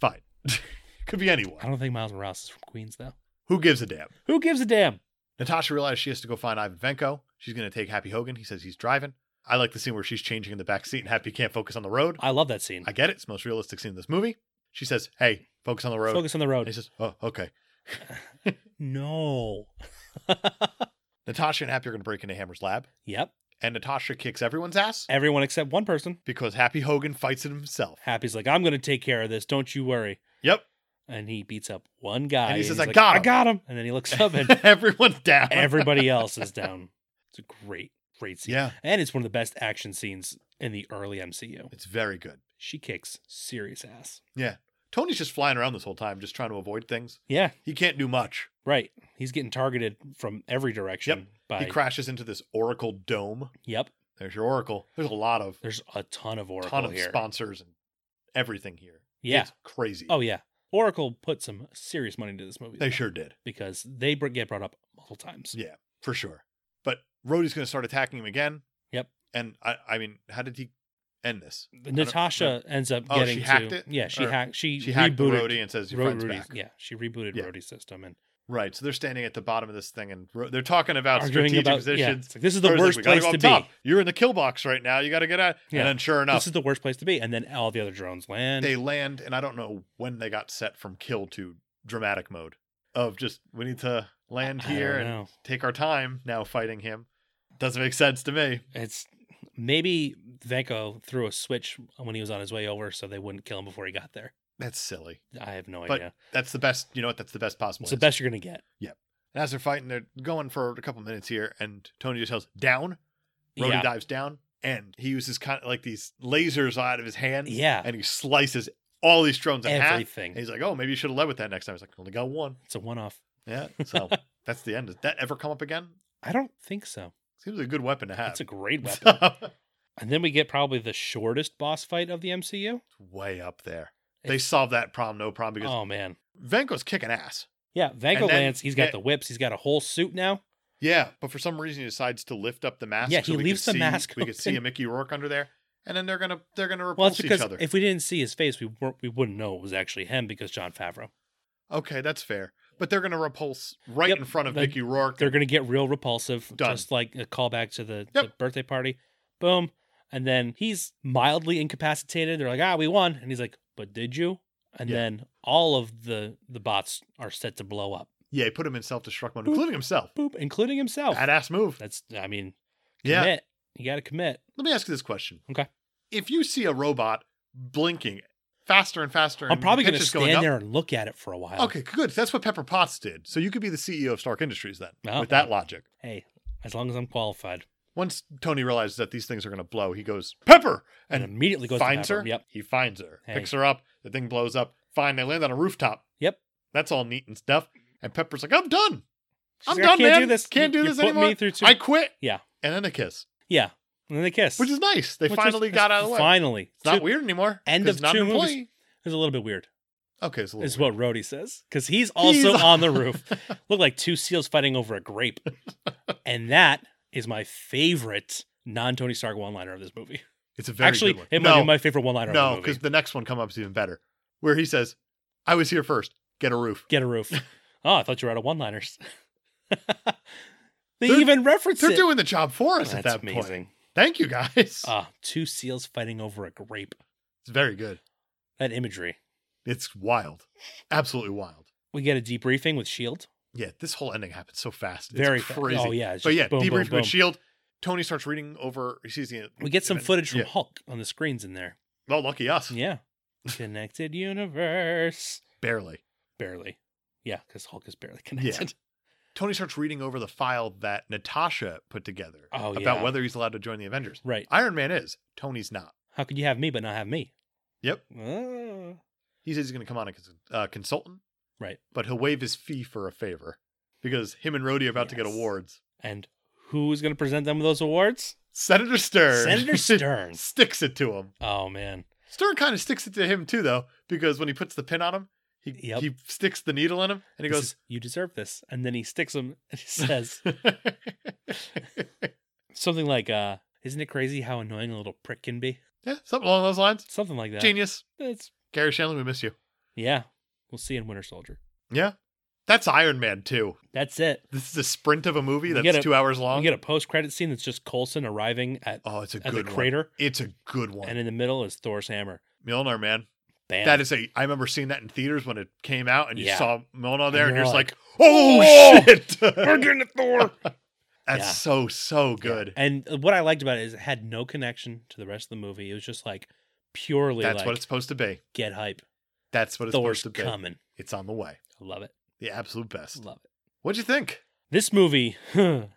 S1: Fine. could be anyone.
S2: I don't think Miles Morales is from Queens though.
S1: Who gives a damn?
S2: Who gives a damn?
S1: Natasha realizes she has to go find Ivan Venko. She's going to take Happy Hogan. He says he's driving. I like the scene where she's changing in the back seat and Happy can't focus on the road.
S2: I love that scene.
S1: I get it. It's the most realistic scene in this movie. She says, "Hey, focus on the road."
S2: Focus on the
S1: And he
S2: road.
S1: says, "Oh, okay."
S2: No.
S1: Natasha and Happy are going to break into Hammer's lab,
S2: Yep.
S1: and Natasha kicks everyone's ass
S2: Everyone except one person.
S1: because Happy Hogan fights it himself.
S2: Happy's like, "I'm going to take care of this. Don't you worry."
S1: Yep.
S2: And he beats up one guy.
S1: And he says,
S2: he's
S1: "I
S2: like,
S1: got him."
S2: I got him. And then he looks up and
S1: Everyone's down.
S2: everybody else is down. It's a great, great scene.
S1: yeah,
S2: And it's one of the best action scenes in the early MCU.
S1: it's very good.
S2: She kicks serious ass.
S1: Tony's just flying around this whole time, just trying to avoid things.
S2: Yeah,
S1: He can't do much.
S2: right. He's getting targeted from every direction. By
S1: He crashes into this Oracle dome.
S2: yep.
S1: There's your Oracle. There's a lot of
S2: There's a ton of Oracle
S1: ton of
S2: here.
S1: sponsors and everything here.
S2: yeah.
S1: It's crazy.
S2: Oh yeah. Oracle put some serious money into this movie
S1: they
S2: though,
S1: sure did.
S2: because they br- get brought up multiple times.
S1: Yeah, for sure. But Rhodey's going to start attacking him again.
S2: Yep.
S1: And I, I mean, how did he end this?
S2: Natasha ends up
S1: Oh,
S2: getting
S1: she hacked
S2: to,
S1: it?
S2: Yeah, she
S1: Or
S2: hacked. She,
S1: She hacked the
S2: rebooted
S1: Rhodey and says, "Your
S2: Ro-
S1: friend's
S2: Rhodey's-
S1: back."
S2: Yeah, she rebooted
S1: Yeah.
S2: Rhodey's system and
S1: Right. So they're standing at the bottom of this thing, and Ro- they're talking about
S2: arguing
S1: strategic
S2: about yeah,
S1: positions.
S2: it's like, this is the
S1: Rhodey's like,
S2: worst
S1: "We gotta
S2: place
S1: go up
S2: to
S1: top.
S2: be.
S1: You're in the kill box right now. You got to get out.
S2: Yeah.
S1: And then, sure enough,
S2: This is the worst place to be. And then all the other drones land.
S1: they land, and I don't know when they got set from kill to dramatic mode of just we need to land
S2: I don't
S1: here and
S2: know.
S1: take our time now fighting him. Doesn't make sense to me.
S2: It's maybe Venko threw a switch when he was on his way over, so they wouldn't kill him before he got there.
S1: That's silly.
S2: I have no
S1: But
S2: idea.
S1: That's the best. You know what? That's the best possible.
S2: It's the
S1: answer.
S2: best you're gonna get.
S1: And as they're fighting, they're going for a couple minutes here, and Tony just yells down. Rhodey
S2: yeah,
S1: dives down, and he uses kind of like these lasers out of his hand.
S2: yeah,
S1: and he slices all these drones in half.
S2: everything.
S1: And he's like, "Oh, maybe you should have led with that next time." He's like, "Only got one."
S2: It's a one-off.
S1: Yeah, so that's the end. Did that ever come up again?
S2: I don't think so.
S1: Seems like a good weapon to have.
S2: It's a great weapon.
S1: So-
S2: And then we get probably the shortest boss fight of the MCU.
S1: It's way up there. They
S2: It's-
S1: solved that problem, no problem, because
S2: Oh man,
S1: Venko's kicking ass.
S2: yeah.
S1: then-
S2: Vanko lands. He's got
S1: yeah.
S2: the whips. He's got a whole suit now.
S1: Yeah, but for some reason he decides to lift up the mask.
S2: Yeah,
S1: so
S2: he
S1: we
S2: leaves
S1: could
S2: the
S1: see-
S2: mask
S1: We could see
S2: open.
S1: a Mickey Rourke under there, and then they're gonna they're gonna repulse
S2: Well, it's
S1: each
S2: because
S1: other.
S2: if we didn't see his face, we weren't, we wouldn't know it was actually him because John Favreau.
S1: Okay, that's fair. But they're gonna repulse right
S2: Yep,
S1: in front of
S2: they-
S1: Mickey Rourke.
S2: They're gonna get real repulsive,
S1: Done.
S2: just like a callback to the, the
S1: Yep.
S2: birthday party. Boom, and then he's mildly incapacitated. They're like, ah, we won, and he's like, but did you? And
S1: Yeah.
S2: then all of the the bots are set to blow up,
S1: Yeah, he put him in self destruct mode, including himself.
S2: boop, including himself.
S1: Badass move.
S2: That's I mean,
S1: Yeah.
S2: commit. You got to commit.
S1: Let me ask you this question.
S2: Okay.
S1: If you see a robot blinking faster and faster, and
S2: I'm probably
S1: the
S2: going
S1: pitch
S2: to
S1: is
S2: stand
S1: up,
S2: there and look at it for a while.
S1: Okay, good. That's what Pepper Potts did. So you could be the CEO of Stark Industries then,
S2: Oh.
S1: with that logic.
S2: Hey, as long as I'm qualified,
S1: Once Tony realizes that these things are going to blow, he goes, Pepper!
S2: and,
S1: And,
S2: immediately goes to
S1: finds
S2: Pepper.
S1: her.
S2: Yep.
S1: He finds her,
S2: Hey.
S1: picks her up. The thing blows up. Fine. They land on a rooftop.
S2: Yep.
S1: That's all neat and stuff. And Pepper's like, I'm done.
S2: She's
S1: I'm
S2: like, I
S1: done,
S2: can't
S1: man.
S2: do this.
S1: Can't do
S2: You- you
S1: this
S2: put
S1: anymore.
S2: Me through two-
S1: I quit.
S2: Yeah.
S1: And then they kiss,
S2: yeah. And then they kiss.
S1: which is nice. They
S2: Which is-
S1: finally
S2: it's
S1: got out of the way.
S2: Finally.
S1: It's not
S2: Two-
S1: weird anymore.
S2: End
S1: 'cause
S2: of
S1: not an
S2: two movies.
S1: employee.
S2: It's a little bit weird,
S1: Okay, it's a little
S2: is
S1: weird.
S2: what Rhodey says. Because he's also
S1: He's-
S2: on the roof. Look like two seals fighting over a grape. and that is my favorite non Tony Stark one liner of this movie.
S1: It's a very
S2: Actually,
S1: good one.
S2: it might
S1: no,
S2: be my favorite one liner
S1: no,
S2: of the
S1: because
S2: movie.
S1: the next one come up is even better, where he says, "I was here first. Get a roof."
S2: Get a roof. oh, I thought you were out of one liners. they
S1: They're-
S2: even reference
S1: They're
S2: it.
S1: doing the job for us
S2: That's
S1: at that point.
S2: amazing.
S1: Thank you guys.
S2: Ah, two seals fighting over a grape.
S1: it's very good.
S2: That imagery.
S1: It's wild, absolutely wild.
S2: We get a debriefing with Shield.
S1: Yeah, this whole ending happens so fast. It's
S2: E Very fa-
S1: crazy.
S2: Oh yeah. it's
S1: but
S2: just
S1: yeah,
S2: boom, boom,
S1: debriefing
S2: boom.
S1: with Shield. E Tony starts reading over. He sees the.
S2: We get some
S1: event.
S2: footage from
S1: Yeah.
S2: Hulk on the screens in there.
S1: Well, lucky us.
S2: Yeah. Connected universe.
S1: Barely.
S2: Barely. Yeah, because Hulk is barely connected.
S1: Tony starts reading over the file that Natasha put together
S2: Oh,
S1: about
S2: yeah.
S1: whether he's allowed to join the Avengers.
S2: Right.
S1: Iron Man is. Tony's not.
S2: How could you have me but not have me?
S1: Yep.
S2: Ah.
S1: He says he's going to come on as a uh, consultant.
S2: Right.
S1: But he'll waive his fee for a favor because him and Rhodey are about to get
S2: Yes.
S1: awards.
S2: And who's going to present them with those awards?
S1: Senator Stern.
S2: Senator Stern.
S1: sticks it to him.
S2: oh man.
S1: Stern kind of sticks it to him too, though, because when he puts the pin on him, he,
S2: Yep.
S1: he sticks the needle in him and he
S2: This
S1: goes,
S2: is- "You deserve this," and then he sticks him and he says something like, uh, "Isn't it crazy how annoying a little prick can be?"
S1: Yeah, something along those lines.
S2: Something like that.
S1: Genius.
S2: It's
S1: Gary Shanley, we miss you.
S2: yeah. We'll see in Winter Soldier.
S1: Yeah. That's Iron Man too.
S2: That's it.
S1: This is a sprint of a movie
S2: We
S1: that's
S2: get a-
S1: two hours
S2: We
S1: long.
S2: get a post-credit scene that's just Colson arriving at,
S1: oh, it's a
S2: at the
S1: good one.
S2: crater,
S1: It's a good one.
S2: and in the middle is Thor's hammer.
S1: Milner, man.
S2: Bam.
S1: That is a. I remember seeing that in theaters when it came out, and you
S2: Yeah.
S1: saw Milner there, and,
S2: And
S1: you're just
S2: you're
S1: like, "Oh,
S2: "Oh!"
S1: shit!"
S2: We're
S1: That's
S2: getting it, Thor. Yeah.
S1: so so good.
S2: And what I liked about it is it had no connection to the rest of the movie. It was just like purely
S1: That's
S2: like
S1: what it's supposed to be.
S2: get hype.
S1: That's what it's
S2: Thor's
S1: supposed to be.
S2: coming.
S1: It's on the way.
S2: I love it.
S1: The absolute best.
S2: Love it.
S1: What'd you think?
S2: This movie, it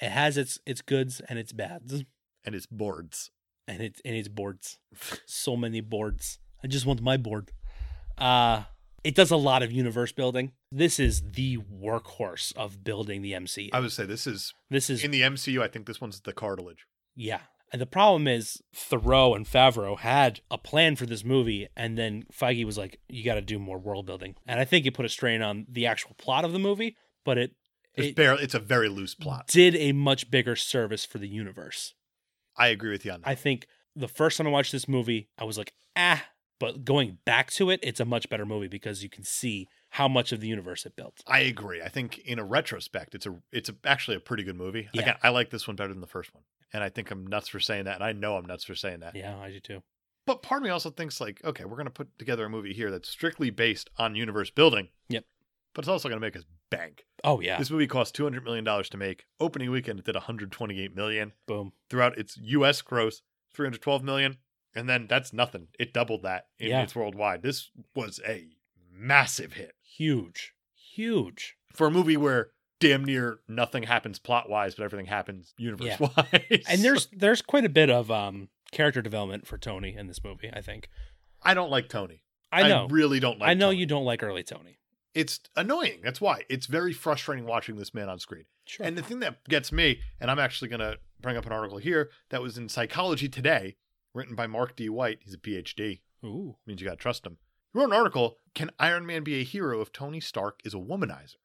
S2: has its its goods and its bads,
S1: And it's boards.
S2: and its and its boards. so many boards. I just want my board. Uh, it does a lot of universe building. This is the workhorse of building the MCU.
S1: I would say this is
S2: This is
S1: in the MCU. I think this one's the cartilage.
S2: yeah. And the problem is Thoreau and Favreau had a plan for this movie, and then Feige was like, "You got to do more world building." And I think it put a strain on the actual plot of the movie, but it
S1: There's
S2: It- Mm.
S1: barely. It's a very loose plot.
S2: did a much bigger service for the universe.
S1: I agree with you on that.
S2: I think the first time I watched this movie, I was like, ah, but going back to it, it's a much better movie because you can see how much of the universe it built.
S1: I agree. I think in a retrospect, it's a it's a, actually a pretty good movie.
S2: Yeah.
S1: Again, I like this one better than the first one, and I think I'm nuts for saying that, and I know I'm nuts for saying that.
S2: Yeah, I do too.
S1: But part of me also thinks like, okay, we're gonna put together a movie here that's strictly based on universe building.
S2: Yep.
S1: But it's also gonna make us bank.
S2: Oh yeah,
S1: This movie cost 200 million dollars to make. Opening weekend, it did 128 million.
S2: boom.
S1: Throughout its U.S. gross, 312 million, and then that's nothing. It doubled that. In
S2: Yeah.
S1: It's worldwide. This was a massive hit.
S2: Huge. Huge.
S1: for a movie where damn near nothing happens plot wise, but everything happens universe wise.
S2: And there's there's quite a bit of um character development for Tony in this movie, I think.
S1: I don't like Tony.
S2: I know. I,
S1: really don't like.
S2: know
S1: Tony.
S2: you don't like early Tony.
S1: It's annoying. That's why it's very frustrating watching this man on screen.
S2: Sure.
S1: And the thing that gets me, and I'm actually gonna bring up an article here that was in Psychology Today, written by Mark D. White. He's a PhD.
S2: Ooh.
S1: Means you gotta trust him. He wrote an article. Can Iron Man be a hero if Tony Stark is a womanizer?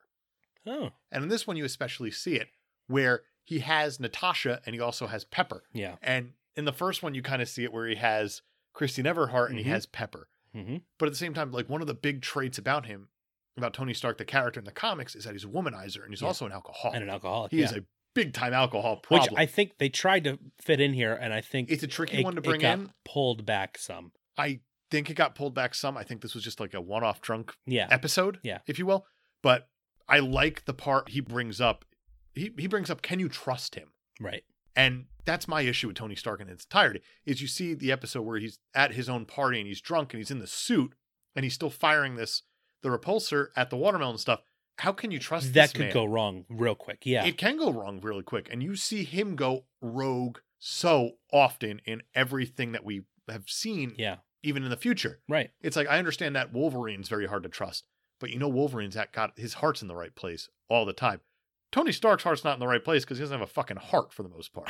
S2: Oh.
S1: And in this one, you especially see it where he has Natasha and he also has Pepper.
S2: Yeah.
S1: And in the first one, you kind of see it where he has Christine Everhart and
S2: Mhm.
S1: he has Pepper.
S2: Mm-hmm.
S1: But at the same time, like one of the big traits about him, about Tony Stark, the character in the comics, is that he's a womanizer and he's
S2: Yeah.
S1: also an alcoholic.
S2: And an alcoholic.
S1: he
S2: yeah.
S1: is a big time alcohol
S2: Which
S1: problem.
S2: I think they tried to fit in here, and I think
S1: it's a tricky
S2: it-
S1: one to
S2: it
S1: bring
S2: got
S1: in.
S2: pulled back some.
S1: I think it got pulled back some. I think this was just like a one off drunk
S2: Yeah.
S1: episode,
S2: Yeah.
S1: if you will. But I like the part he brings up. He, he brings up, can you trust him?
S2: Right.
S1: And that's my issue with Tony Stark in its entirety. Is you see the episode where he's at his own party and he's drunk and he's in the suit and he's still firing this the repulsor at the watermelon stuff. How can you trust
S2: that
S1: this
S2: could
S1: man?
S2: go wrong real quick. Yeah.
S1: It can go wrong really quick, and you see him go rogue so often in everything that we have seen,
S2: yeah.
S1: even in the future.
S2: Right.
S1: It's like I understand that Wolverine's very hard to trust, but you know Wolverine's at got his heart's in the right place all the time. Tony Stark's heart's not in the right place because he doesn't have a fucking heart for the most part.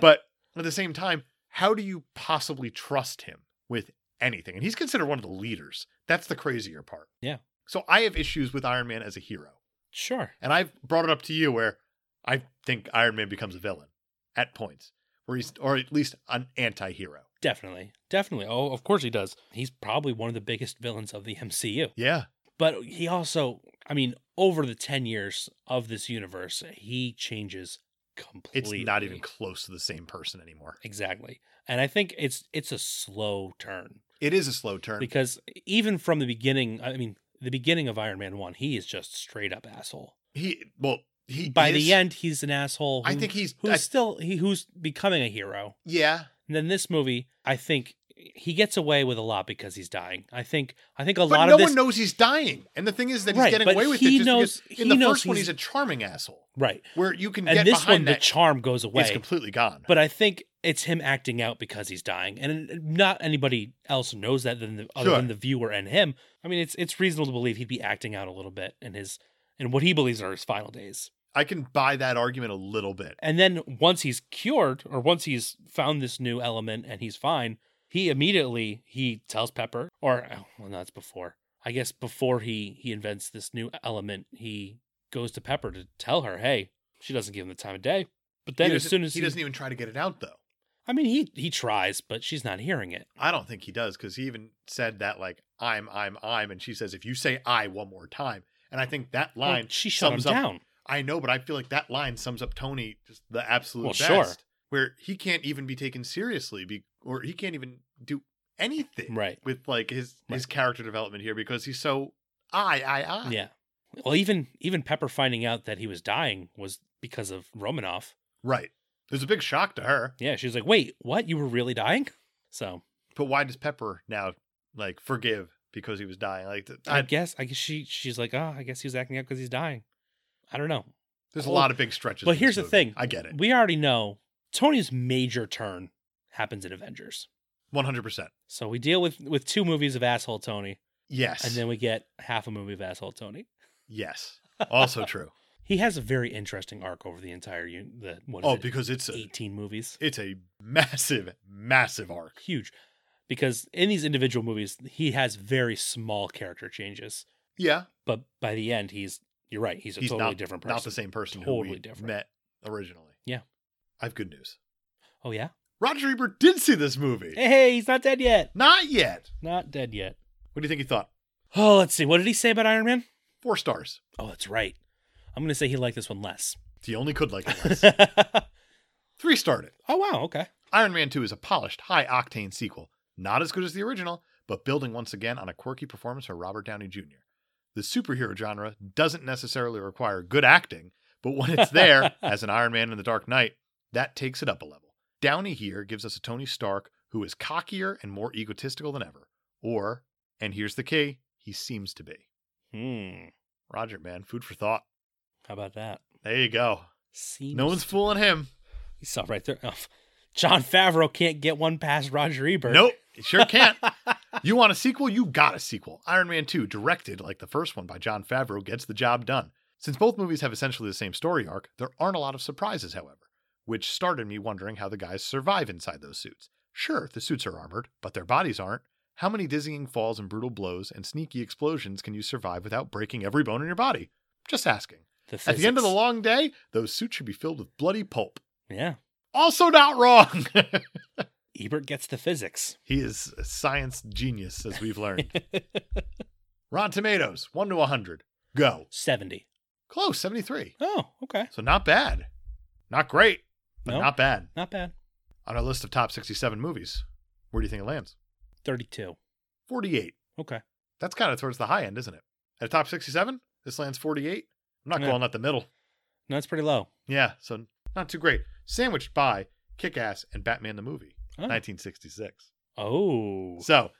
S1: but at the same time, how do you possibly trust him with anything? And he's considered one of the leaders. That's the crazier part.
S2: Yeah.
S1: So I have issues with Iron Man as a hero.
S2: sure.
S1: And I've brought it up to you where I think Iron Man becomes a villain at points, where he's, or at least an anti hero.
S2: Definitely. Definitely. Oh, of course he does. He's probably one of the biggest villains of the MCU.
S1: Yeah.
S2: But he also, I mean, over the 10 years of this universe, he changes
S1: It's
S2: completely.
S1: not even close to the same person anymore.
S2: Exactly. And I think it's it's a slow turn
S1: It is a slow turn.
S2: because even from the beginning, I mean, the beginning of Iron Man 1, he is just straight up asshole.
S1: he, well, he
S2: By
S1: is-
S2: the end, he's an asshole.
S1: I
S2: who-
S1: think he's,
S2: who's
S1: I-
S2: still he who's becoming a hero.
S1: yeah.
S2: And then this movie, I think he gets away with a lot because he's dying. I think I think a
S1: But
S2: lot
S1: no
S2: of this
S1: one knows he's dying, and the thing is that
S2: Right,
S1: he's getting
S2: but
S1: away with it.
S2: he
S1: Just
S2: knows-
S1: because in
S2: he
S1: the
S2: knows
S1: first one,
S2: he's-
S1: he's a charming asshole,
S2: right.
S1: where you can get
S2: And this one,
S1: behind
S2: the
S1: that.
S2: charm goes
S1: it's
S2: away.
S1: completely gone.
S2: But I think it's him acting out because he's dying, and not anybody else knows that than the, other
S1: Sure.
S2: than the viewer and him. I mean, it's it's reasonable to believe he'd be acting out a little bit in his in what he believes are his final days.
S1: I can buy that argument a little bit.
S2: And then once he's cured, or once he's found this new element and he's fine, he immediately he tells Pepper, or oh, well, no, that's before. I guess before he he invents this new element, he goes to Pepper to tell her, "Hey, she doesn't give him the time of day." But then
S1: He
S2: as
S1: doesn't-
S2: soon as
S1: he doesn't even try to get it out, though.
S2: I mean, he he tries, but she's not hearing it.
S1: I don't think he does because he even said that like I'm I'm I'm and she says if you say I one more time and I think that
S2: Well,
S1: line
S2: she shut him
S1: sums up-
S2: down.
S1: I know but I feel like that line sums up Tony just the absolute
S2: Well,
S1: best
S2: sure.
S1: where he can't even be taken seriously be, or he can't even do anything
S2: Right.
S1: with like his his character development here because he's so I I I
S2: Yeah. Well, even even Pepper finding out that he was dying was because of Romanoff.
S1: right it was a big shock to her
S2: Yeah, she was like, "Wait, what? You were really dying?" So
S1: but why does Pepper now like forgive because he was dying like th-
S2: I,
S1: I,
S2: guess I guess she she's like, oh, I guess he was acting out because he's dying. I don't know.
S1: there's a
S2: Oh,
S1: lot of big stretches
S2: but
S1: in this
S2: here's the
S1: movie.
S2: thing.
S1: I get it
S2: We already know Tony's major turn happens in Avengers.
S1: one hundred percent.
S2: So we deal with with two movies of asshole Tony,
S1: Yes.
S2: and then we get half a movie of asshole Tony.
S1: yes. Also true.
S2: He has a very interesting arc over the entire un- the what is
S1: Oh,
S2: it,
S1: because it's a
S2: eighteen movies,
S1: it's a massive, massive arc.
S2: huge. Because in these individual movies, he has very small character changes,
S1: Yeah.
S2: but by the end, he's you're right, he's a
S1: He's
S2: totally
S1: not-
S2: different person.
S1: Not the same person who
S2: Totally
S1: we
S2: different.
S1: met originally.
S2: Yeah.
S1: I have good news.
S2: Oh yeah,
S1: Roger Ebert did see this movie.
S2: hey, he's not dead yet.
S1: Not yet.
S2: Not dead yet.
S1: What do you think he thought?
S2: Oh, let's see. What did he say about Iron Man?
S1: Four stars.
S2: Oh, that's right. I'm gonna say he liked this one less.
S1: He only could like it less.
S2: oh
S1: Three started.
S2: wow, okay.
S1: Iron Man 2 is a polished, high octane sequel, not as good as the original, but building once again on a quirky performance from Robert Downey Jr. The superhero genre doesn't necessarily require good acting, but when it's there, as an Iron Man in the Dark Knight, that takes it up a level. Downey here gives us a Tony Stark who is cockier and more egotistical than ever. Or, and here's the key, he seems to be.
S2: Hmm.
S1: Roger, man, food for thought.
S2: How about that?
S1: There you go.
S2: Seems
S1: No one's fooling him.
S2: You saw right there. Oh, John Favreau can't get one past Roger Ebert.
S1: Nope, it sure can't. you want a sequel? You got a sequel. Iron Man 2, directed like the first one by John Favreau, gets the job done. Since both movies have essentially the same story arc, there aren't a lot of surprises, however, which started me wondering how the guys survive inside those suits. Sure, the suits are armored, but their bodies aren't. How many dizzying falls and brutal blows and sneaky explosions can you survive without breaking every bone in your body? Just asking.
S2: The
S1: At the end of the
S2: physics.
S1: long day, those suits should be filled with bloody pulp.
S2: Yeah.
S1: Also, not wrong.
S2: Ebert gets the physics.
S1: He is a science genius, as we've learned. Rotten Tomatoes, 1 to 100. Go.
S2: 70.
S1: Close, 73.
S2: Oh, okay.
S1: So not bad. Not great, but
S2: No.
S1: not bad.
S2: Not bad.
S1: On our list of top 67 movies, where do you think it lands?
S2: 32.
S1: 48.
S2: Okay.
S1: That's kind of towards the high end, isn't it? At top 67, this lands 48. I'm not
S2: Yeah.
S1: calling that the middle.
S2: No, that's pretty low.
S1: Yeah, so not too great. Sandwiched by Kick Ass and Batman the Movie,
S2: Oh.
S1: 1966.
S2: Oh,
S1: So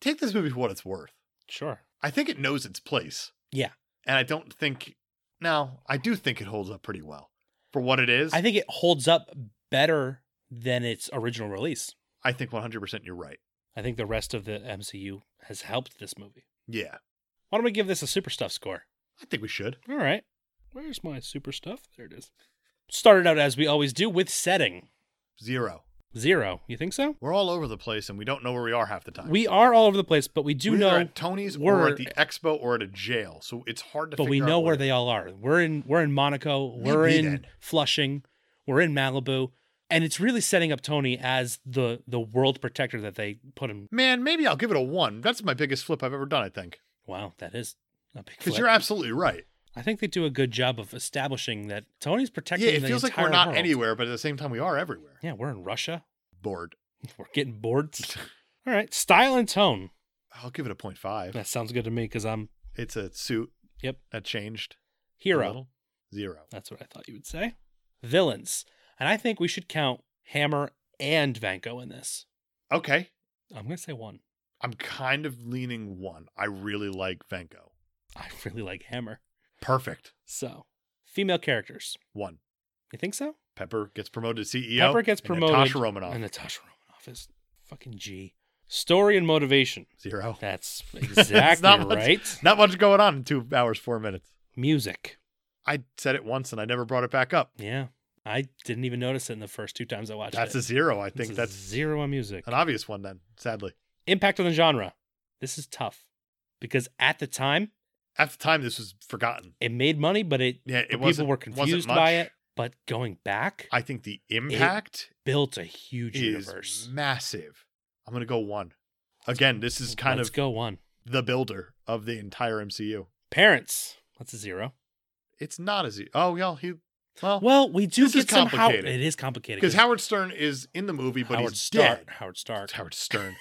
S1: take this movie for what it's worth.
S2: sure.
S1: I think it knows its place.
S2: Yeah.
S1: And I don't think now I do think it holds up pretty well for what it is.
S2: I think it holds up better than its original release.
S1: I think 100% you're right.
S2: I think the rest of the MCU has helped this movie.
S1: Yeah.
S2: Why don't we give this a super stuff score?
S1: I think we should.
S2: All right. Where's my super stuff? There it is. Started out as we always do with setting.
S1: Zero.
S2: Zero. You think so?
S1: We're all over the place and we don't know where we are half the time.
S2: We are all over the place, but we do
S1: We're either
S2: know
S1: at Tony's or
S2: we're-
S1: at the expo or at a jail. So it's hard to
S2: but we
S1: figure out
S2: know where
S1: what-
S2: they all are. We're in we're in Monaco, we're
S1: Maybe
S2: in
S1: then.
S2: Flushing, we're in Malibu, and it's really setting up Tony as the the world protector that they put him.
S1: Man, maybe I'll give it a 1. That's my biggest flip I've ever done, I think.
S2: Wow, that is a big
S1: Cuz
S2: flip.
S1: you're absolutely right.
S2: I think they do a good job of establishing that Tony's protecting.
S1: Yeah, it
S2: the
S1: feels like
S2: entire
S1: we're not
S2: world.
S1: anywhere, but at the same time we are everywhere.
S2: Yeah, we're in Russia.
S1: Bored.
S2: We're getting bored. All right, style and tone.
S1: I'll give it a 0.5.
S2: That sounds good to me because I'm
S1: It's a suit.
S2: Yep.
S1: That changed. a
S2: hero.
S1: little. Zero.
S2: That's what I thought you would say. Villains, and I think we should count Hammer and Vanko in this.
S1: Okay.
S2: I'm gonna say one.
S1: I'm kind of leaning one. I really like Venko.
S2: I really like Hammer.
S1: Perfect.
S2: So, female characters.
S1: One.
S2: You think so?
S1: Pepper gets promoted to CEO.
S2: Pepper gets
S1: and
S2: promoted.
S1: Natasha Romanoff.
S2: And Natasha Romanoff is fucking G. Story and motivation.
S1: Zero.
S2: That's
S1: It's
S2: exactly
S1: not much-
S2: right.
S1: Not much going on in two hours, four minutes.
S2: Music.
S1: I said it once and I never brought it back up.
S2: Yeah. I didn't even notice it in the first two times I watched
S1: That's
S2: it.
S1: a zero. I
S2: This
S1: think
S2: is
S1: that's
S2: zero on music.
S1: an obvious one then, sadly.
S2: Impact on the genre. This is tough because at the time
S1: At the time, this was forgotten.
S2: it made money, but it
S1: Yeah, it
S2: the
S1: wasn't.
S2: people were
S1: wasn't
S2: confused
S1: much.
S2: by it. But going back,
S1: I think the impact
S2: built a huge
S1: is
S2: universe.
S1: massive. I'm going to go one. Again, this is kind
S2: Let's
S1: of
S2: go one.
S1: the builder of the entire MCU.
S2: Parents. That's a zero.
S1: It's not as. Oh, yeah. He. Well,
S2: Well, we do
S1: This is
S2: get some How-
S1: complicated.
S2: It is complicated
S1: Because Howard Stern is in the movie, but
S2: Howard
S1: he's
S2: Stark.
S1: dead.
S2: Howard Stark.
S1: It's Howard Stern.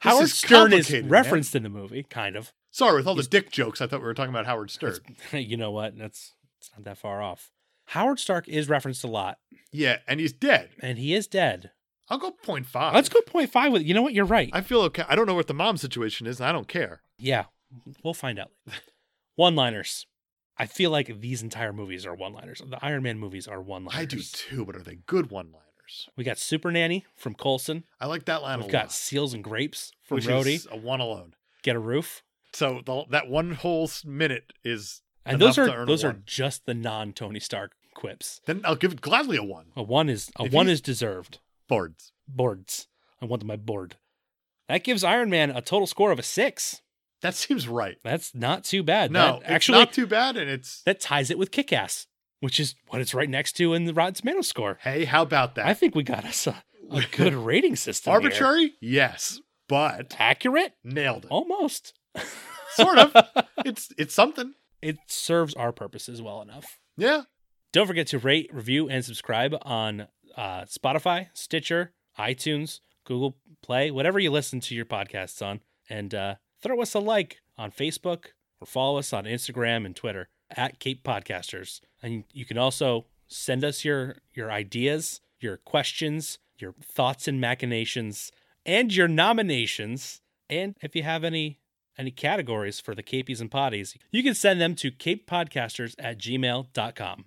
S2: Howard
S1: is
S2: Stern is
S1: complicated, man.
S2: referenced in the movie, kind of.
S1: Sorry, with all the dick jokes, I thought we were talking about Howard Stern.
S2: you know what? That's it's not that far off. Howard Stark is referenced a lot,
S1: Yeah, and he's dead.
S2: and he is dead.
S1: I'll go 0.5.
S2: Let's go point five with. You know what? You're right.
S1: I feel okay. I don't know what the mom situation is, and I don't care.
S2: yeah, we'll find out. One-liners. I feel like these entire movies are one-liners. The Iron Man movies are one-liners.
S1: I do too, but are they good one liners?
S2: We got Super Nanny from Colson.
S1: I like that line
S2: We've
S1: a
S2: got
S1: lot.
S2: Seals and Grapes from
S1: which
S2: Rhodey.
S1: is a one alone.
S2: Get a roof.
S1: So the, that one whole s- minute is
S2: And those
S1: Enough to earn
S2: are
S1: a
S2: those are
S1: one.
S2: just the non Tony Stark quips.
S1: then I'll give gladly a one.
S2: A one is a
S1: If
S2: one
S1: he-
S2: is deserved.
S1: Boards.
S2: Boards. I want my board. That gives Iron Man a total score of a six.
S1: That seems right.
S2: That's not too bad.
S1: No,
S2: That-
S1: it's
S2: actually,
S1: not too bad, and it's
S2: that ties it with Kick Ass, which is what it's right next to in the Rotten Tomatoes score.
S1: hey, how about that?
S2: I think we got us a, a good rating system. here.
S1: Arbitrary? Yes, but
S2: accurate,
S1: nailed it.
S2: Oh. almost.
S1: Sort of. It's it's something.
S2: It serves our purposes well enough.
S1: Yeah.
S2: Don't forget to rate, review, and subscribe on uh, Spotify, Stitcher, iTunes, Google Play, whatever you listen to your podcasts on. And uh, throw us a like on Facebook or follow us on Instagram and Twitter at Cape Podcasters. And you can also send us your, your ideas, your questions, your thoughts and machinations, and your nominations. And if you have any any categories for the Capies and Potties, you can send them to capepodcasters at gmail.com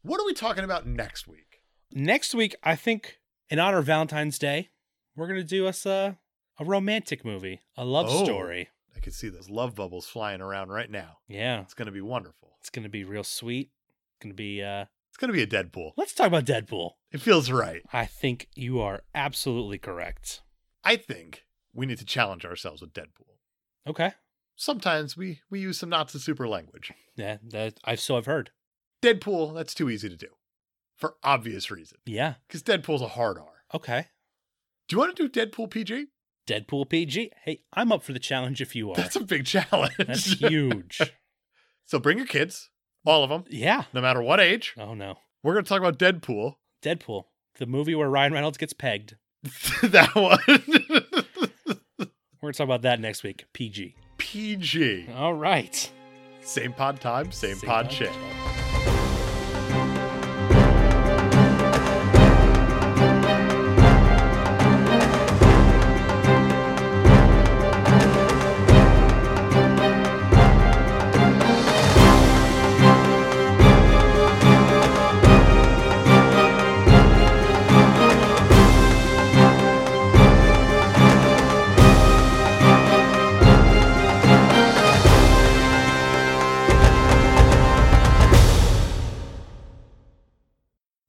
S1: What are we talking about next week?
S2: next week i think in honor of valentine's day we're gonna do us a, a romantic movie a love
S1: Oh.
S2: story
S1: I can see those love bubbles flying around right now.
S2: yeah
S1: It's going to be wonderful.
S2: it's gonna be real sweet it's gonna be uh
S1: It's going to be a Deadpool.
S2: let's talk about deadpool
S1: It feels right.
S2: i think you are absolutely correct
S1: I think we need to challenge ourselves with Deadpool.
S2: okay
S1: Sometimes we we use some not so super language.
S2: yeah that i've so i've heard
S1: Deadpool, that's too easy to do for obvious reason
S2: yeah
S1: because Deadpool's a hard R.
S2: okay
S1: Do you want to do Deadpool PG?
S2: deadpool pg hey i'm up for the challenge if you are
S1: That's a big challenge.
S2: that's huge
S1: so bring your kids, all of them,
S2: yeah
S1: no matter what age.
S2: oh no
S1: We're going to talk about Deadpool.
S2: deadpool the movie where ryan reynolds gets pegged
S1: that one.
S2: we're gonna talk about that next week pg
S1: PG.
S2: all right
S1: Same pod time, same,
S2: Same
S1: pod
S2: pod
S1: channel.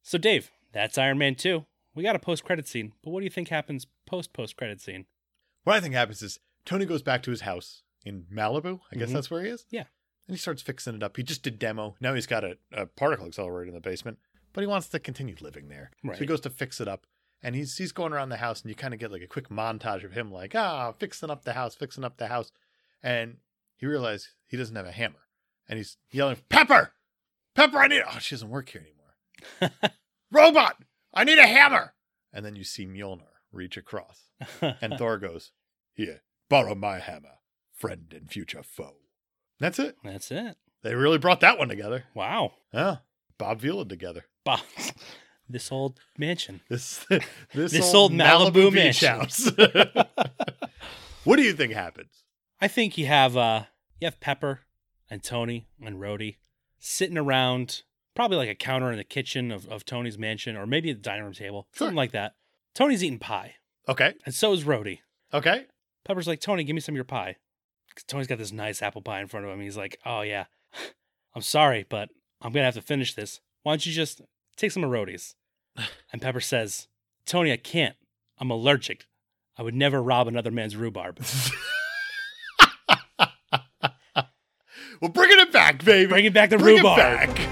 S2: So, Dave, that's Iron Man 2. We got a post credit scene, but what do you think happens post post credit scene?
S1: What I think happens is Tony goes back to his house in Malibu. I guess
S2: Mhm.
S1: that's where he is.
S2: Yeah.
S1: And he starts fixing it up. He just did demo. Now he's got a, a particle accelerator in the basement, but he wants to continue living there. So he
S2: Right.
S1: goes to fix it up. And he's he's going around the house and you kind of get like a quick montage of him like, ah, fixing up the house, fixing up the house. And he realizes he doesn't have a hammer. And he's yelling, Pepper! Pepper, I need Oh, she doesn't work here anymore. Robot, I need a hammer. And then you see Mjolnir reach across. And Thor goes, Here, borrow my hammer, friend and future foe. That's it.
S2: that's it.
S1: They really brought that one together.
S2: Wow.
S1: Huh? Bob Vila together.
S2: Bah. this old mansion.
S1: This this,
S2: This
S1: old,
S2: old
S1: Malibu,
S2: Malibu
S1: beach
S2: mansion.
S1: house. what do you think happens?
S2: I think you have uh you have Pepper and Tony and Rhodey sitting around probably like a counter in the kitchen of, of Tony's mansion or maybe at the dining room table.
S1: Sure.
S2: Something like that. Tony's eating pie.
S1: Okay.
S2: And so is Rhodey.
S1: Okay. Pepper's
S2: Pepper's like, Tony, give me some of your pie. 'Cause Tony's got this nice apple pie in front of him. He's like, Oh, yeah, I'm sorry, but I'm going to have to finish this. Why don't you just take some of Rhodey's? And Pepper says, Tony, I can't. I'm allergic. I would never rob another man's rhubarb.
S1: We're bringing it back, baby.
S2: Bringing back the
S1: Bring it
S2: rhubarb.
S1: back.